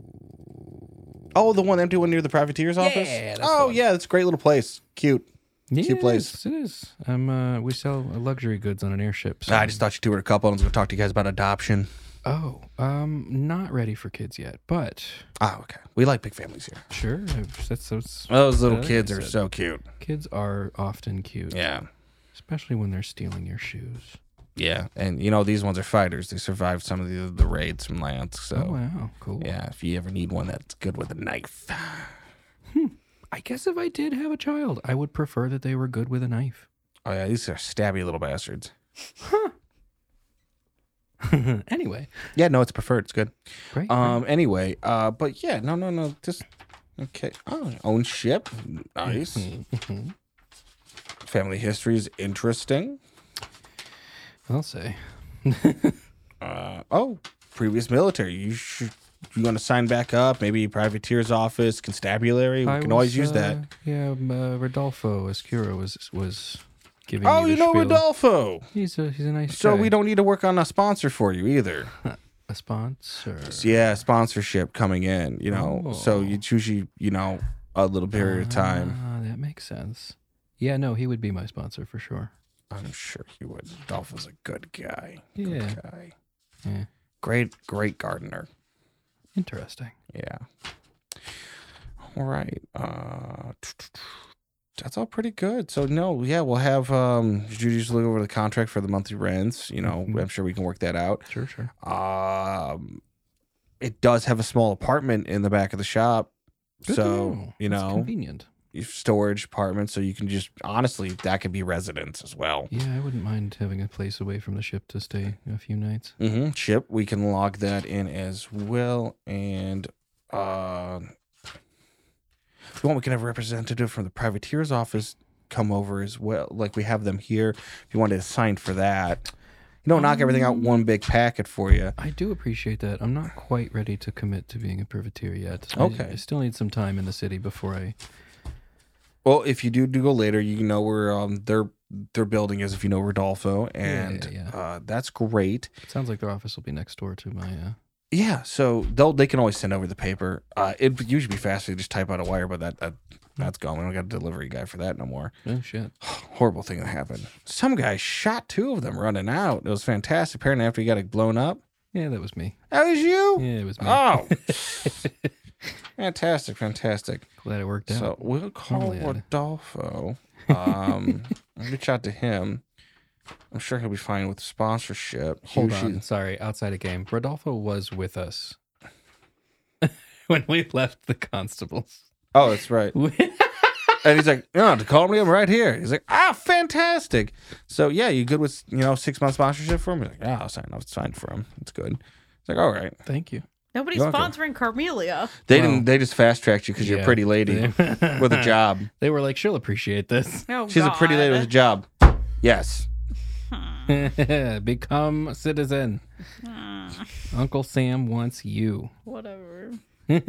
Speaker 1: to.
Speaker 2: oh, the one empty one near the privateer's
Speaker 1: Yeah,
Speaker 2: office.
Speaker 1: that's the
Speaker 2: oh
Speaker 1: one.
Speaker 2: yeah, that's a great little place. Cute.
Speaker 1: yes,
Speaker 2: place.
Speaker 1: It is. I'm. Uh, we sell luxury goods on an airship. so-
Speaker 2: I just thought you two were a couple. and I was gonna talk to you guys about adoption.
Speaker 1: Oh, um, not ready for kids yet, but
Speaker 2: Ah, okay. We like big families here.
Speaker 1: sure. That's those
Speaker 2: Oh, Those little
Speaker 1: Yeah, like I
Speaker 2: kids are
Speaker 1: said.
Speaker 2: so cute.
Speaker 1: kids are often cute.
Speaker 2: Yeah,
Speaker 1: Especially when they're stealing your shoes.
Speaker 2: yeah. And you know these ones are fighters. They survived some of the, the raids from Lance. So
Speaker 1: Oh wow, cool.
Speaker 2: yeah, if you ever need one that's good with a knife.
Speaker 1: I guess if I did have a child, I would prefer that they were good with a knife.
Speaker 2: Oh yeah, these are stabby little bastards.
Speaker 1: anyway,
Speaker 2: Yeah, no, it's preferred. It's good.
Speaker 1: great. great.
Speaker 2: Um. Anyway. Uh. But yeah. No. No. No. Just. Okay. Oh, own ship. Nice.
Speaker 1: Mhm.
Speaker 2: Family history is interesting.
Speaker 1: I'll say.
Speaker 2: Uh. Oh. Previous military. You should. You want to sign back up? Maybe privateer's office, constabulary. We
Speaker 1: I
Speaker 2: can
Speaker 1: was,
Speaker 2: always use
Speaker 1: uh,
Speaker 2: that.
Speaker 1: Yeah, um, uh, Rodolfo Escura was was giving.
Speaker 2: Oh,
Speaker 1: me
Speaker 2: you
Speaker 1: the
Speaker 2: know
Speaker 1: spiel.
Speaker 2: Rodolfo.
Speaker 1: He's a he's a nice.
Speaker 2: So
Speaker 1: guy.
Speaker 2: we don't need to work on a sponsor for you either.
Speaker 1: a sponsor.
Speaker 2: Yeah, sponsorship coming in. You know.
Speaker 1: Oh.
Speaker 2: So you usually, you know, a little period of time.
Speaker 1: Ah, that makes sense. Yeah, no, he would be my sponsor for sure.
Speaker 2: I'm sure he would. Dolphin's a good guy.
Speaker 1: Ah. Yeah.
Speaker 2: Good guy.
Speaker 1: Yeah.
Speaker 2: Great, great gardener.
Speaker 1: Interesting.
Speaker 2: Yeah. All right. Uh that's all pretty good. So no, yeah, we'll have um Judy's look over the contract for the monthly rents. You know,
Speaker 1: Mhm.
Speaker 2: I'm sure we can work that out.
Speaker 1: Sure, sure.
Speaker 2: Um it does have a small apartment in the back of the shop.
Speaker 1: Good to
Speaker 2: so, you
Speaker 1: That's
Speaker 2: know,
Speaker 1: convenient.
Speaker 2: storage apartment. So you can just honestly that could be residence as well.
Speaker 1: Yeah, I wouldn't mind having a place away from the ship to stay a few nights.
Speaker 2: Mm-hmm. Chip, we can log that in as well. And uh, if you want, we can have a representative from the privateer's office come over as well. Like we have them here. If you wanted to sign for that, you don't knock everything out
Speaker 1: Um.
Speaker 2: in one big packet for you.
Speaker 1: I do appreciate that. I'm not quite ready to commit to being a privateer yet. I-
Speaker 2: Okay.
Speaker 1: I, still need some time in the city before I.
Speaker 2: Well, if you do, do go later, you know where um their their building is. If you know Rodolfo, and
Speaker 1: yeah.
Speaker 2: Uh, that's great.
Speaker 1: It sounds like their office will be next door to my. Uh,
Speaker 2: Yeah, so they'll they can always send over the paper. Uh, it would usually be faster to just type out a wire, but that, that that's gone. We don't got a delivery guy for that no more.
Speaker 1: oh shit!
Speaker 2: Horrible thing that happened. Some guy shot two of them running out. It was fantastic. Apparently, after he got it blown up,
Speaker 1: Yeah, that was me.
Speaker 2: that was you.
Speaker 1: Yeah, it was me.
Speaker 2: Oh, fantastic, fantastic.
Speaker 1: Glad it worked out.
Speaker 2: So we'll call
Speaker 1: Normally I'd-
Speaker 2: Rodolfo. Um, reach out to him. I'm sure he'll be fine with sponsorship.
Speaker 1: Hold
Speaker 2: Usually-
Speaker 1: on. Sorry, outside of game. Rodolfo was with us when we left the constables.
Speaker 2: Oh, that's right. And he's like, no, to call me, I'm right here. He's like, ah, fantastic. So yeah, you good with you know six month sponsorship for him? He's like, yeah, I'll sign. I'll sign for him. It's good. He's like, all right.
Speaker 1: Thank you.
Speaker 3: Nobody's
Speaker 2: You're welcome.
Speaker 3: sponsoring Carmelia.
Speaker 2: They
Speaker 1: Well,
Speaker 2: didn't. They just fast tracked you because you're a
Speaker 1: yeah,
Speaker 2: pretty lady with a job.
Speaker 1: They were like, she'll appreciate this.
Speaker 3: No,
Speaker 2: She's a pretty lady with a job. Yes.
Speaker 1: Become a
Speaker 2: Ah.
Speaker 1: citizen. Uncle Sam wants you.
Speaker 3: Whatever.
Speaker 1: That's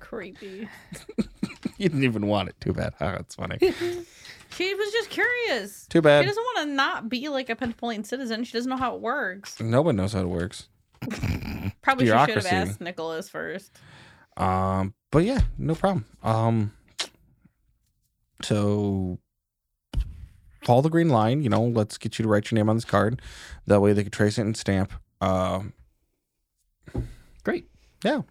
Speaker 8: creepy.
Speaker 2: You didn't even want it. Too bad. Ah, that's funny.
Speaker 8: She was just curious.
Speaker 2: Too
Speaker 8: She
Speaker 2: bad.
Speaker 8: doesn't want to not be like a Pentapolyan citizen. She doesn't know how it works.
Speaker 2: No one knows how it works.
Speaker 8: Probably she should have
Speaker 2: Bureaucracy.
Speaker 8: asked Nicholas first.
Speaker 2: Um, but yeah, no problem. Um, so follow the green line. You know, let's get you to write your name on this card. That way they can trace it and stamp. Um,
Speaker 1: Great.
Speaker 2: Yeah.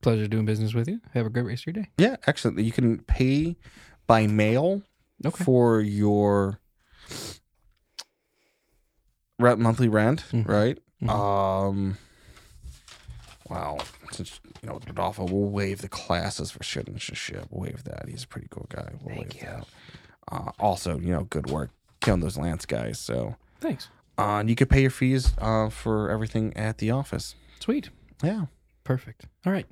Speaker 1: Pleasure doing business with you. Have a great rest of your day.
Speaker 2: yeah, excellent. You can pay by mail
Speaker 1: Okay.
Speaker 2: for your rent monthly rent,
Speaker 1: Mhm.
Speaker 2: right?
Speaker 1: Mhm.
Speaker 2: Um Wow. Since you know Rodolfo, we'll waive the classes for shit and sh- shit. We'll waive that. He's a pretty cool guy. We'll
Speaker 1: Thank
Speaker 2: waive
Speaker 1: you.
Speaker 2: that. Uh, also, you know, good work killing those Lance guys. So
Speaker 1: Thanks.
Speaker 2: uh, and you could pay your fees uh, for everything at the office.
Speaker 1: Sweet.
Speaker 2: Yeah.
Speaker 1: Perfect. All right.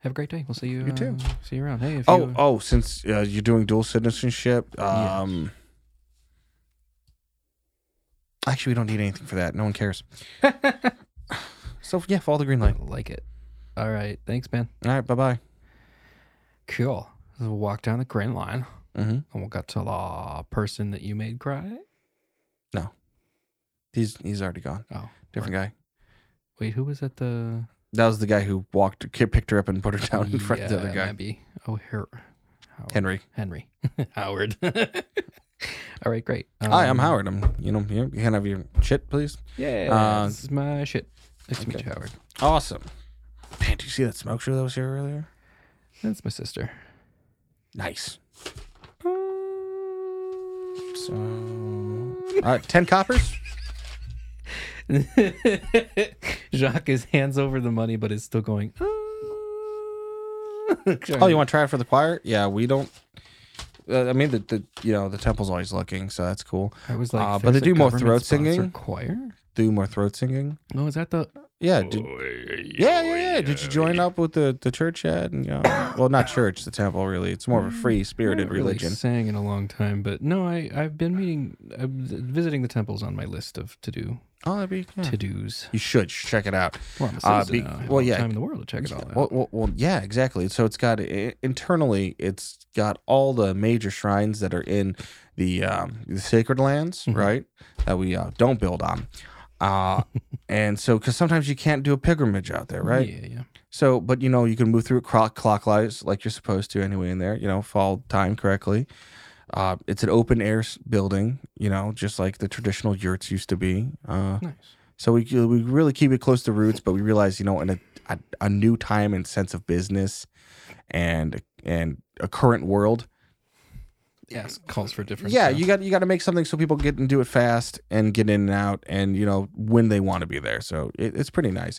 Speaker 1: Have a great day. We'll see you.
Speaker 2: You too.
Speaker 1: uh, See you around. Hey. If
Speaker 2: Oh,
Speaker 1: you,
Speaker 2: oh, since uh, you're doing dual citizenship,
Speaker 1: Yeah.
Speaker 2: um, actually, we don't need anything for that. No one cares. so yeah, follow the green light.
Speaker 1: like it. All right. Thanks, man.
Speaker 2: All right, bye bye.
Speaker 1: Cool. So we'll walk down the grand line
Speaker 2: Mm-hmm.
Speaker 1: and we'll get to the person that you made cry.
Speaker 2: He's he's already gone.
Speaker 1: Oh.
Speaker 2: Different guy.
Speaker 1: Wait, who was at the
Speaker 2: That was the guy who walked, ki- picked her up, and put her down in front of the
Speaker 1: Yeah,
Speaker 2: other
Speaker 1: it
Speaker 2: guy,
Speaker 1: might be- Oh, her. Howard.
Speaker 2: Henry.
Speaker 1: Henry. Howard. All right, great.
Speaker 2: Hi,
Speaker 1: Um,
Speaker 2: I'm Howard. I'm you know you can have your shit, please.
Speaker 1: Yeah,
Speaker 2: Uh,
Speaker 1: this is my shit. Nice to meet you, Howard.
Speaker 2: Awesome. Man, do you see that smoke show that was here earlier?
Speaker 1: That's my sister.
Speaker 2: Nice. So, all right, ten coppers.
Speaker 1: Jacques is hands over the money, but is still going. "Ah."
Speaker 2: Oh, you want to try it for the choir? Yeah, we don't. Uh, I mean, the, the you know the temple's always looking, so that's cool.
Speaker 1: I was like,
Speaker 2: Uh,
Speaker 1: "There's
Speaker 2: but they
Speaker 1: a
Speaker 2: do more
Speaker 1: government
Speaker 2: throat
Speaker 1: sponsored
Speaker 2: singing?
Speaker 1: choir.
Speaker 2: Do more throat singing.
Speaker 1: No, is that the?
Speaker 2: Yeah, did, Oh, yeah, yeah, yeah. Did you join up with the the church yet? And, you know, well, not church, the temple. Really, it's more of a free spirited
Speaker 1: I haven't really
Speaker 2: religion.
Speaker 1: sang in a long time, but no, I I've been meeting, uh, visiting the temples on my list of to do
Speaker 2: Oh, that'd be. yeah.
Speaker 1: to dos.
Speaker 2: You should check it out.
Speaker 1: Well, I'm a
Speaker 2: Uh,
Speaker 1: citizen
Speaker 2: be-
Speaker 1: now. I have all
Speaker 2: well,
Speaker 1: the
Speaker 2: yeah.
Speaker 1: time in the world to check it all out.
Speaker 2: Well, well, well, yeah, exactly. So it's got i- internally, it's got all the major shrines that are in the um, the sacred lands,
Speaker 1: Mhm.
Speaker 2: right? That we uh, don't build on. Uh, and so, because sometimes you can't do a pilgrimage out there, right?
Speaker 1: Yeah, yeah.
Speaker 2: So, but you know, you can move through it clock- clockwise like you're supposed to anyway in there, you know, follow time correctly. Uh, it's an open air s- building, you know, just like the traditional yurts used to be. Uh,
Speaker 1: Nice.
Speaker 2: so we we really keep it close to roots, but we realize you know in a, a a new time and sense of business, and and a current world.
Speaker 1: Yes, calls for different.
Speaker 2: yeah,
Speaker 1: stuff.
Speaker 2: you got you got to make something so people get and do it fast and get in and out, and you know when they want to be there. So it, it's pretty nice.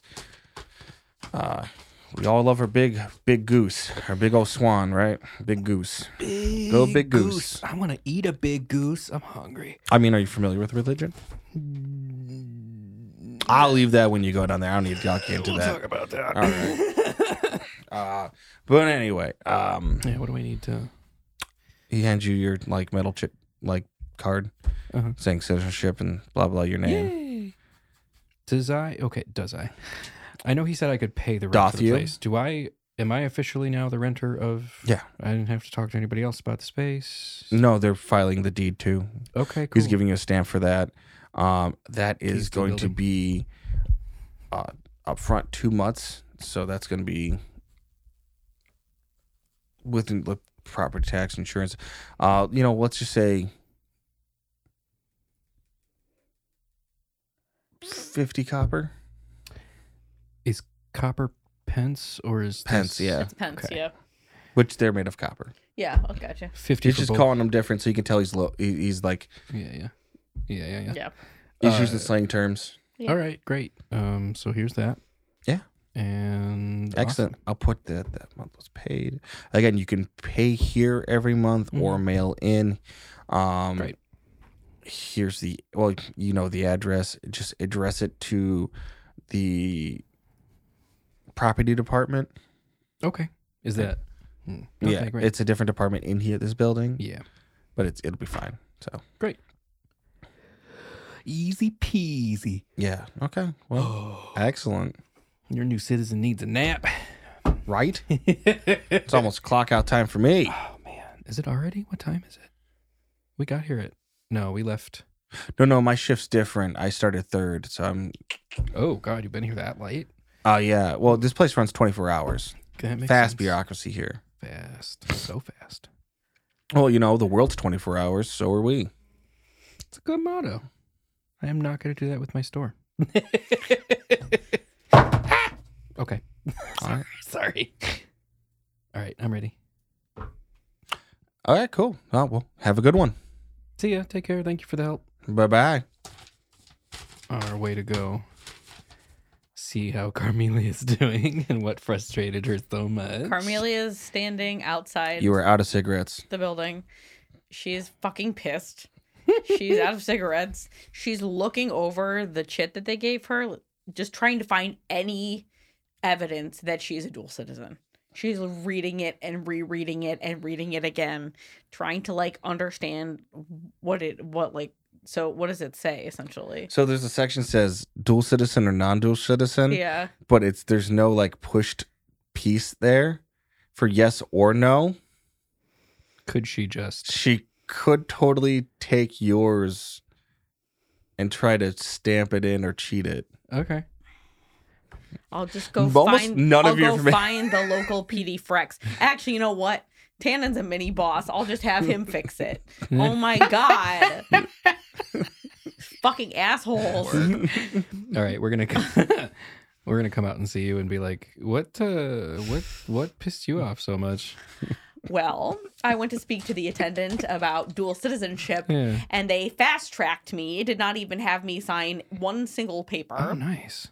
Speaker 2: Uh, we all love our big big goose, our big old swan, right? Big goose.
Speaker 1: big
Speaker 2: Go big goose.
Speaker 1: I want to eat a big goose. I'm hungry.
Speaker 2: I mean, are you familiar with religion? I'll leave that when you go down there. I don't need to talk you into that.
Speaker 1: about that.
Speaker 2: All right. uh, but anyway, um,
Speaker 1: Yeah, what do we need to?
Speaker 2: he hands you your like metal chip, like card
Speaker 1: Uh-huh.
Speaker 2: saying citizenship and blah blah your name.
Speaker 1: Yay. Does I? Okay, does I? I know he said I could pay the rent
Speaker 2: Doth
Speaker 1: for the
Speaker 2: you?
Speaker 1: place. Do I? Am I officially now the renter of?
Speaker 2: Yeah.
Speaker 1: I didn't have to talk to anybody else about the space.
Speaker 2: No, they're filing the deed too.
Speaker 1: Okay, cool.
Speaker 2: He's giving you a stamp for that. Um, that
Speaker 1: Keys to
Speaker 2: is
Speaker 1: the
Speaker 2: going to
Speaker 1: building.
Speaker 2: be uh, up front two months, so that's going to be within the property tax insurance. Uh, you know, let's just say fifty copper
Speaker 1: copper pence or is
Speaker 2: pence,
Speaker 1: this
Speaker 2: yeah,
Speaker 8: It's pence,
Speaker 1: Okay.
Speaker 8: yeah.
Speaker 2: which they're made of copper.
Speaker 8: Yeah, I gotcha.
Speaker 1: Fifty.
Speaker 2: He's
Speaker 1: for
Speaker 2: just
Speaker 1: both?
Speaker 2: calling them different, so you can tell he's low. He, he's like
Speaker 1: Yeah, yeah, yeah, yeah, yeah.
Speaker 8: Yeah.
Speaker 2: he's
Speaker 1: Uh,
Speaker 2: using slang terms.
Speaker 8: Yeah.
Speaker 1: All right, great. Um, so here's that.
Speaker 2: Yeah.
Speaker 1: And uh, awesome.
Speaker 2: Excellent. I'll put that that month was paid. Again, you can pay here every month or mail in. Um
Speaker 1: Mm-hmm. Right.
Speaker 2: here's the well, you know the address. Just address it to the property department.
Speaker 1: Okay. Is that? Hmm. Okay,
Speaker 2: yeah.
Speaker 1: great.
Speaker 2: It's a different department in here this building,
Speaker 1: yeah.
Speaker 2: but it's it'll be fine. So
Speaker 1: Easy peasy.
Speaker 2: yeah. Okay. Well excellent.
Speaker 1: Your new citizen needs a nap.
Speaker 2: right? it's almost clock out time for me.
Speaker 1: Oh man, is it already? What time is it? We got here at no, we left.
Speaker 2: No, no, my shift's different. I started third, so I'm.
Speaker 1: Oh god, you've been here that late.
Speaker 2: Oh yeah. Well, this place runs 24 hours.
Speaker 1: Okay, that makes
Speaker 2: Fast
Speaker 1: sense.
Speaker 2: bureaucracy here.
Speaker 1: Fast, so fast.
Speaker 2: Well, you know the world's 24 hours, so are we.
Speaker 1: It's a good motto. I am not going to do that with my store. okay.
Speaker 2: All right.
Speaker 1: Sorry. All right, I'm ready.
Speaker 2: All right. Cool. Oh, well, have a good one.
Speaker 1: See ya. Take care. Thank you for the help.
Speaker 2: Bye bye.
Speaker 1: Our way to go. See how Carmelia is doing and what frustrated her so much.
Speaker 3: Carmelia is standing outside
Speaker 2: You were out of cigarettes.
Speaker 3: the building. She's fucking pissed. She's out of cigarettes. She's looking over the chit that they gave her, just trying to find any evidence that she's a dual citizen. She's reading it and rereading it and reading it again, trying to like understand what it, what like, so what does it say essentially?
Speaker 2: So there's a section that says dual citizen or non-dual citizen,
Speaker 3: Yeah.
Speaker 2: but it's there's no like pushed piece there for yes or no.
Speaker 1: Could she just?
Speaker 2: She could totally take yours and try to stamp it in or cheat it.
Speaker 1: Okay.
Speaker 3: I'll just go
Speaker 2: Almost
Speaker 3: find
Speaker 2: none
Speaker 3: I'll
Speaker 2: of your
Speaker 3: go
Speaker 2: informa-
Speaker 3: find the local PD Frex. Actually, you know what? Tannen's a mini boss. I'll just have him fix it. Oh my god. Fucking assholes.
Speaker 1: All right, we're gonna come, we're gonna come out and see you and be like, what uh, what what pissed you off so much?
Speaker 3: Well, I went to speak to the attendant about dual citizenship
Speaker 1: Yeah.
Speaker 3: and they fast tracked me, did not even have me sign one single paper.
Speaker 1: Oh, nice.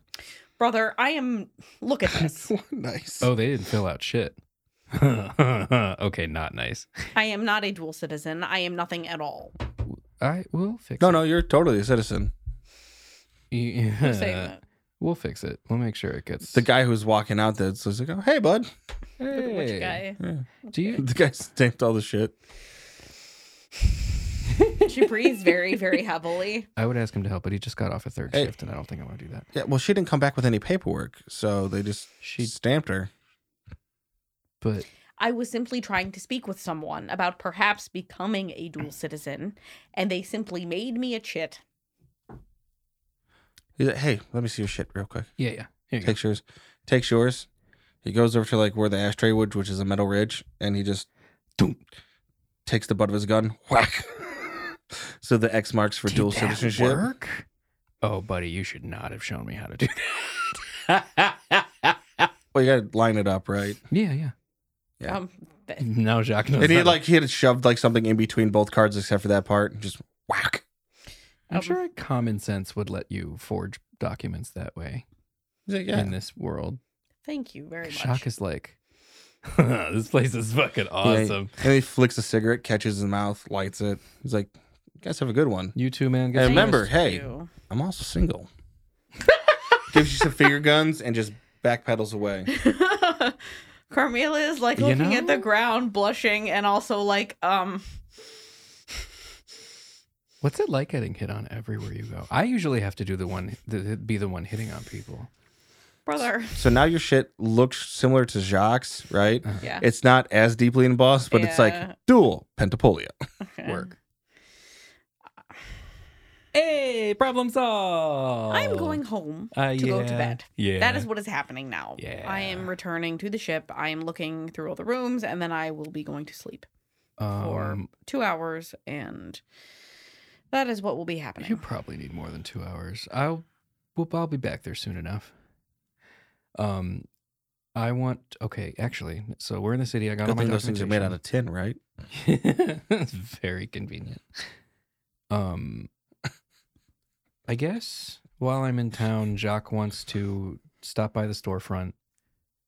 Speaker 3: Brother, I am look at this.
Speaker 2: nice.
Speaker 1: Oh, they didn't fill out shit. okay, not nice.
Speaker 3: I am not a dual citizen. I am nothing at all.
Speaker 1: Uh, I will fix
Speaker 2: No,
Speaker 1: it.
Speaker 2: no, you're totally a citizen.
Speaker 1: Yeah.
Speaker 3: Who's saying that?
Speaker 1: We'll fix it. We'll make sure it gets
Speaker 2: The guy who's walking out there is like, oh, "Hey, bud."
Speaker 1: Hey,
Speaker 3: Which guy?
Speaker 1: Do you?
Speaker 2: The guy stamped all the shit.
Speaker 3: She breathes very, very heavily.
Speaker 1: I would ask him to help, but he just got off a third
Speaker 2: Hey.
Speaker 1: shift, and I don't think I want to do that.
Speaker 2: Yeah, well, she didn't come back with any paperwork, so they just
Speaker 1: She-
Speaker 2: stamped her.
Speaker 1: But
Speaker 3: I was simply trying to speak with someone about perhaps becoming a dual
Speaker 2: Mm.
Speaker 3: citizen, and they simply made me a chit.
Speaker 2: He's like, "Hey, let me see your shit real quick."
Speaker 1: yeah, yeah. Here you go.
Speaker 2: takes yours, takes yours. He goes over to like where the ashtray would, which is a metal ridge, and he just doom, takes the butt of his gun, whack. so the X marks for
Speaker 1: Did
Speaker 2: dual
Speaker 1: that
Speaker 2: citizenship.
Speaker 1: work? Oh, buddy, you should not have shown me how to do that.
Speaker 2: Well, you gotta line it up, right?
Speaker 1: yeah, yeah.
Speaker 2: Yeah.
Speaker 3: Um, th-
Speaker 1: Now Jacques knows.
Speaker 2: And he
Speaker 1: how
Speaker 2: had,
Speaker 1: to-
Speaker 2: like he had shoved like something in between both cards, except for that part, and just whack.
Speaker 1: I'm
Speaker 3: um,
Speaker 1: sure common sense would let you forge documents that way
Speaker 2: He's like, yeah,
Speaker 1: in this world.
Speaker 3: Thank you very much.
Speaker 1: Jacques is like, this place is fucking awesome.
Speaker 2: And he flicks a cigarette, catches his mouth, lights it. He's like, "You guys have a good one."
Speaker 1: You too, man.
Speaker 2: And
Speaker 1: Get
Speaker 2: remember,
Speaker 1: some
Speaker 2: hey,
Speaker 3: You.
Speaker 2: I'm also single. Gives you some finger guns and just backpedals away.
Speaker 3: Carmela is like
Speaker 1: You
Speaker 3: looking at the
Speaker 1: know?
Speaker 3: ground, blushing, and also like, um,
Speaker 1: rest. What's it like getting hit on everywhere you go? I usually have to do the one, the, be the one hitting on people.
Speaker 3: brother.
Speaker 2: So now your shit looks similar to Jacques, right?
Speaker 3: Yeah.
Speaker 2: It's not as deeply embossed, but it's
Speaker 3: Yeah.
Speaker 2: like dual pentapolia.
Speaker 3: okay.
Speaker 1: Work. Hey, problem solved.
Speaker 3: I'm going home
Speaker 1: Uh,
Speaker 3: to go to
Speaker 1: yeah.
Speaker 3: bed.
Speaker 1: Yeah.
Speaker 3: That is what is happening now. I
Speaker 1: Yeah.
Speaker 3: am returning to the ship. I am looking through all the rooms, and then I will be going to sleep for
Speaker 1: Um,
Speaker 3: two hours, and that is what will be happening.
Speaker 1: you probably need more than two hours. I'll, we'll, I'll be back there soon enough. Um, I want. Okay, actually, so we're in the city. I got all
Speaker 2: Good
Speaker 1: my
Speaker 2: thing those things are made out
Speaker 1: documentation.
Speaker 2: of tin, right?
Speaker 1: That's very convenient. Um, I guess while I'm in town, Jacques wants to stop by the storefront,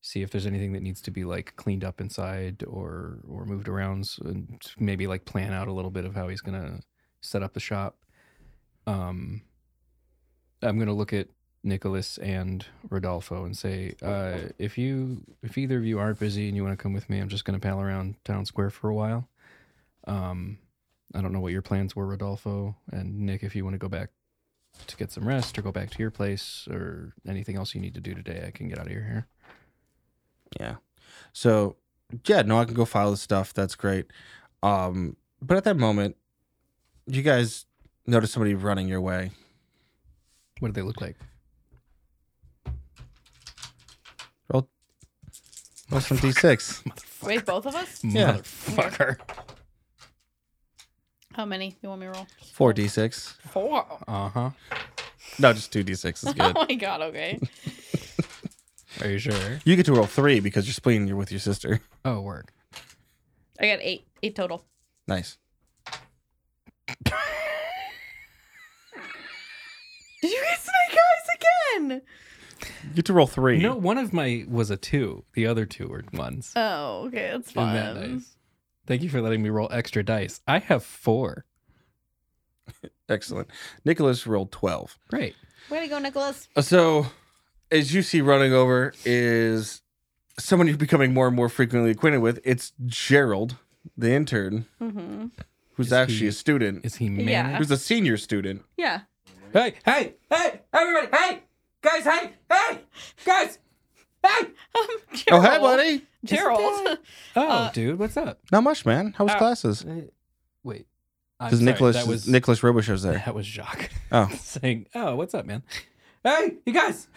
Speaker 1: see if there's anything that needs to be like cleaned up inside or or moved around, so- and maybe like plan out a little bit of how he's gonna set up the shop. Um, I'm gonna look at Nicholas and Rodolfo and say, uh, if you, if either of you aren't busy and you want to come with me, I'm just going to pal around town square for a while. Um, I don't know what your plans were, Rodolfo and Nick. If you want to go back to get some rest or go back to your place or anything else you need to do today, I can get out of your hair.
Speaker 2: Yeah. So yeah, no, I can go file this stuff. That's great. Um, but at that moment, you guys notice somebody running your way.
Speaker 1: What do they look like?
Speaker 2: Roll some d6.
Speaker 3: Wait, both of us?
Speaker 2: Yeah.
Speaker 1: Motherfucker.
Speaker 3: How many? You want me to roll?
Speaker 2: Four d6.
Speaker 3: Four.
Speaker 1: Uh huh.
Speaker 2: No, just two d6 is
Speaker 3: Oh
Speaker 2: good.
Speaker 3: my god, okay.
Speaker 1: Are you sure?
Speaker 2: you get to roll three because you're splitting. You're with your sister.
Speaker 1: Oh, work.
Speaker 3: I got eight. Eight total.
Speaker 2: Nice.
Speaker 3: Did you get snake eyes again?
Speaker 2: You get to roll three.
Speaker 1: No, one of my was a two. The other two were ones.
Speaker 3: Oh, okay, that's
Speaker 1: Isn't
Speaker 3: fine.
Speaker 1: that nice? Thank you for letting me roll extra dice. I have four.
Speaker 2: Excellent. Nicholas rolled twelve.
Speaker 1: Great.
Speaker 3: Way to go, Nicholas.
Speaker 2: So, as you see running over is someone you're becoming more and more frequently acquainted with. It's Gerald, the intern,
Speaker 3: Mm-hmm.
Speaker 2: who's
Speaker 1: Is
Speaker 2: actually
Speaker 1: he-
Speaker 2: a student,
Speaker 1: Is he manic?
Speaker 3: Yeah.
Speaker 2: who's a senior student.
Speaker 3: Yeah. Um,
Speaker 1: Hey, hey, hey, everybody, hey, guys, hey, hey, guys. Hey.
Speaker 3: Um,
Speaker 2: Oh,
Speaker 3: Gerald.
Speaker 2: hey, buddy.
Speaker 3: Gerald.
Speaker 1: Oh,
Speaker 3: Uh,
Speaker 1: dude, what's up?
Speaker 2: Not much, man. How was
Speaker 1: Uh,
Speaker 2: classes?
Speaker 1: Uh, Wait. I'm
Speaker 2: Because
Speaker 1: sorry,
Speaker 2: Nicholas,
Speaker 1: that was
Speaker 2: Nicholas Robichaux's there.
Speaker 1: that was Jacques
Speaker 2: Oh,
Speaker 1: saying, "Oh, what's up, man? Hey, you guys."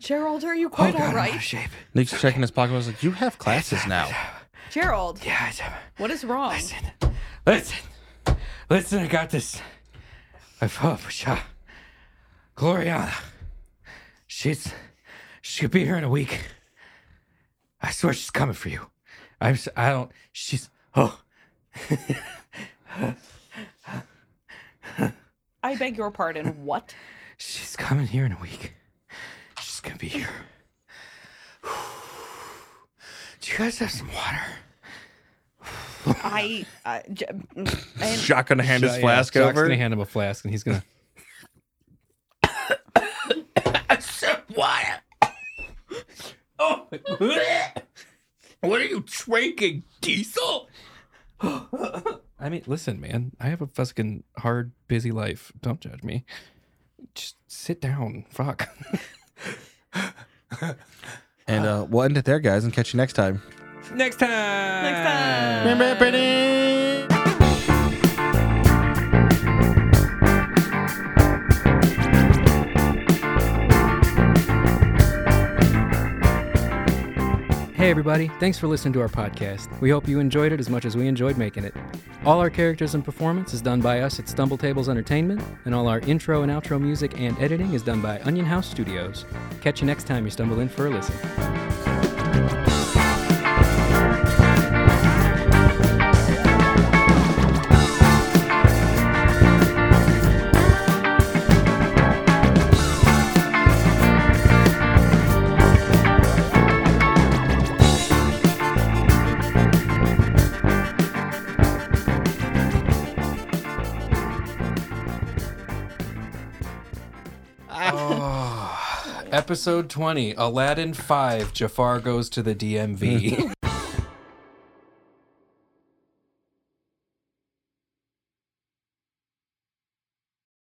Speaker 3: Gerald, are you quite
Speaker 1: Oh, God, I'm
Speaker 3: all
Speaker 1: out of
Speaker 3: right?
Speaker 1: shape.
Speaker 2: Nick's checking his pocket. I was like, "You have classes now."
Speaker 3: Gerald,
Speaker 1: Yeah. I-
Speaker 3: what is wrong?
Speaker 1: Listen, listen, listen, I got this. I've Pusha. Gloriana. She's she'll be here in a week. I swear she's coming for you. I'm s- I don't she's oh
Speaker 3: I beg your pardon. What?
Speaker 1: she's coming here in a week. She's gonna be here. Do you guys have some water?
Speaker 3: I, uh, I Ge- and
Speaker 2: Jacques gonna hand his flask over.
Speaker 1: hand him a flask and he's gonna
Speaker 9: Water. Oh, what are you drinking, Diesel?
Speaker 1: I mean, listen, man. I have a fucking hard, busy life. Don't judge me. Just sit down. Fuck.
Speaker 2: and uh, we'll end it there, guys, and catch you next time.
Speaker 1: Next time.
Speaker 3: next time.
Speaker 10: Hey, everybody, thanks for listening to our podcast. We hope you enjoyed it as much as we enjoyed making it. All our characters and performance is done by us at Stumble Tables Entertainment, and all our intro and outro music and editing is done by Onion House Studios. Catch you next time you stumble in for a listen.
Speaker 1: Oh, Episode 20 Aladdin 5 Jafar goes to the DMV.